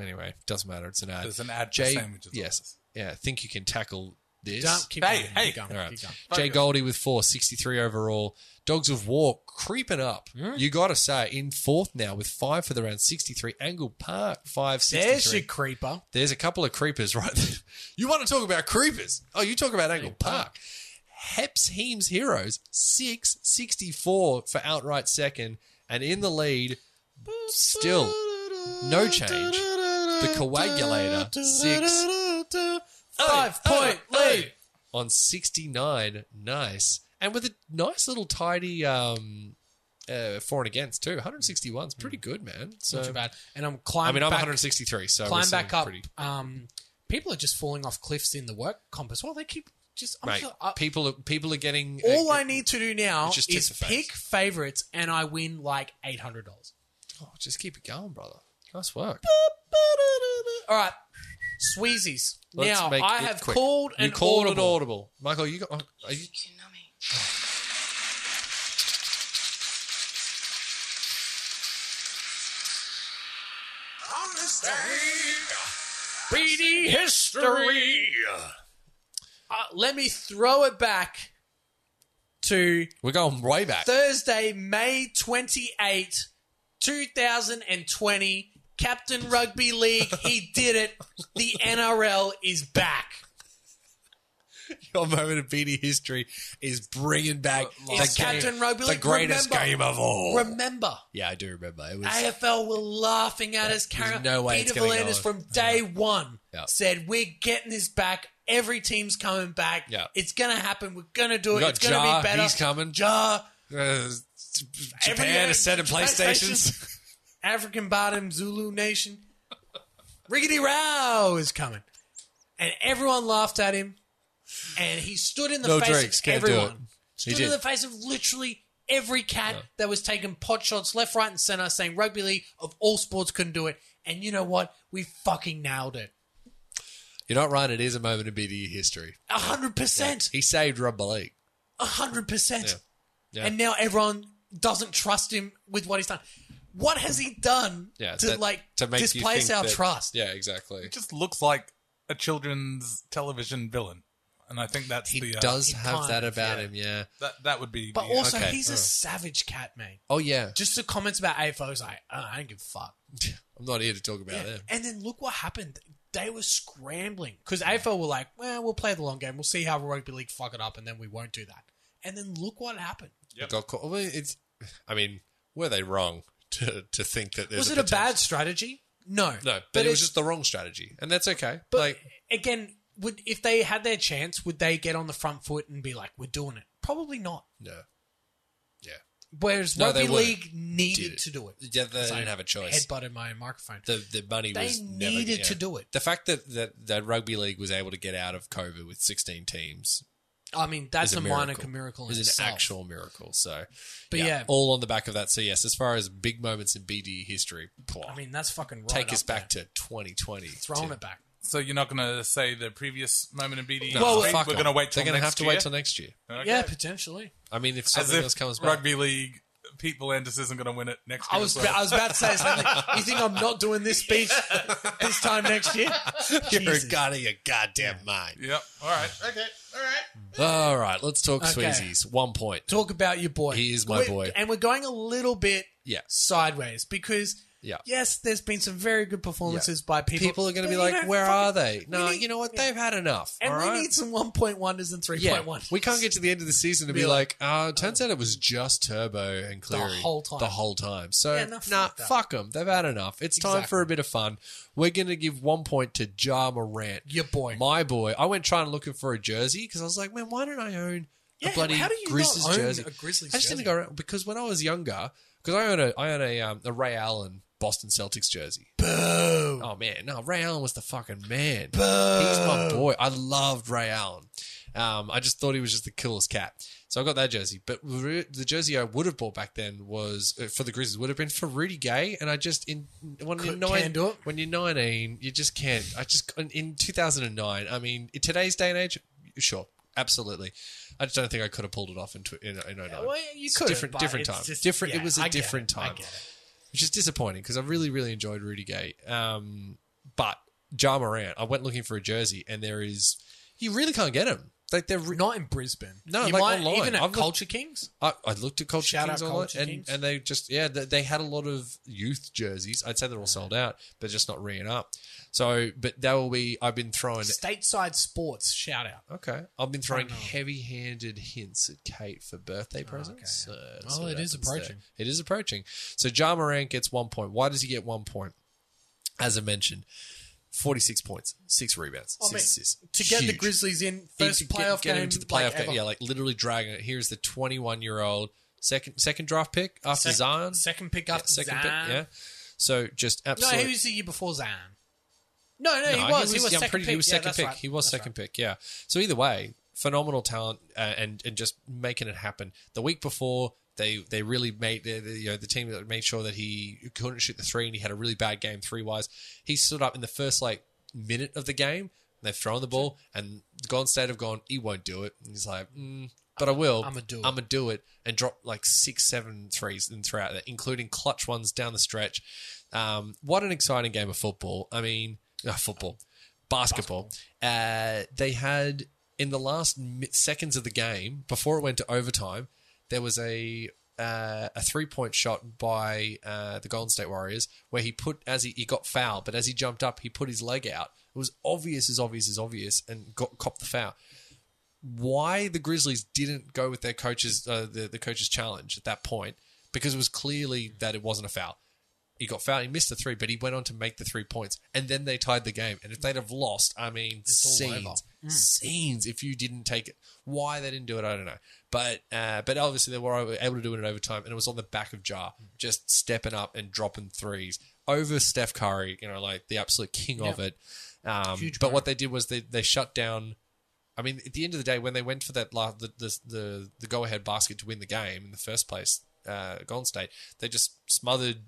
Anyway, doesn't matter. It's an ad. Ah. There's an ad for Jay- sandwiches on Yes. Yeah. I think you can tackle this. don't keep Hey, going. hey. keep going, All right. keep going. Jay Goldie with four, 63 overall. Dogs of War creeping up. Hmm? You got to say, in fourth now with five for the round, 63. Angle Park, five, 63. There's your creeper. There's a couple of creepers right there. You want to talk about creepers? Oh, you talk about Angle uh. Park. Heps Heems Heroes, 664 for outright second. And in the lead, still no change. The Coagulator, 6. Five point lead. On 69. Nice. And with a nice little tidy um, uh, for and against, too. 161's pretty good, man. So, Not too bad. And I'm I climbing. mean, I'm back, 163, so we're Climb still back up. pretty- Um, people are just falling off cliffs in the work comp as well. They keep just. I'm Mate, just- I- people are people are getting all uh, I need to do now It's just is tits for pick favorites, and I win like eight hundred dollars. Oh, just keep it going, brother. Nice work. All right, Sweezies. Let's now make I it have quick. called You an called audible. an audible, Michael. You got? Are you, Speedy history. Uh, let me throw it back to we're going way back. Thursday, May 28, 2020, Captain Rugby League, he did it. The NRL is back. Your moment of BD history is bringing back It's the, game- Captain Rugby the League. greatest Remember- game of all. Remember, yeah, I do remember. It was AFL were laughing at us. Carrying no way it's Peter gonna go Valandis on. from day one Yeah. said, "We're getting this back. Every team's coming back. Yeah. It's going to happen. We're going to do we it. It's got going to Ja, be better." he's coming. Ja, uh, J- Japan Every- is setting PlayStations. African Bottom Zulu Nation. Riggedy Row is coming. And everyone laughed at him. And he stood in the No face drinks, of can't do everyone. it. He Stood in did. the face of literally every cat that was taking pot shots left, right, and center, saying rugby league of all sports couldn't do it. And you know what? We fucking nailed it. You're not right. It is a moment of BD history. A hundred percent. He saved Rugby League. A hundred percent. Yeah. And now everyone doesn't trust him with what he's done. What has he done Yeah, to that- like to make you displace think our that- trust? Yeah, exactly. just looks like a children's television villain, and I think that's He the uh, does he have can't, that about yeah. him. Yeah. that that would be. But the, uh, also, okay. he's Oh. a savage cat, mate. Oh yeah. Just the comments about AFL, he's like, oh, I don't give a fuck. I'm not here to talk about that. And then look what happened. They were scrambling because AFL were like, well, we'll play the long game. We'll see how rugby league fuck it up, and then we won't do that. And then look what happened. It got caught. Well, it's. I mean, were they wrong to to think that there's was it a potential- bad strategy? No, No, but, it was it's- just the wrong strategy, and that's okay. But like, again, would if they had their chance, would they get on the front foot and be like, we're doing it? Probably not. no. Yeah. Whereas No, they rugby wouldn't. league needed Did it. to do it. Yeah, they So didn't have a choice. Headbutted my own microphone. the the money They was never- needed yeah. to do it. The fact that, that that rugby league was able to get out of COVID with 16 teams I mean, that's is a, a, minor miracle. miracle. in Is an itself. actual miracle. So, But yeah. all on the back of that. So yes, as far as big moments in BD history, pwah, I mean, that's fucking right take us up there. back to 2020. throwing to- it back. so you're not going to say the previous moment in BD? No, Well, fuck E we're it. going to wait. Till They're gonna next have to year? wait till next year. Okay. Yeah, potentially. I mean, if as something else if comes back, rugby league, Pete Valandis isn't going to win it next year. I was as well. I was about to say something. You think I'm not doing this speech this time next year? you're Jesus. a god of your goddamn mind. Yep. All right. All right, let's talk Okay. Sweezies. One point. Talk about your boy. He is my We're- boy. and we're going a little bit Yeah. sideways because Yeah. yes, there's been some very good performances by people. People are but going to be you like, don't "Where fucking- are they?" we No, need- you know what? yeah. They've had enough. And all we right? need some 1.1ers and 3.1. We can't get to the end of the season to be, Be like, oh, it turns out it was just Turbo and Cleary whole time. The whole time. So, Yeah, no, nah, fuck that. fuck them. They've had enough. It's time for a bit of fun. We're going to give one point to Ja Morant. Your boy. My boy. I went trying looking for a jersey because I was like, man, why don't I own Yeah, a bloody how do you not Grizzlies own jersey? a Grizzlies I just jersey? didn't go around because when I was younger, because I own a, I own a, um, a Ray Allen Boston Celtics jersey. Boo. Oh man, no, Ray Allen was the fucking man. He's my boy. I loved Ray Allen. Um, I just thought he was just the killest cat. So I got that jersey. But Ru- the jersey I would have bought back then was uh, for the Grizzlies would have been for Rudy Gay. And I just in when you're Couldn't- nine, can't do it. when you're 19, you just can't. I just in- in 2009. I mean, in today's day and age, sure, absolutely. I just don't think I could have pulled it off in tw- in, in 09. Well, you It's could, different, but different it's time. just- different. yeah, it was a I get it, different I time get it. which is disappointing because I really, really enjoyed Rudy Gay. Um, but Ja Morant, I went looking for a jersey, and there is you really can't get him. Like they're re- Not in Brisbane. No, you like might, online. Even at I've looked- Culture Kings. I, I looked at Culture Shout Kings out a lot, Culture and, Kings. and they just yeah they, they had a lot of youth jerseys. I'd say they're all sold out, but just not reeing up. So, but that will be. I've been throwing. Stateside Sports, shout out. Okay, I've been throwing Don't know. heavy-handed hints at Kate for birthday presents. Oh, Well, it is approaching. It is approaching. So Ja Morant gets one point. Why does he get one point? As I mentioned, forty-six points, six rebounds, I six mean, assists. Oh, To get the Huge. Grizzlies in And first to get- playoff get game, him to the like, playoff game. ever. Yeah, like literally dragging it. Here's the twenty-one-year-old second second draft pick after Sec- Zion. second pick Yeah, after second Zion. pick. Yeah. So just No, absolutely. he was the year before Zion. No, no, No, he was. He was, yeah, I'm second pretty- pick. He was Yeah, second that's pick. right. He was That's second pick. Yeah. So either way, phenomenal talent uh, and and just making it happen. The week before. They, they really made the, the you know the team that made sure that he couldn't shoot the three and he had a really bad game three wise. He stood up in the first like minute of the game. They've thrown the ball and Golden State have gone. He won't do it. And he's like, mm, but I will. I'ma do it." I'm gonna do it and drop like six, seven threes in throughout that, including clutch ones down the stretch. Um, what an exciting game of football! I mean, uh, football, basketball. Uh, they had in the last mi- seconds of the game before it went to overtime. There was a uh, a three point shot by uh, the Golden State Warriors where he put as he, he got fouled, but as he jumped up, he put his leg out. It was obvious as obvious as obvious, and got copped the foul. Why the Grizzlies didn't go with their coaches uh, the the coach's challenge at that point because it was clearly that it wasn't a foul. He got fouled. He missed the three, but he went on to make the three points, and then they tied the game. And if they'd have lost, I mean, all over. Hmm. scenes, scenes. If you didn't take it, why they didn't do it, I don't know. But uh, but obviously they were able to do it in overtime, and it was on the back of Jar, Hmm. just stepping up and dropping threes over Steph Curry. You know, like the absolute king of it. Um, Huge but player. what they did was they they shut down. I mean, at the end of the day, when they went for that la the the the, the go ahead basket to win the game in the first place, uh, Golden State, they just smothered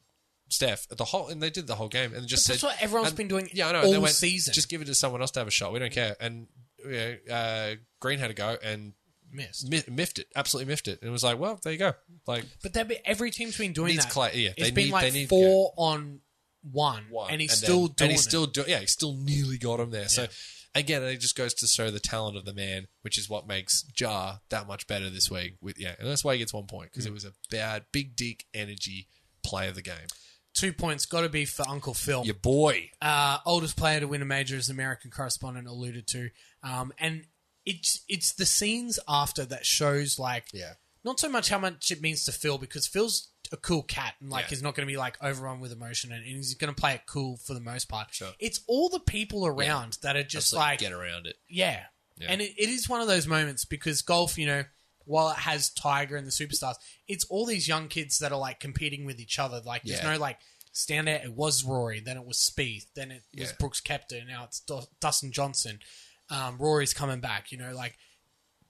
Steph at the whole, and they did the whole game, and just that's said, what everyone's and- been doing Yeah, I know. all they went, season. Just give it to someone else to have a shot. We don't care. And you know, uh, Green had a go and missed. mi- miffed it, absolutely miffed it, and it was like, well, there you go. Like, But they've been- every team's been doing Needs that. cla- yeah, it's they been need- like they need- four on one, one, and he's then- still doing and he's it. still do- yeah, he still nearly got him there. So again, it just goes to show the talent of the man, which is what makes Jar that much better this week. With yeah, and that's why he gets one point Mm. because it was a bad big dick energy play of the game. two points. Got to be for Uncle Phil. Your boy, uh, oldest player to win a major, as American correspondent alluded to, um, and it's it's the scenes after that shows like Yeah. not so much how much it means to Phil because Phil's a cool cat and like Yeah. he's not going to be like overrun with emotion and, and he's going to play it cool for the most part. Sure. It's all the people around that are just just like get around it. yeah. And it, it is one of those moments because golf, you know, while it has Tiger and the superstars, it's all these young kids that are like competing with each other. Like there's Yeah. no like standout. It was Rory, then it was Spieth, then it was Yeah. Brooks Kepka, now it's Dus- Dustin Johnson. Um, Rory's coming back, you know, like.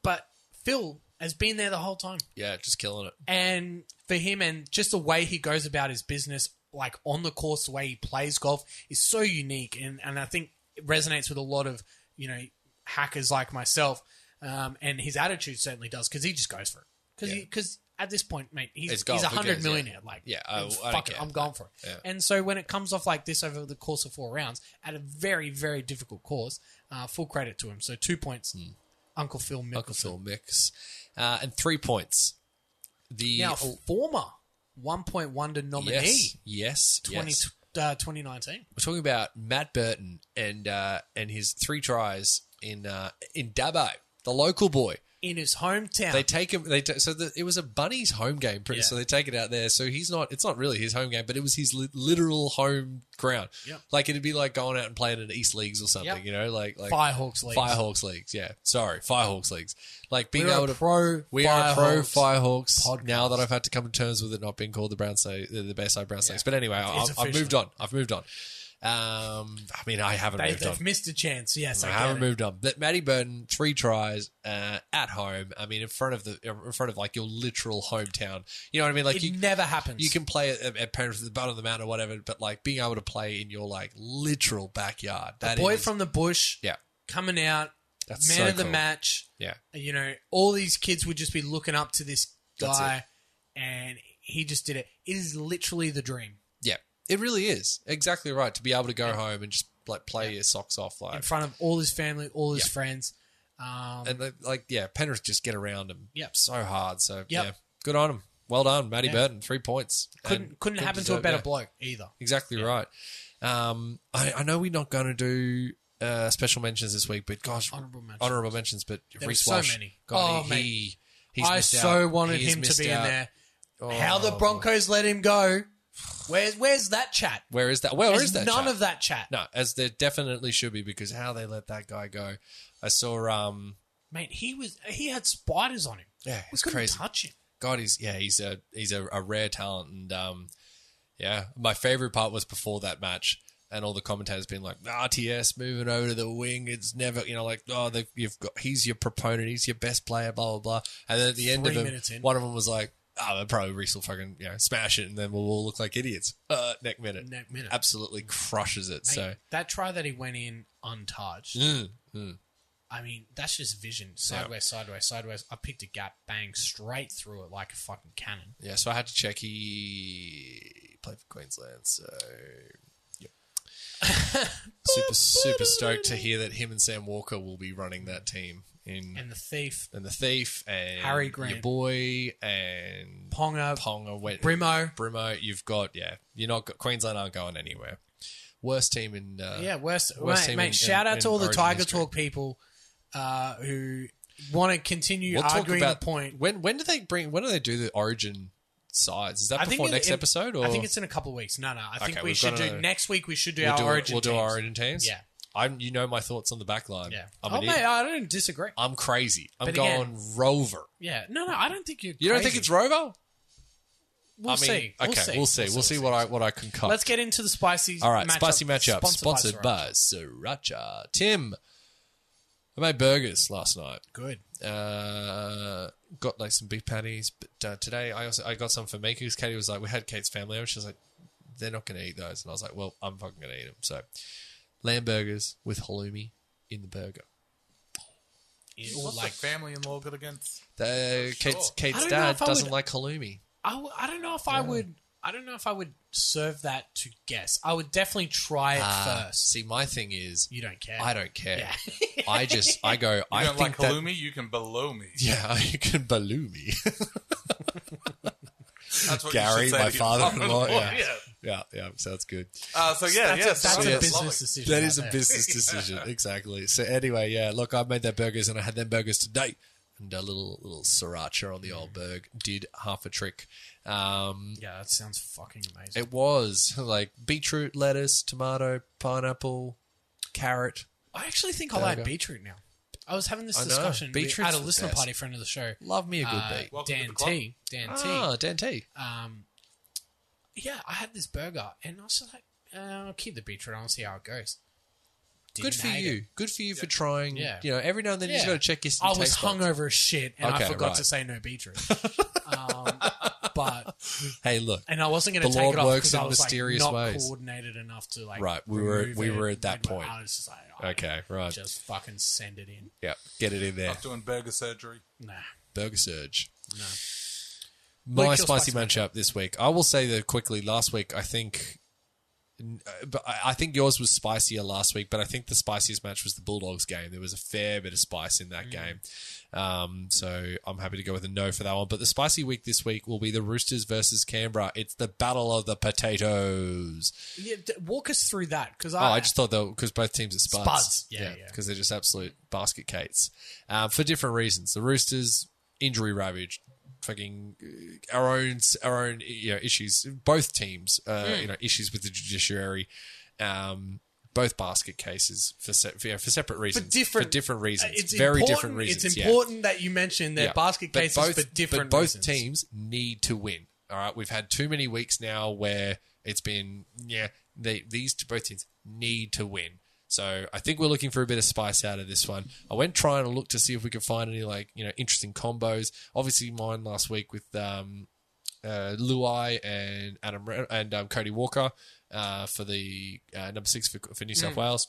But Phil has been there the whole time, Yeah, just killing it. and for him, and just the way he goes about his business, like on the course, the way he plays golf is so unique, and and I think it resonates with a lot of you know hackers like myself, um, and his attitude certainly does because he just goes for it because Yeah. because at this point, mate, he's, It's he's golf, a who hundred cares, yeah. millionaire, like Yeah, I- fuck I don't it, care. I'm going for it. Yeah. And so when it comes off like this over the course of four rounds at a very very difficult course, uh, full credit to him. So two points, Uncle Phil Mickelson. Hmm. Uncle Phil mix, uh, and three points. The Now, former 1.1 to nominee, yes, yes, 20, yes. uh, 2019. we're talking about Matt Burton and uh, and his three tries in uh, in Dabo, the local boy. In his hometown. They take him. They ta- so the, it was a bunny's home game, pretty. Yeah. So they take it out there. So he's not. It's not really his home game, but it was his li- literal home ground. Yep. Like it'd be like going out and playing in East Leagues or something. Yep. You know, like like Firehawks Leagues. Firehawks Leagues. Yeah, sorry, Firehawks Leagues. Like being We're a able to pro We are a pro Firehawks Firehawks. podcast. Now that I've had to come to terms with it not being called the Brown Sa- the the Bayside Brown Stakes. But anyway, I, It's I've, I've official. moved on. I've moved on. Um, I mean, I haven't they, moved on. have missed a chance. Yes, I, I get haven't it. moved on. That Matty Burton three tries uh, at home. I mean, in front of the in front of like your literal hometown. You know what I mean? Like It you, never happens. you can play at, at parents at the bottom of the mountain or whatever, but like being able to play in your like literal backyard. That Boy is- from the bush yeah, coming out, That's man so of the cool. match. yeah, You know, all these kids would just be looking up to this That's it. guy, and he just did it. It is literally the dream yeah. It really is exactly right to be able to go home and just like play your socks off. Like in front of all his family, all his friends. Um, and they- like yeah, Penrith just get around him. Yep. so hard. So yeah, Yep. good on him. Well done, Matty Burton. Three points. couldn't And couldn't good happen to a deserved- better yeah. bloke either. Exactly right. Um, I, I know we're not going to do uh, special mentions this week, but gosh, Honourable mentions. honourable mentions, but There Reece were so Walsh, many. God, Oh, he, mate. he- he's I missed so out. wanted He's him to missed be out. in there. Oh. How the Broncos let him go? Where's where's that chat? Where is that? Where is There's that? none chat? of that chat, No, as there definitely should be because how they let that guy go. I saw. Um, mate. He was he had spiders on him. yeah, we it's couldn't crazy. touch him. God, he's yeah, he's a he's a, a rare talent, and um, yeah, my favorite part was before that match, and all the commentators being like, "RTS moving over to the wing, it's never," you know, like, "Oh, they've, you've got he's your proponent, he's your best player, blah blah blah," and then at the end Three of minutes it, in. one of them was like. Oh, they'll probably Reese will fucking you know smash it, and then we'll all look like idiots. Uh, neck minute, Neck minute. absolutely crushes it. so Mate, that try that he went in untouched. Mm, I mean, that's just vision. Sideways, sideways, sideways. I picked a gap, bang, straight through it like a fucking cannon. yeah, so I had to check. He played for Queensland, so super super stoked to hear that him and Sam Walker will be running that team in in and the thief, and the thief and Harry Grant. your boy and Ponga, Ponga went Brimo. Brimo. You've got yeah. You're not go- Queensland aren't going anywhere. Worst team in uh, Yeah, worst, Worst mate. team mate in- shout in- out to all in the Origin Tiger history. Talk people uh, who want to continue We'll talk arguing about the point. When when do they bring? When do they do the origin sides? Is that I think before in- next in- episode? Or I think it's in a couple of weeks. No, no. I think Okay, we we've should got do another- next week. We should do we'll our do origin. We'll do our teams. origin teams. Yeah. I'm. You know my thoughts on the back line. Yeah. I'm, oh, an mate, idiot. I don't disagree. I'm crazy. I'm But going again- Rover. Yeah. No, no. I don't think you're. You don't think crazy. it's Rover? We'll I mean, see. We'll okay, see. we'll see. We'll see, what I what I concoct. Let's get into the spicy. All right, matchup, spicy matchup sponsored, by sponsored Sriracha. by Sriracha. Tim, I made burgers last night. Good. Uh, got like some beef patties, but uh, today I also I got some for me because Katie was like, we had Kate's family over. She was like, they're not going to eat those, and I was like, well, I'm fucking going to eat them. So, lamb burgers with halloumi in the burger. Yeah, or What's like- like family in law good against? The, Sure. Kate's, I Kate's don't know dad if I doesn't would- like halloumi. I, w- I don't know if I would. I don't know if I would serve that to guests. I would definitely try it Uh, first. see, my thing is, You don't care. I don't care. Yeah. I just I go. You I don't think like that halloumi? You can below me. yeah, you can balloon me. That's what Gary, you should say my to your father-in-law, father-in-law, yeah. yeah, yeah, sounds good. Uh, so yeah, That's, yeah, a, that's so a yes. business lovely. decision. That right is a there. business decision, exactly. So anyway, yeah, look, I made their burgers and I had them burgers today, and a little little sriracha on the Mm. old burg did half a trick. Um, Yeah, that sounds fucking amazing. it was like beetroot, lettuce, tomato, pineapple, carrot. I actually think I'll add Burger. beetroot now. I was having this I know. discussion with, Beetroot's at a the listener best. party friend of the show, Love me a good uh, beet. Welcome to Dan the club. T. Dan Ah, Dante. T. Um, yeah, I had this burger and I was just like, uh, I'll keep the beetroot. I'll see how it goes. Good Didn't for hate you. it. Good for you for trying. Yeah. You know, every now and then you just Yeah. got to check your. I your was taste buds. hungover as shit and I Okay, forgot right. to say no beetroot. um, but Hey, look. and I wasn't going The to take Lord it off works because I in was like mysterious not ways. coordinated enough to like. Right, we were- remove we it. were at that point. I was just like, oh, Okay, right. just fucking send it in. yeah, get it in there. Stop doing burger surgery. Nah. Burger Surge. No. My Like your spicy spicy matchup this week. I will say that quickly. Last week, I think, n- uh, but I I think yours was spicier last week. But I think the spiciest match was the Bulldogs game. There was a fair bit of spice in that Mm. game. Um, so I'm happy to go with a no for that one. But the spicy week this week will be the Roosters versus Canberra. It's the battle of the potatoes. Yeah, d- walk us through that because Oh, I, I just thought though because both teams are spuds. Spuds. Yeah, yeah. Because they're just absolute basket cates um, for different reasons. The Roosters injury ravaged, fucking uh, our own our own you know issues. Both teams, uh, Hmm. you know, issues with the judiciary. Um, both basket cases for se- for, you know, for separate reasons, different- different reasons, Uh, it's very important, different reasons. It's yeah. important that you mention that Yeah. basket But cases both- for different But both reasons. teams need to win. All right, we've had too many weeks now where it's been yeah. They, these two, both teams need to win. So I think we're looking for a bit of spice out of this one. I went trying to look to see if we could find any like you know interesting combos. Obviously, mine last week with um, uh, Luai and Adam Re- and um, Cody Walker uh, for the uh, number six for, for New Hmm. South Wales.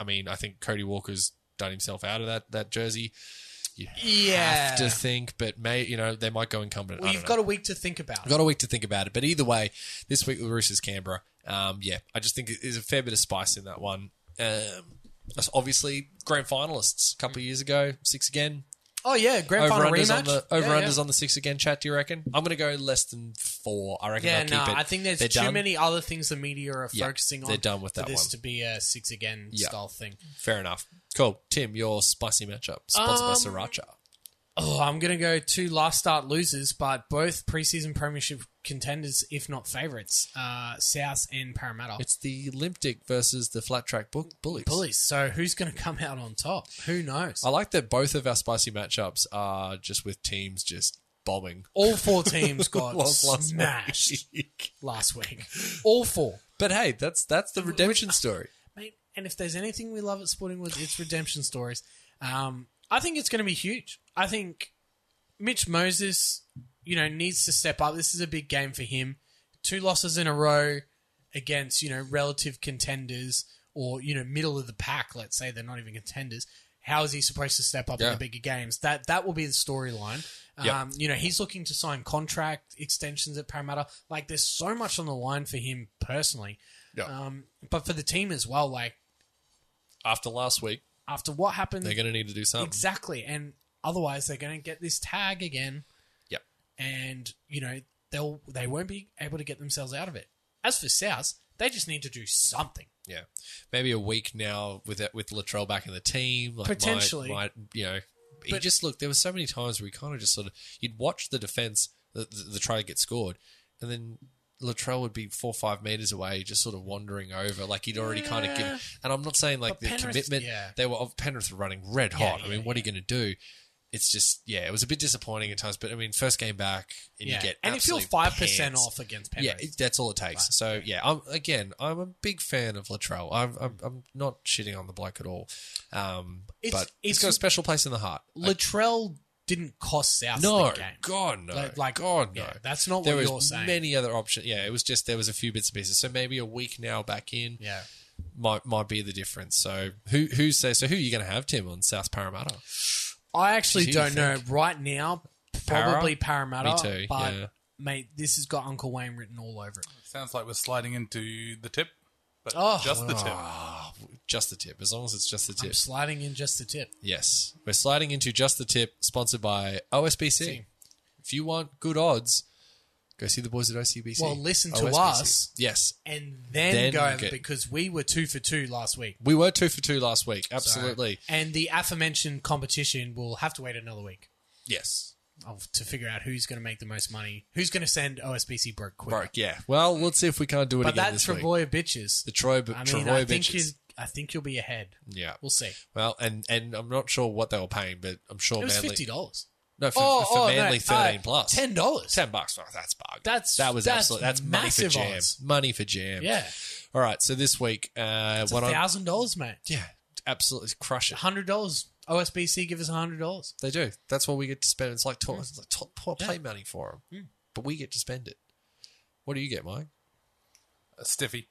I mean, I think Cody Walker's done himself out of that that jersey. You Yeah. have to think, but may you know they might go incumbent. Well, I you've don't got know. a week to think about. I've got a week to think about it. But either way, this week with Roosters Canberra, um, yeah, I just think there's a fair bit of spice in that one. Um, that's obviously, grand finalists a couple of years ago, six again. oh yeah, grand Over final unders rematch. on the over yeah, unders yeah. on the six again. Chat, do you reckon? I'm going to go less than four. I reckon. Yeah, they'll no, keep it. I think there's They're too done. many other things the media are Yeah, focusing on. they're done with for that this one. to be a six again Yeah. style thing. Fair enough. Cool, Tim. Your spicy matchup sponsored by Um, Sriracha. Oh, I'm going to go two last start losers, but both preseason premiership contenders, if not favourites, uh, South and Parramatta. It's the Olympic versus the flat track bu- bullies. Bullies. So who's going to come out on top? Who knows? I like that both of our spicy matchups are just with teams just bombing. All four teams got Lost last smashed week. last week. All four. But hey, that's that's the redemption story. Mate, and if there's anything we love at Sportingwood, it's redemption stories. Um, I think it's going to be huge. I think Mitch Moses, you know, needs to step up. This is a big game for him. Two losses in a row against, you know, relative contenders or, you know, middle of the pack, let's say they're not even contenders. How is he supposed to step up in Yeah. the bigger games? That that will be the storyline. Yep. Um, you know, he's looking to sign contract extensions at Parramatta. Like there's so much on the line for him personally. Yeah. Um, but for the team as well, like After last week, after what happened. They're going to need to do something. Exactly. And otherwise, they're going to get this tag again. Yep. And, you know, they'll, they won't be able to get themselves out of it. As for South, they just need to do something. Yeah, maybe a week now with it, with Latrell back in the team. Like Potentially. might, might- you know. He But- just looked. There were so many times where he kind of just sort of you'd watch the defense, the, the, the try to get scored, and then Latrell would be four five meters away, just sort of wandering over, like he'd already kind of given. And I'm not saying like But the Penrith- commitment. yeah. They were of Penrith were running red hot. I yeah, mean, what are you going to do? It's just yeah, it was a bit disappointing at times. But I mean, first game back, and yeah. you get and if you're absolute five percent pants. off against Penrith, Yeah, it- that's all it takes. So yeah, I'm, again, I'm a big fan of Latrell. I'm, I'm, I'm not shitting on the bloke at all. Um, It's- but it's- he's got a special place in the heart. Latrell didn't cost South no, the game. God no, Like- like, like, God no. yeah, that's not there what was you're saying. Many other options. Yeah, it was just there was a few bits and pieces. So maybe a week now back in Yeah. might might be the difference. So who who says so? Who are you going to have Tim on South Parramatta? I actually Gee, don't you know right now. Para? Probably Parramatta. Me too, But yeah. mate, this has got Uncle Wayne written all over it. Sounds like we're sliding into the tip, but Oh. just the tip. Just the tip. As long as it's just the I'm tip. sliding in just the tip. Yes. We're sliding into just the tip, sponsored by OSBC. If you want good odds, go see the boys at OCBC. Well, listen to us. Yes. And then, Then go get- because we were two for two last week. We were two for two last week. Absolutely. And the aforementioned competition will have to wait another week Yes. of, to figure out who's going to make the most money, who's going to send OSBC broke quick. Broke, yeah. Well, let's see if we can't do it But again that this week. Travoy bitches. The I Troy, mean, Troy I think bitches. he's. I think you'll be ahead. yeah. We'll see. Well, and and I'm not sure what they were paying, but I'm sure It was Manly. fifty dollars. Oh, No, for, for Manly, thirteen plus. Ten dollars. Ten bucks. Oh, that's bargain. That's- that was that's absolute. That's money for massive jam. odds. Money for jam. Yeah. All right. So this week, uh, It's what I'm thousand dollars, mate. Yeah, absolutely crush it. Hundred dollars. OSBC give us hundred dollars. They do. That's what we get to spend. It's like top, it's like top poor play money for Hmm. them, but we get to spend it. What do you get, Mike? A stiffy.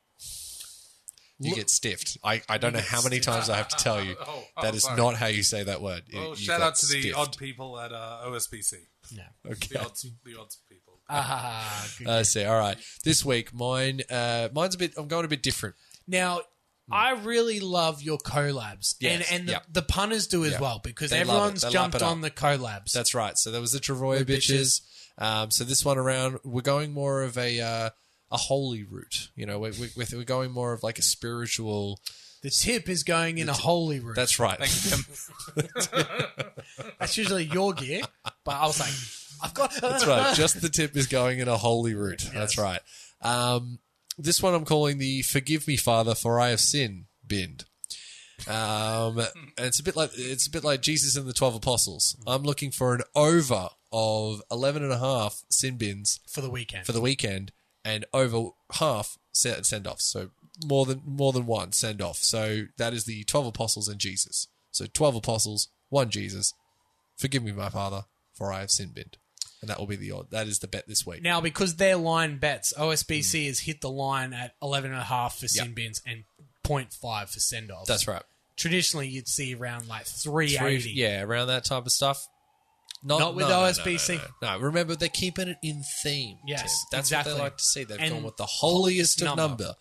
You get stiffed. I, I don't know how many times I have to tell you Oh, oh, that is sorry. not how you say that word. You- Well, you shout got out to the stiffed. odd people at uh, OSBC. No. The odds, the odds people. Ah, good. I see. All right, this week mine uh, mine's a bit. I'm going a bit different. now I really love your collabs, Hmm. Yes, and and the, yep. the punters do as Yep. well because They love it. everyone's They lap jumped it up. on the collabs. That's right. So there was the Travoy We're bitches. Um, so this one around, we're going more of a uh, a holy route. You know, we're, we're, we're going more of like a spiritual. the tip is going in a holy room. That's, That's right. Thank you, Tim. usually your gear, but I was like, I've got. That's right. Just the tip is going in a holy route. That's right. Um, this one I'm calling the "Forgive Me, Father, for I have sinned" bind. Um, and it's a bit like it's a bit like Jesus and the Twelve Apostles. I'm looking for an over of 11 and a half sin bins for the weekend. for the weekend and over half send send offs. So more than more than one send off. So that is the twelve apostles and Jesus. So twelve apostles, one Jesus. Forgive me, my Father, for I have sin binned. And that will be the odd. That is the bet this week. now because their line bets, OSBC Hmm. has hit the line at eleven and a half for sin bins and 0.5 for send offs. That's right. traditionally you'd see around like Three- 380. yeah, around that type of stuff. Not with no, no, OSBC. No, no, no. No, remember they're keeping it in theme. Yes, Tim. that's exactly. what they like to see. They've And gone with the holiest of number. number.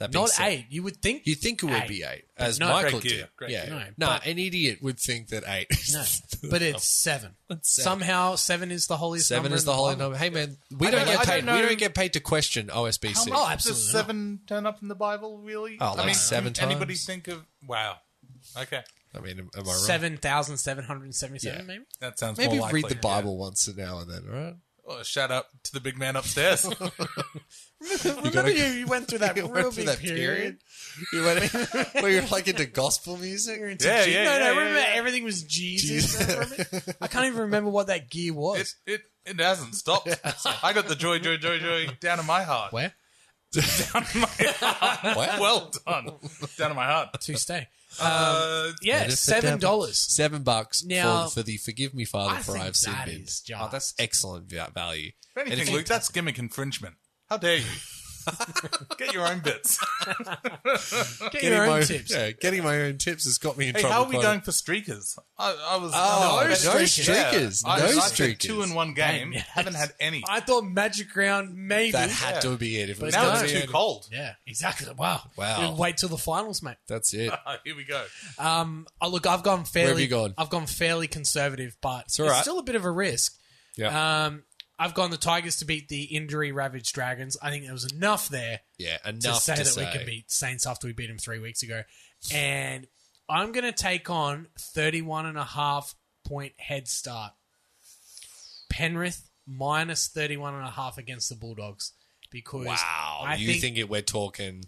That being Not said- eight. You would think You think it would be eight, as no, Michael great gear, did. great yeah, gear. No, nah, but- an idiot would think that eight. is- No, but it's seven. Somehow seven is the holiest Seven number. is in the holy Bible. number. Hey man, we I don't don't- get I paid. don't we know- don't get paid to question OSBC. Oh, absolutely. Does seven turn up in the Bible, really? Oh, like I mean, seven can Anybody times. think of. Wow. Okay. I mean, am, am I wrong? Seven thousand seven hundred and seventy-seven, Yeah. maybe. That sounds Maybe more read likely, the Bible once now and then, right? Yeah. Oh, shout out to the big man upstairs. Remember, gotta- you, you went through that You real went through big that period. period? You went where you're like into gospel music. You're into Yeah, Je- yeah, no, no. yeah, yeah, remember, yeah. everything was Jesus. Remember? I can't even remember what that gear was. it, it, it hasn't stopped. I got the joy, joy, joy, joy down in my heart. Where Down in my heart. Wow. Well done. Down in my heart. to stay? Um, Uh, Yeah, What if it seven happens? dollars. Seven bucks Now- for, for the forgive me, Father, I for think I've sinned. that bin. is Oh, that's just- excellent va- value. If anything, you- Luke, that's gimmick infringement. How dare you? Get your own bits. Get Getting your own my, tips. Yeah, getting my own tips has got me in Hey, trouble. how are we quite a- going for streakers? I, I was Oh, I was no betting- streakers, I, no I said streakers. Two in one game. Yes. Haven't had any. I thought Magic Round maybe. That had Yeah. to be it. If it was now gonna it's be too it. cold. yeah, exactly. Wow. Wow. You wait till the finals, mate. That's it. Oh, here we go. Um, oh, look, I've gone fairly. have you gone? I've gone fairly conservative, but it's, all right. still a bit of a risk. Yeah. Um, I've gone the Tigers to beat the injury ravaged Dragons. I think there was enough there yeah. Enough to say to that say. we can beat Saints after we beat them three weeks ago. And I'm going to take on 31 and a half point head start. Penrith minus 31 and a half against the Bulldogs because Wow. I you think, think, it, we're talking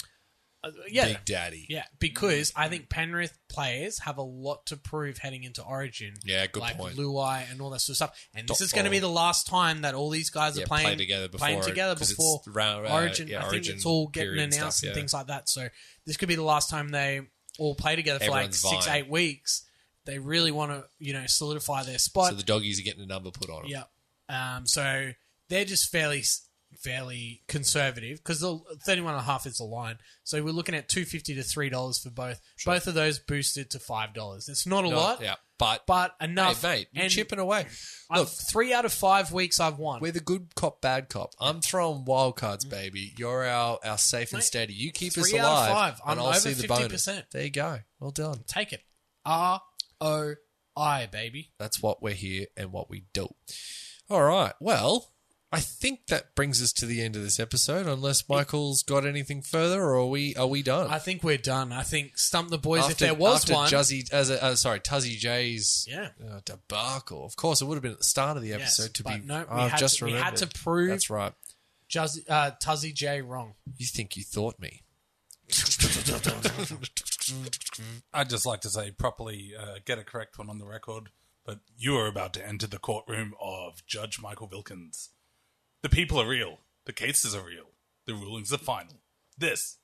uh, yeah, Big Daddy? yeah, because I think Penrith players have a lot to prove heading into Origin. Yeah, good like point. Luai and all that sort of stuff. And this Top is going to be four. the last time that all these guys Yeah, are playing play together before playing it- together 'cause it's before round- uh, Origin. yeah, I think Origin it's all getting period and announced stuff, and, yeah. things like that. So this could be the last time they all play together for Everyone's like six, vying. eight weeks. They really want to, you know, solidify their spot. So the doggies are getting a number put on them. Yep. Um, so they're just fairly fairly conservative because the 31 and a half is the line. So we're looking at 250 to 3 dollars for both. Both of those boosted to 5 dollars. It's not a Not- lot, Yeah. But, but hey, enough. mate, you're and chipping away. I've- Look, 3 out of 5 weeks I've won. we're the good cop, bad cop. I'm throwing wild cards, baby. You're our, our safe and Mm. Mate, steady. You keep us three out of alive, five. and I'm I'll over see the bonus. 50%. There you go. Well done. Take it. R O I baby. That's what we're here and what we do. All right. Well, I think that brings us to the end of this episode. Unless Michael's got anything further, or are we are we done? I think we're done. I think stump the boys if After- there was after one. Juzzy, as a, uh, sorry, Tuzzy J's Yeah. uh, debacle. Of course, it would have been at the start of the Yes, episode to but be. no, we I've had just to- we had remembered. to prove- That's right. Juzzy, uh, Tuzzy J wrong. You think you thought me? I'd just like to say properly uh, get a correct one on the record, but you are about to enter the courtroom of Judge Michael Wilkins. The people are real. The cases are real. The rulings are final. This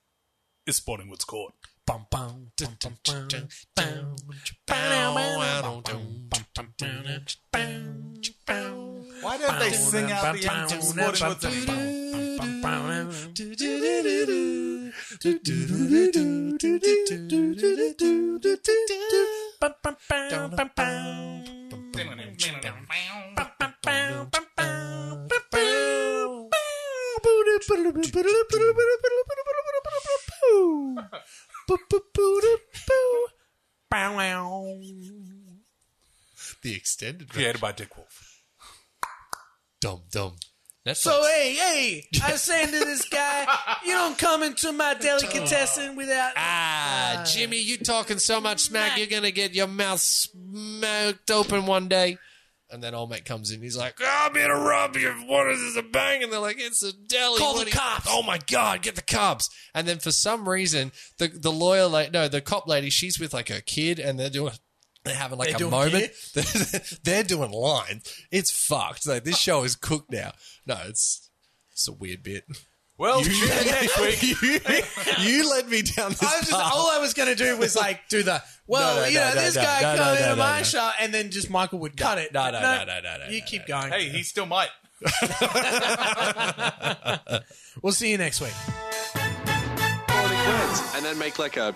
is Sporting Woods Court. Bum, bum, bum, bum, bum, bum, bum, bum, bum, bum, bum, bum. Why don't they sing out the end to Sporting Woods? anymore? That's The extended. Created by Dick Wolf. Dum dum. That's So hey, hey, I was saying to this guy, you don't come into my delicatessen without Ah, Jimmy, you talking so much smack, you're gonna get your mouth smoked open one day. And then old mate comes in, he's like, "Ah, "I'm here to rob you. What is this a bang?" And they're like, "It's a deli." Call What the do you- cops. Oh my god, get the cops! And then for some reason, the the lawyer, like, no, the cop lady, she's with like her kid, and they're doing. They're having like They're a doing moment. they're doing lines. It's fucked. Like Uh. this show is cooked now. No, it's it's a weird bit. Well, tune in next week. you, you led me down this. I was just path. all I was going to do was like do the well, No, no, you no, know, no, this no, guy no, come no, into no, my no. shot, and then just Michael would cut it. no, no, no, no, no, no, You no, keep no. going. Hey, he still might. We'll see you next week. Sporting Woods. And then make like a.